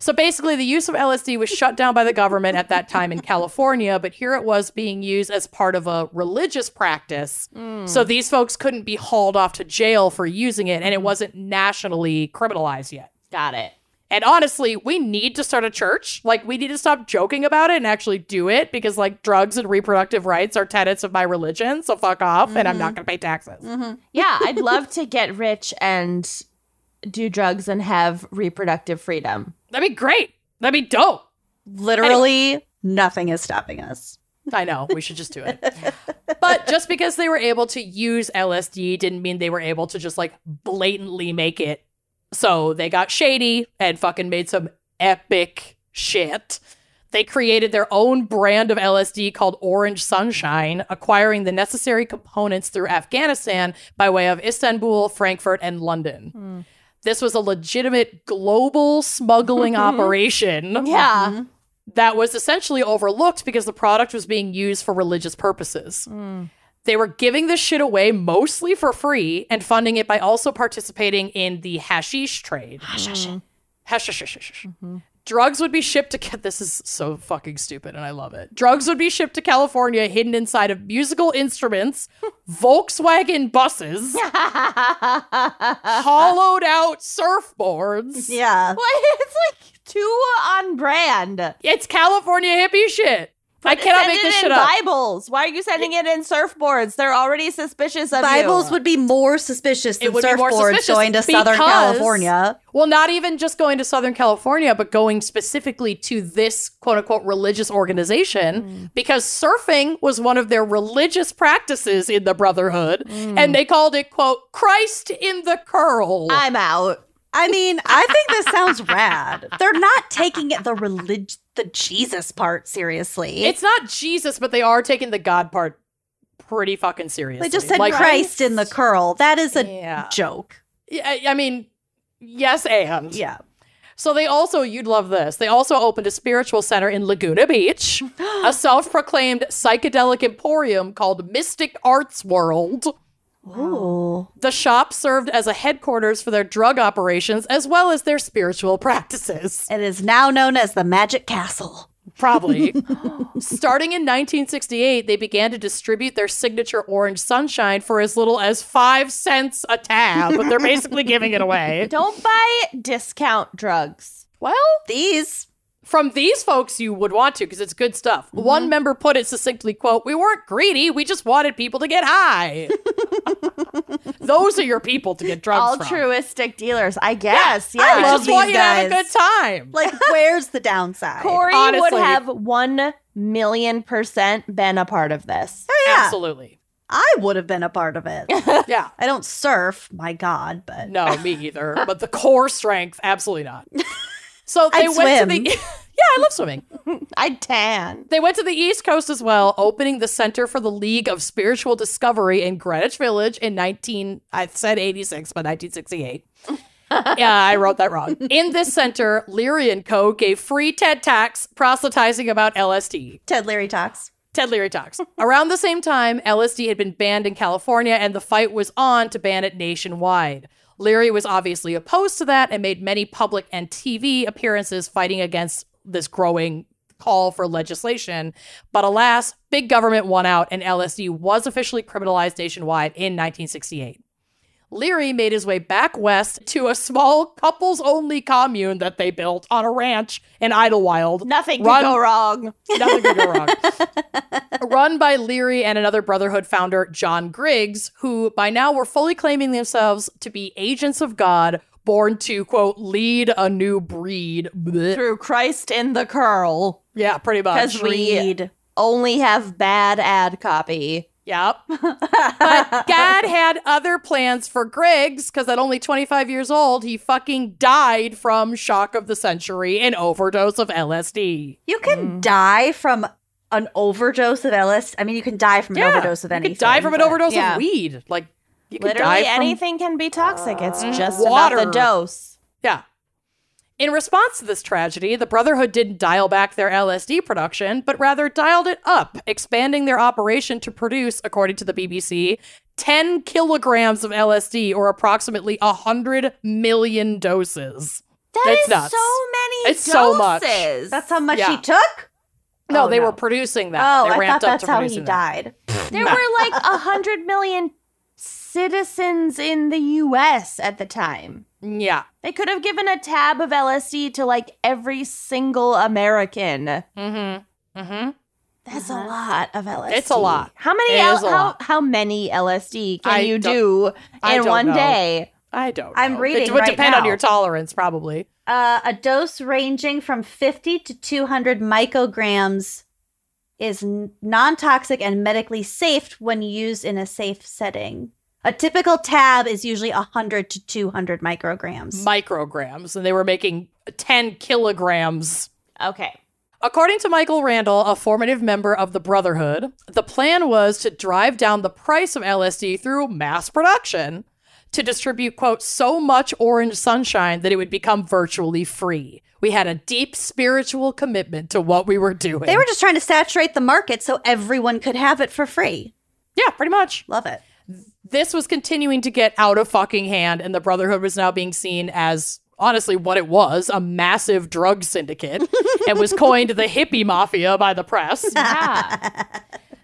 D: So basically, the use of LSD was shut down by the government at that time in California, but here it was being used as part of a religious practice. So these folks couldn't be hauled off to jail for using it, and it wasn't nationally criminalized yet.
B: Got it.
D: And honestly, we need to start a church. Like, we need to stop joking about it and actually do it because, like, drugs and reproductive rights are tenets of my religion. So fuck off, and I'm not going to pay taxes.
B: Yeah, I'd love to get rich and do drugs and have reproductive freedom.
D: That'd be great. That'd be dope.
C: Literally nothing is stopping us.
D: I know. We should just do it. But just because they were able to use LSD didn't mean they were able to just like blatantly make it. So they got shady and fucking made some epic shit. They created their own brand of LSD called Orange Sunshine, acquiring the necessary components through Afghanistan by way of Istanbul, Frankfurt, and London. This was a legitimate global smuggling operation
B: Yeah.
D: Mm-hmm. that was essentially overlooked because the product was being used for religious purposes. They were giving this shit away mostly for free and funding it by also participating in the hashish trade. Hashish. Drugs would be shipped to Ca- this is so fucking stupid and I love it. Drugs would be shipped to California hidden inside of musical instruments, Volkswagen buses, hollowed out surfboards.
C: Yeah.
B: Well, it's like two on brand.
D: It's California hippie shit. I cannot
B: Send
D: make
B: it
D: this
B: in
D: shit up.
B: Bibles. Why are you sending it in surfboards? They're already suspicious of
C: Bibles
B: you.
C: would be more suspicious
D: It
C: than
D: would be more
C: surfboards
D: suspicious
C: going to Southern
D: because-
C: California.
D: Well, not even just going to Southern California, but going specifically to this quote unquote religious organization because surfing was one of their religious practices in the Brotherhood. And they called it, quote, Christ in the Curl.
B: I'm out.
C: I mean, I think this sounds rad. They're not taking it the relig- the Jesus part seriously.
D: it's not Jesus, but they are taking the God part pretty fucking seriously.
C: they just said
D: Like,
C: Christ in the curl. That is a
D: Yeah.
C: joke.
D: I I mean, yes, and.
C: Yeah.
D: So they also, you'd love this. They also opened a spiritual center in Laguna Beach, a self-proclaimed psychedelic emporium called Mystic Arts World.
C: Ooh.
D: The shop served as a headquarters for their drug operations as well as their spiritual practices.
C: It is now known as the Magic Castle.
D: Probably. Starting in 1968, they began to distribute their signature orange sunshine for as little as five cents a tab, but they're basically giving it away.
B: Don't buy discount drugs.
D: Well,
C: These.
D: from these folks you would want to because it's good stuff.
C: Mm-hmm.
D: One member put it succinctly, quote, "We weren't greedy, we just wanted people to get high." Those are your people to get drugs from.
B: Altruistic dealers, I guess. Yeah,
D: I
C: love
D: just want
C: these
D: you to have a
C: guys.
D: good time.
C: Like, where's the downside?
B: Corey would
D: honestly.
B: have one million percent been a part of this.
C: yeah.
D: Absolutely.
C: I would have been a part of it.
D: Yeah.
C: I don't surf, my God, but
D: No, me either. But the core strength, absolutely not. So
C: I'd
D: they went
C: swim.
D: to the Yeah, I love swimming.
B: I'd tan.
D: They went to the East Coast as well, opening the Center for the League of Spiritual Discovery in Greenwich Village in 19 I said 86, but 1968. yeah, I wrote that wrong. In this center, Leary and Co. gave free TED Talks proselytizing about LSD.
C: Ted Leary talks.
D: Ted Leary Talks. Around the same time, LSD had been banned in California and the fight was on to ban it nationwide. Leary was obviously opposed to that and made many public and TV appearances fighting against this growing call for legislation. But alas, big government won out and LSD was officially criminalized nationwide in 1968. Leary made his way back west to a small couples only commune that they built on a ranch in Idlewild.
B: Nothing
D: Run-
B: could go wrong.
D: Nothing could go wrong. Run by Leary and another Brotherhood founder, John Griggs, who by now were fully claiming themselves to be agents of God, born to, quote, lead a new breed. Blech.
B: Through Christ in the curl.
D: Yeah, pretty much.
B: Because we only have bad ad copy.
D: Yep. But dad had other plans for Griggs because at only 25 years old, he fucking died from shock of the century and overdose of LSD.
C: You
D: Mm.
C: can die from an overdose of LSD. I mean, you can die from an
D: Yeah,
C: overdose of
D: You
C: anything.
D: could die from an
C: but-
D: overdose
B: Yeah.
D: of weed. Like, you could
B: Literally
D: die from
B: anything can be toxic. It's just about
D: water.
B: the dose.
D: Yeah. In response to this tragedy, the Brotherhood didn't dial back their LSD production, but rather dialed it up, expanding their operation to produce, according to the BBC, 10 kilograms of LSD or approximately 100 million doses.
B: That
D: That's
B: is
D: nuts.
B: so many
D: It's so much.
B: doses.
C: That's how much
D: Yeah.
C: he took.
D: No,
C: Oh,
D: they
C: no.
D: were producing that.
C: Oh,
D: they
C: I thought
D: ramped up
C: that's
D: to
C: how he
D: producing that.
C: died.
B: There were like a hundred million citizens in the U.S. at the time.
D: Yeah.
B: They could have given a tab of LSD to like every single American.
D: Mm-hmm. Mm-hmm.
B: That's a lot of LSD.
D: It's a lot.
B: How many?
D: It
B: L-
D: is a
B: how,
D: lot.
B: how many LSD can
D: I
B: you
D: don't-
B: do
D: I
B: in
D: don't
B: one
D: know.
B: day?
D: I don't
C: I'm
D: know.
C: reading
D: It would
C: right
D: depend on
C: now.
D: your tolerance, probably.
C: Uh, a dose ranging from 50 to 200 micrograms is non toxic and medically safe when used in a safe setting. A typical tab is usually 100 to 200 micrograms.
D: Micrograms. And they were making 10 kilograms
B: Okay.
D: According to Michael Randall, a formative member of the Brotherhood, the plan was to drive down the price of LSD through mass production to distribute, quote, so much orange sunshine that it would become virtually free. We had a deep spiritual commitment to what we were doing.
C: they were just trying to saturate the market so everyone could have it for free.
D: yeah, pretty much.
C: Love it.
D: This was continuing to get out of fucking hand, and the Brotherhood was now being seen as honestly what it was a massive drug syndicate and was coined the hippie mafia by the press.
B: Yeah.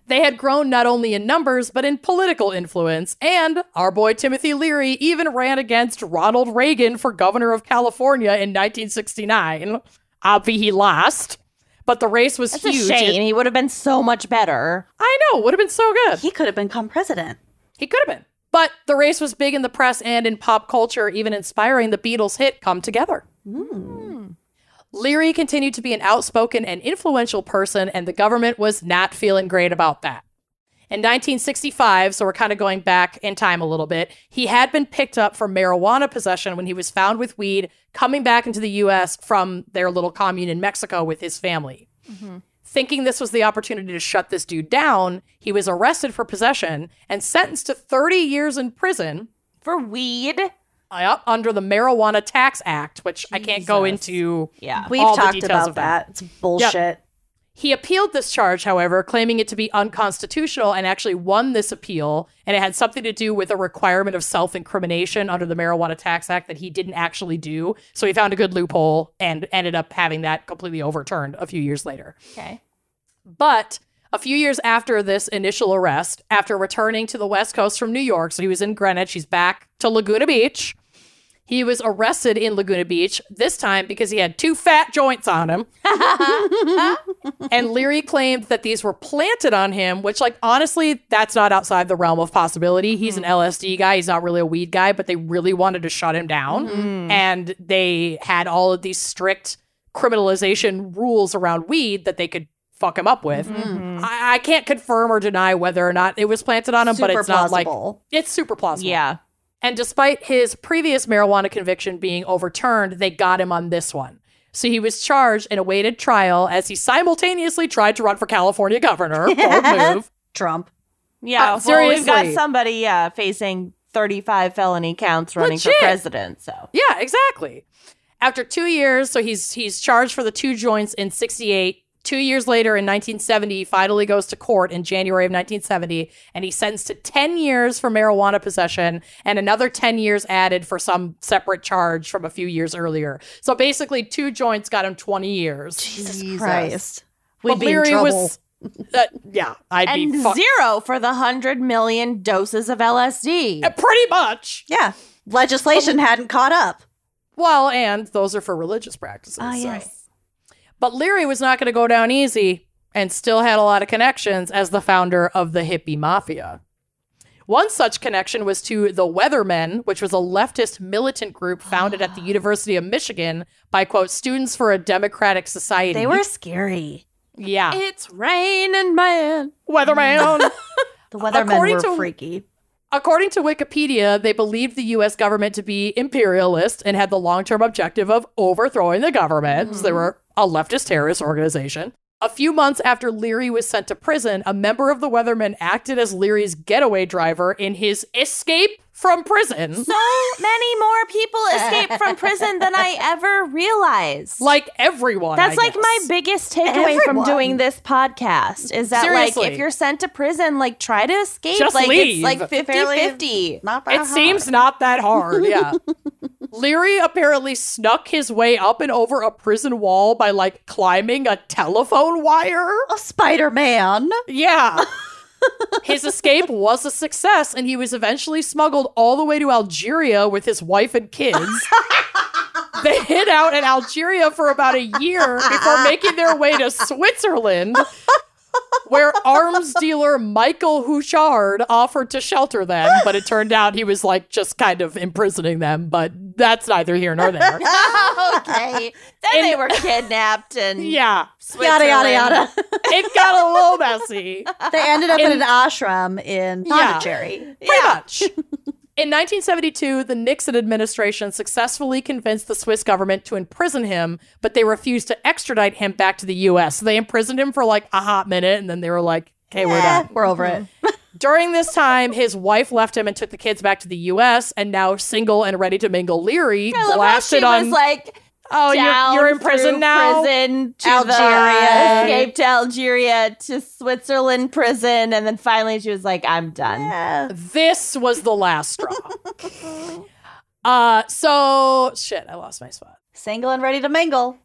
D: They had grown not only in numbers, but in political influence, and our boy Timothy Leary even ran against Ronald Reagan for governor of California in 1969. Obvi, he lost, but the race was
B: It's a
D: huge.
B: shame. He would have been so much better.
D: I know, would have been so good.
C: He could have become president.
D: He could have been. But the race was big in the press and in pop culture, even inspiring the Beatles' hit Come Together. Leary continued to be an outspoken and influential person, and the government was not feeling great about that. In 1965, so we're kind of going back in time a little bit, he had been picked up for marijuana possession when he was found with weed coming back into the US from their little commune in Mexico with his family. Thinking this was the opportunity to shut this dude down, he was arrested for possession and sentenced to 30 years in prison
B: For weed?
D: uh, under the Marijuana Tax Act, which I can't go
B: Jesus.
D: into.
B: Yeah.
C: We've
D: All the
C: talked
D: details
C: about
D: of that.
C: that. It's bullshit.
D: He appealed this charge, however, claiming it to be unconstitutional and actually won this appeal. And it had something to do with a requirement of self incrimination under the Marijuana Tax Act that he didn't actually do. So he found a good loophole and ended up having that completely overturned a few years later.
B: Okay.
D: But a few years after this initial arrest, after returning to the West Coast from New York, so he was in Greenwich, he's back to Laguna Beach. He was arrested in Laguna Beach, this time because he had two fat joints on him. and Leary claimed that these were planted on him, which, like, honestly, that's not outside the realm of possibility. He's an LSD guy, he's not really a weed guy, but they really wanted to shut him down. And they had all of these strict criminalization rules around weed that they could fuck him up with. I-, I can't confirm or deny whether or not it was planted on him, but
C: Super
D: it's not
C: plausible.
D: like it's super plausible.
B: Yeah.
D: And despite his previous marijuana conviction being overturned, they got him on this one. So he was charged and awaited trial as he simultaneously tried to run for California governor. Bold move.
C: Trump.
B: Yeah.
D: Uh,
B: well, we've got
D: seriously.
B: somebody, yeah, facing 35 felony counts running
D: Legit.
B: for president. So.
D: Yeah, exactly. After two years, so he's he's charged for the two joints in '68. Two years later, in 1970, he finally goes to court in January of 1970, and he's sentenced to 10 years for marijuana possession and another 10 years added for some separate charge from a few years earlier. So basically, two joints got him 20 years.
C: Jesus, Christ.
D: But Leary was, uh, yeah, I'd be
B: And
D: fuck-
B: zero for the 100 million doses of LSD.
D: Uh, pretty much.
C: Yeah. Legislation hadn't caught up.
D: Well, and those are for religious practices.
C: Ah,
D: so. But Leary was not going to go down easy and still had a lot of connections as the founder of the hippie mafia. One such connection was to the Weathermen, which was a leftist militant group founded at the University of Michigan by, quote, students for a democratic society.
C: They were scary.
D: yeah.
B: It's raining, man.
D: Weatherman.
C: The weathermen
D: According
C: were
D: to-
C: freaky.
D: According to Wikipedia, they believed the US government to be imperialist and had the long term objective of overthrowing the government. So they
B: Mm-hmm.
D: were a leftist terrorist organization. A few months after Leary was sent to prison, a member of the Weathermen acted as Leary's getaway driver in his escape from prison.
B: So many more people escape from prison than I ever realized.
D: Like everyone.
B: That's
D: I
B: like my
D: guess.
B: biggest takeaway from
C: Everyone.
B: doing this podcast is that like
D: Seriously.
B: if you're sent to prison, like try to escape.
D: Just
B: like
D: leave.
B: it's like 50
C: Fairly-
B: 50.
C: Not that
D: It seems not that hard, yeah. Leary apparently snuck his way up and over a prison wall by like climbing a telephone wire.
C: a Spider Man.
D: Yeah. his escape was a success, and he was eventually smuggled all the way to Algeria with his wife and kids. they hid out in Algeria for about a year before making their way to Switzerland, where arms dealer Michael Houchard offered to shelter them, but it turned out he was like just kind of imprisoning them, but that's neither here nor there.
B: okay. Then they were kidnapped and
D: yeah.
C: Yada yada
B: Switzerland.
C: yada.
D: It got a little messy.
C: They ended up in,
D: In-
C: an ashram in
D: Yeah.
C: Pondicherry.
D: Pretty much. In 1972, the Nixon administration successfully convinced the Swiss government to imprison him, but they refused to extradite him back to the US. So they imprisoned him for like a hot minute and then they were like, okay, we're
C: Eh,
D: done. Mm-hmm.
C: we're over it.
D: During this time, his wife left him and took the kids back to the US, and now single and ready to mingle Leary
B: I love how she
D: blasted on.
B: was like,
D: oh, you're,
B: down
D: you're in prison
B: through
D: now?
B: Prison to
C: Algeria.
B: Algeria. escaped to Algeria to Switzerland prison, and then finally she was like, "I'm done."
C: Yeah.
D: This was the last straw. uh, so, shit, I lost my spot.
C: Single and ready to mingle.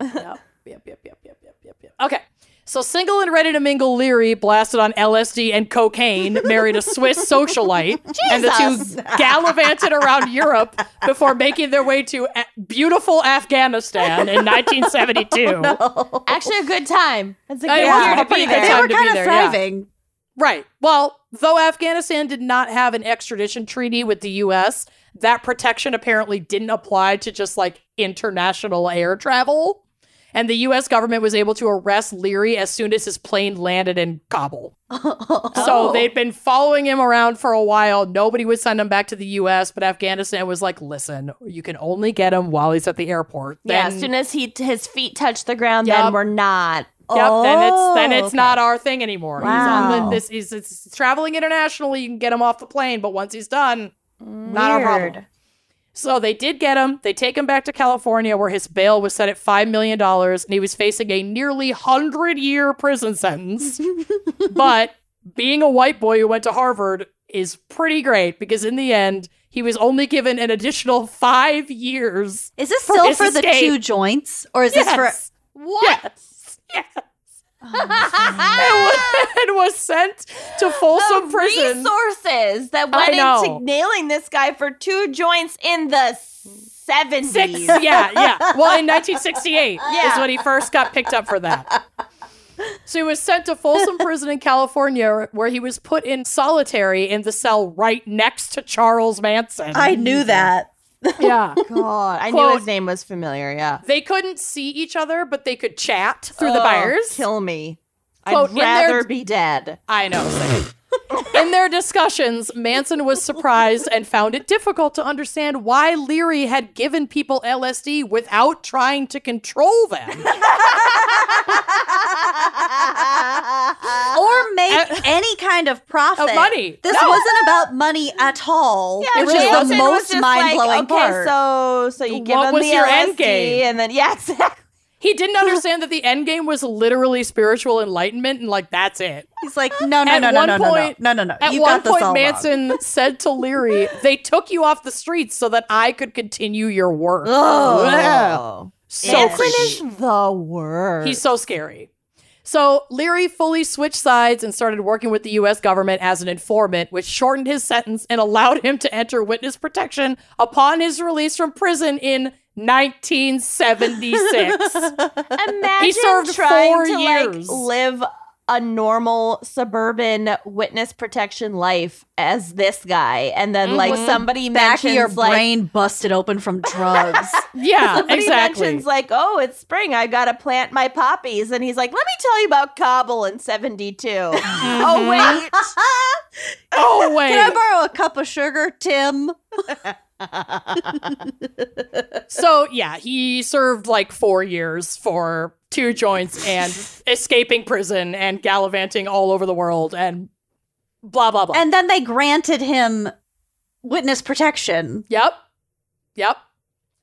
D: yep, yep, yep, yep, yep, yep, yep, yep. Okay. So single and ready to mingle Leary blasted on LSD and cocaine, married a Swiss socialite, and the two gallivanted around Europe before making their way to a- beautiful Afghanistan in 1972.
B: Actually, a good time. It's a good
D: I
C: was
B: year
D: Oh, a
B: to
D: pretty
B: be
D: good
C: They
D: time
B: there.
C: were
D: to be
C: kind of
D: there, yeah.
C: thriving.
D: Right. Well, though Afghanistan did not have an extradition treaty with the US, that protection apparently didn't apply to just like international air travel. And the US government was able to arrest Leary as soon as his plane landed in Kabul. So they'd been following him around for a while. Nobody would send him back to the US, but Afghanistan was like, listen, you can only get him while he's at the airport.
B: Yeah,
D: Then-
B: as soon as he his feet touch the ground,
D: Yup.
B: then we're not.
D: Yep. then it's then
C: Oh,
D: it's
C: okay.
D: not our thing anymore. He's on
C: Wow.
D: the, this is it's traveling internationally. You can get him off the plane, but once he's done, not our problem.
C: Weird.
D: So they did get him. They take him back to California, where his bail was set at five million dollars, and he was facing a nearly hundred-year prison sentence. but being a white boy who went to Harvard is pretty great because in the end, he was only given an additional five years.
C: Is this still
D: his
C: for the
D: escape.
C: two joints, or is this for?
D: Yes.
B: What?
D: Yes. Yes.
B: Oh.
D: and was sent to Folsom
B: the
D: Prison.
B: resources that
D: I
B: went
D: know.
B: into nailing this guy for two joints in the seventies.
D: Six, yeah, yeah. Well, in 1968 is
B: Yeah.
D: when he first got picked up for that. So he was sent to Folsom Prison in California, where he was put in solitary in the cell right next to Charles Manson.
C: I knew that.
D: yeah.
B: God, I knew
D: Quote-
B: his name was familiar. Yeah,
D: They couldn't see each other, but they could chat through the
B: Ugh,
D: bars.
B: Oh, Kill me.
D: Quote, in
B: I'd
D: their-
B: rather be dead.
D: I know. same. In their discussions, Manson was surprised and found it difficult to understand why Leary had given people LSD without trying to control them.
C: Or make any kind of profit.
D: Uh, Of money.
C: This wasn't about money at all.
B: Yeah,
C: it was the
B: Manson was
C: most
B: just
C: mind blowing
B: like, okay,
C: part.
B: So, so you give
D: What
B: him
D: was
B: the
D: your
B: LSD,
D: end game?
B: and then yeah, exactly.
D: He didn't understand that the end game was literally spiritual enlightenment and like that's it.
C: He's like, no, no,
D: At
C: no, no,
D: one
C: no,
D: point-
C: no, no, no, no.
D: At
C: you
D: one
C: got this all
D: point,
C: wrong.
D: Manson said to Leary, "They took you off the streets so that I could continue your work."
B: Oh,
D: so
B: Manson
D: creepy.
B: is the worst.
D: He's so scary. So Leary fully switched sides and started working with the U.S. government as an informant, which shortened his sentence and allowed him to enter witness protection upon his release from prison in 1976.
B: Imagine
D: served
B: trying
D: four
B: to
D: years.
B: like live a normal suburban witness protection life as this guy, and then like
D: Mhm.
B: somebody
C: Back of
B: mentions
C: your
B: like
C: brain busted open from drugs.
D: Yeah,
B: Somebody
D: exactly.
B: mentions like, "Oh, it's spring. I gotta plant my poppies," and he's like, "Let me tell you about Kabul in '72." oh wait,
D: Oh wait.
C: Can I borrow a cup of sugar, Tim?
D: So yeah, he served like four years for two joints and escaping prison and gallivanting all over the world and blah blah blah.
C: And then they granted him witness protection.
D: yep, yep.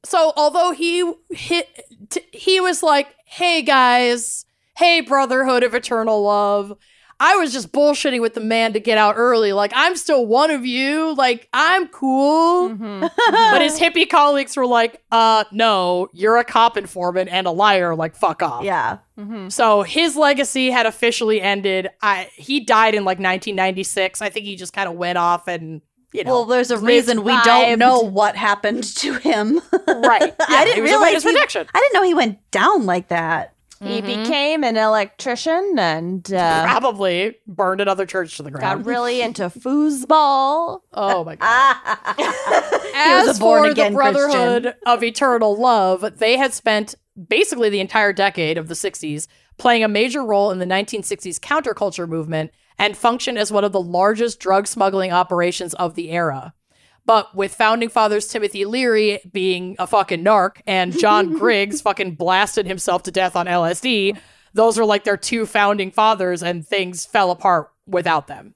D: So although he hit, t- he was like, "Hey guys, hey Brotherhood of Eternal Love." I was just bullshitting with the man to get out early. Like, I'm still one of you. Like, I'm cool. But his hippie colleagues were like, uh, no, you're a cop informant and a liar. Like, fuck off.
C: Yeah.
D: So his legacy had officially ended. I he died in like 1996. I think he just kind of went off and you
C: Well,
D: know
C: there's a
D: lived
C: reason we don't
B: vibed.
C: know what happened to him.
D: right. Yeah,
C: didn't
D: it was a
C: realize
D: witness
C: he-
D: protection.
C: I didn't know he went down like that.
B: he became an electrician and uh,
D: Probably burned another church to the ground.
B: got really into foosball.
D: Oh my god.
C: was
D: As
C: a born
D: for
C: again
D: the Brotherhood of Eternal Love, they had spent basically the entire decade of the 60s playing a major role in the 1960s counterculture movement and functioned as one of the largest drug smuggling operations of the era. But with founding fathers Timothy Leary being a fucking narc and John Griggs fucking blasted himself to death on LSD, those were like their two founding fathers, and things fell apart without them.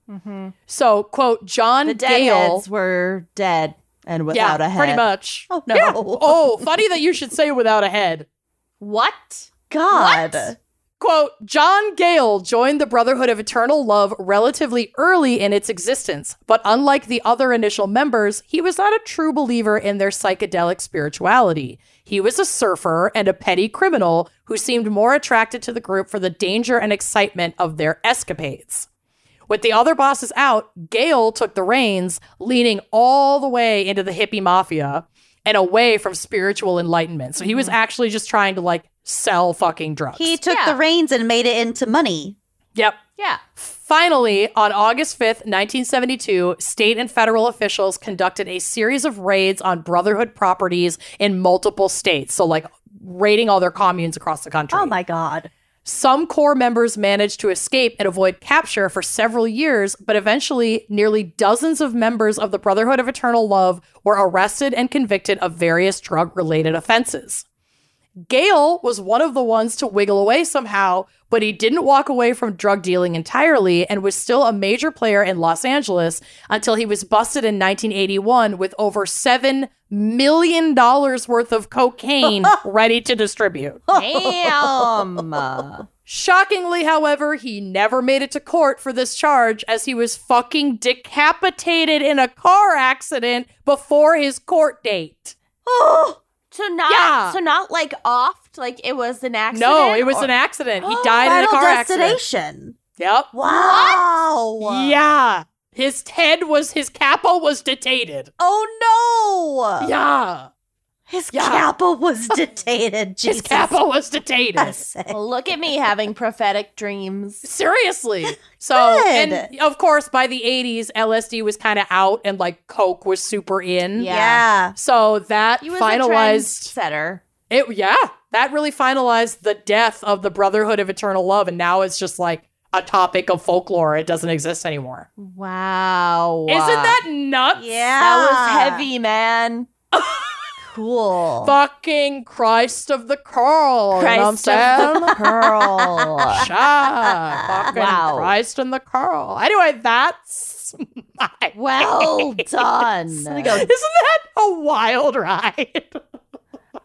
D: So, quote, John
B: The
D: Gale
B: deadheads were dead and
D: yeah,
B: without a head.
D: pretty much.
C: Oh no.
D: Yeah. Oh, funny that you should say without a head.
B: What?
C: God.
D: Quote, John Gale joined the Brotherhood of Eternal Love relatively early in its existence, but unlike the other initial members, he was not a true believer in their psychedelic spirituality. He was a surfer and a petty criminal who seemed more attracted to the group for the danger and excitement of their escapades. With the other bosses out, Gale took the reins, leaning all the way into the hippie mafia and away from spiritual enlightenment. So he was actually just trying to like sell fucking drugs.
C: He took
B: Yeah.
C: the reins and made it into money.
D: yep.
B: Yeah.
D: Finally, on August 5th, 1972, state and federal officials conducted a series of raids on Brotherhood properties in multiple states. So, like, raiding all their communes across the country.
C: Oh my God.
D: Some core members managed to escape and avoid capture for several years, but eventually, nearly dozens of members of the Brotherhood of Eternal Love were arrested and convicted of various drug related offenses. Gale was one of the ones to wiggle away somehow, but he didn't walk away from drug dealing entirely and was still a major player in Los Angeles until he was busted in 1981 with over $7 million worth of cocaine ready to distribute.
B: Damn. Uh,
D: Shockingly, however, he never made it to court for this charge as he was fucking decapitated in a car accident before his court date.
C: Oh,
B: so not
D: Yeah.
B: so not like offed, like it was an accident.
D: No, it was
B: or-
D: an accident. He died in a
C: Final
D: car accident.
C: destination.
D: Yep.
C: Wow.
D: Yeah. His head was his capo was detained.
C: Oh
B: Uh,
C: no.
D: Yeah.
C: His
D: Yeah.
C: Kappa was detained. Jesus.
D: His capo was detained.
C: Christ.
B: Look at me having prophetic dreams.
D: Seriously. So,
C: Good.
D: and of course, by the 80s, LSD was kind of out and like Coke was super in.
B: Yeah.
C: Yeah.
D: So that
B: He was
D: finalized.
B: a trendsetter.
D: It yeah, that really finalized the death of the Brotherhood of Eternal Love, and now it's just like a topic of folklore. It doesn't exist anymore.
B: Wow.
D: Isn't that Ah. nuts?
C: Yeah.
B: That was heavy, man.
C: Cool.
D: Fucking Christ of the Carl. you know what I'm
B: Christ of
D: saying?
B: the Pearl.
D: Sha, fucking
B: Wow.
D: Christ and the Carl. Anyway, that's my
B: well
C: gonna
B: done.
C: go-
D: Isn't that a wild ride?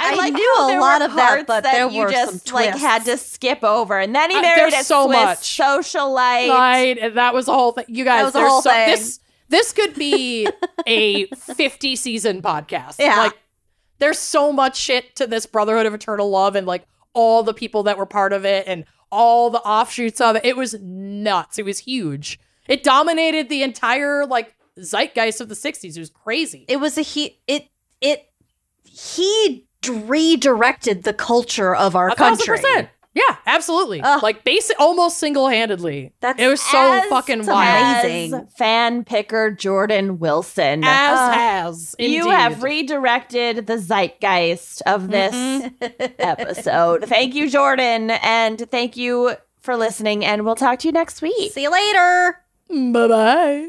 C: I
B: like
C: knew
B: how
C: a
B: there
C: lot
B: were
C: of that,
B: parts
C: but
B: that
C: there
B: you
C: were some
B: just like had to skip over, and then he
D: Uh,
B: married
D: there's
B: a
D: so
B: Swiss
D: much.
B: socialite.
D: Right, and that was the whole thing. You guys,
C: was the
D: there's
C: whole
D: so-
C: thing.
D: this this could be a 50 season podcast.
C: Yeah.
D: Like there's so much shit to this Brotherhood of Eternal Love and like all the people that were part of it and all the offshoots of it. It was nuts. It was huge. It dominated the entire like zeitgeist of the 60s. It was crazy.
C: it was a he it it he d- redirected the culture of our
D: A
C: country.
D: thousand percent. Yeah, absolutely.
F: Ugh.
D: Like basic, almost single handedly.
F: That's
D: It was so
B: as
D: fucking wild.
B: amazing.
F: Amazing.
B: fan picker Jordan Wilson.
D: As
B: Uh,
D: has.
B: you
D: indeed.
B: have redirected the zeitgeist of this episode. Thank you, Jordan, and thank you for listening. And we'll talk to you next week.
F: See you later.
D: Bye bye.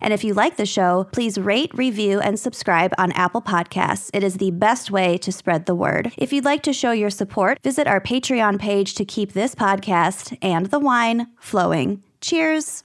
C: And if you like the show, please rate, review, and subscribe on Apple Podcasts. It is the best way to spread the word. If you'd like to show your support, visit our Patreon page to keep this podcast and the wine flowing. Cheers!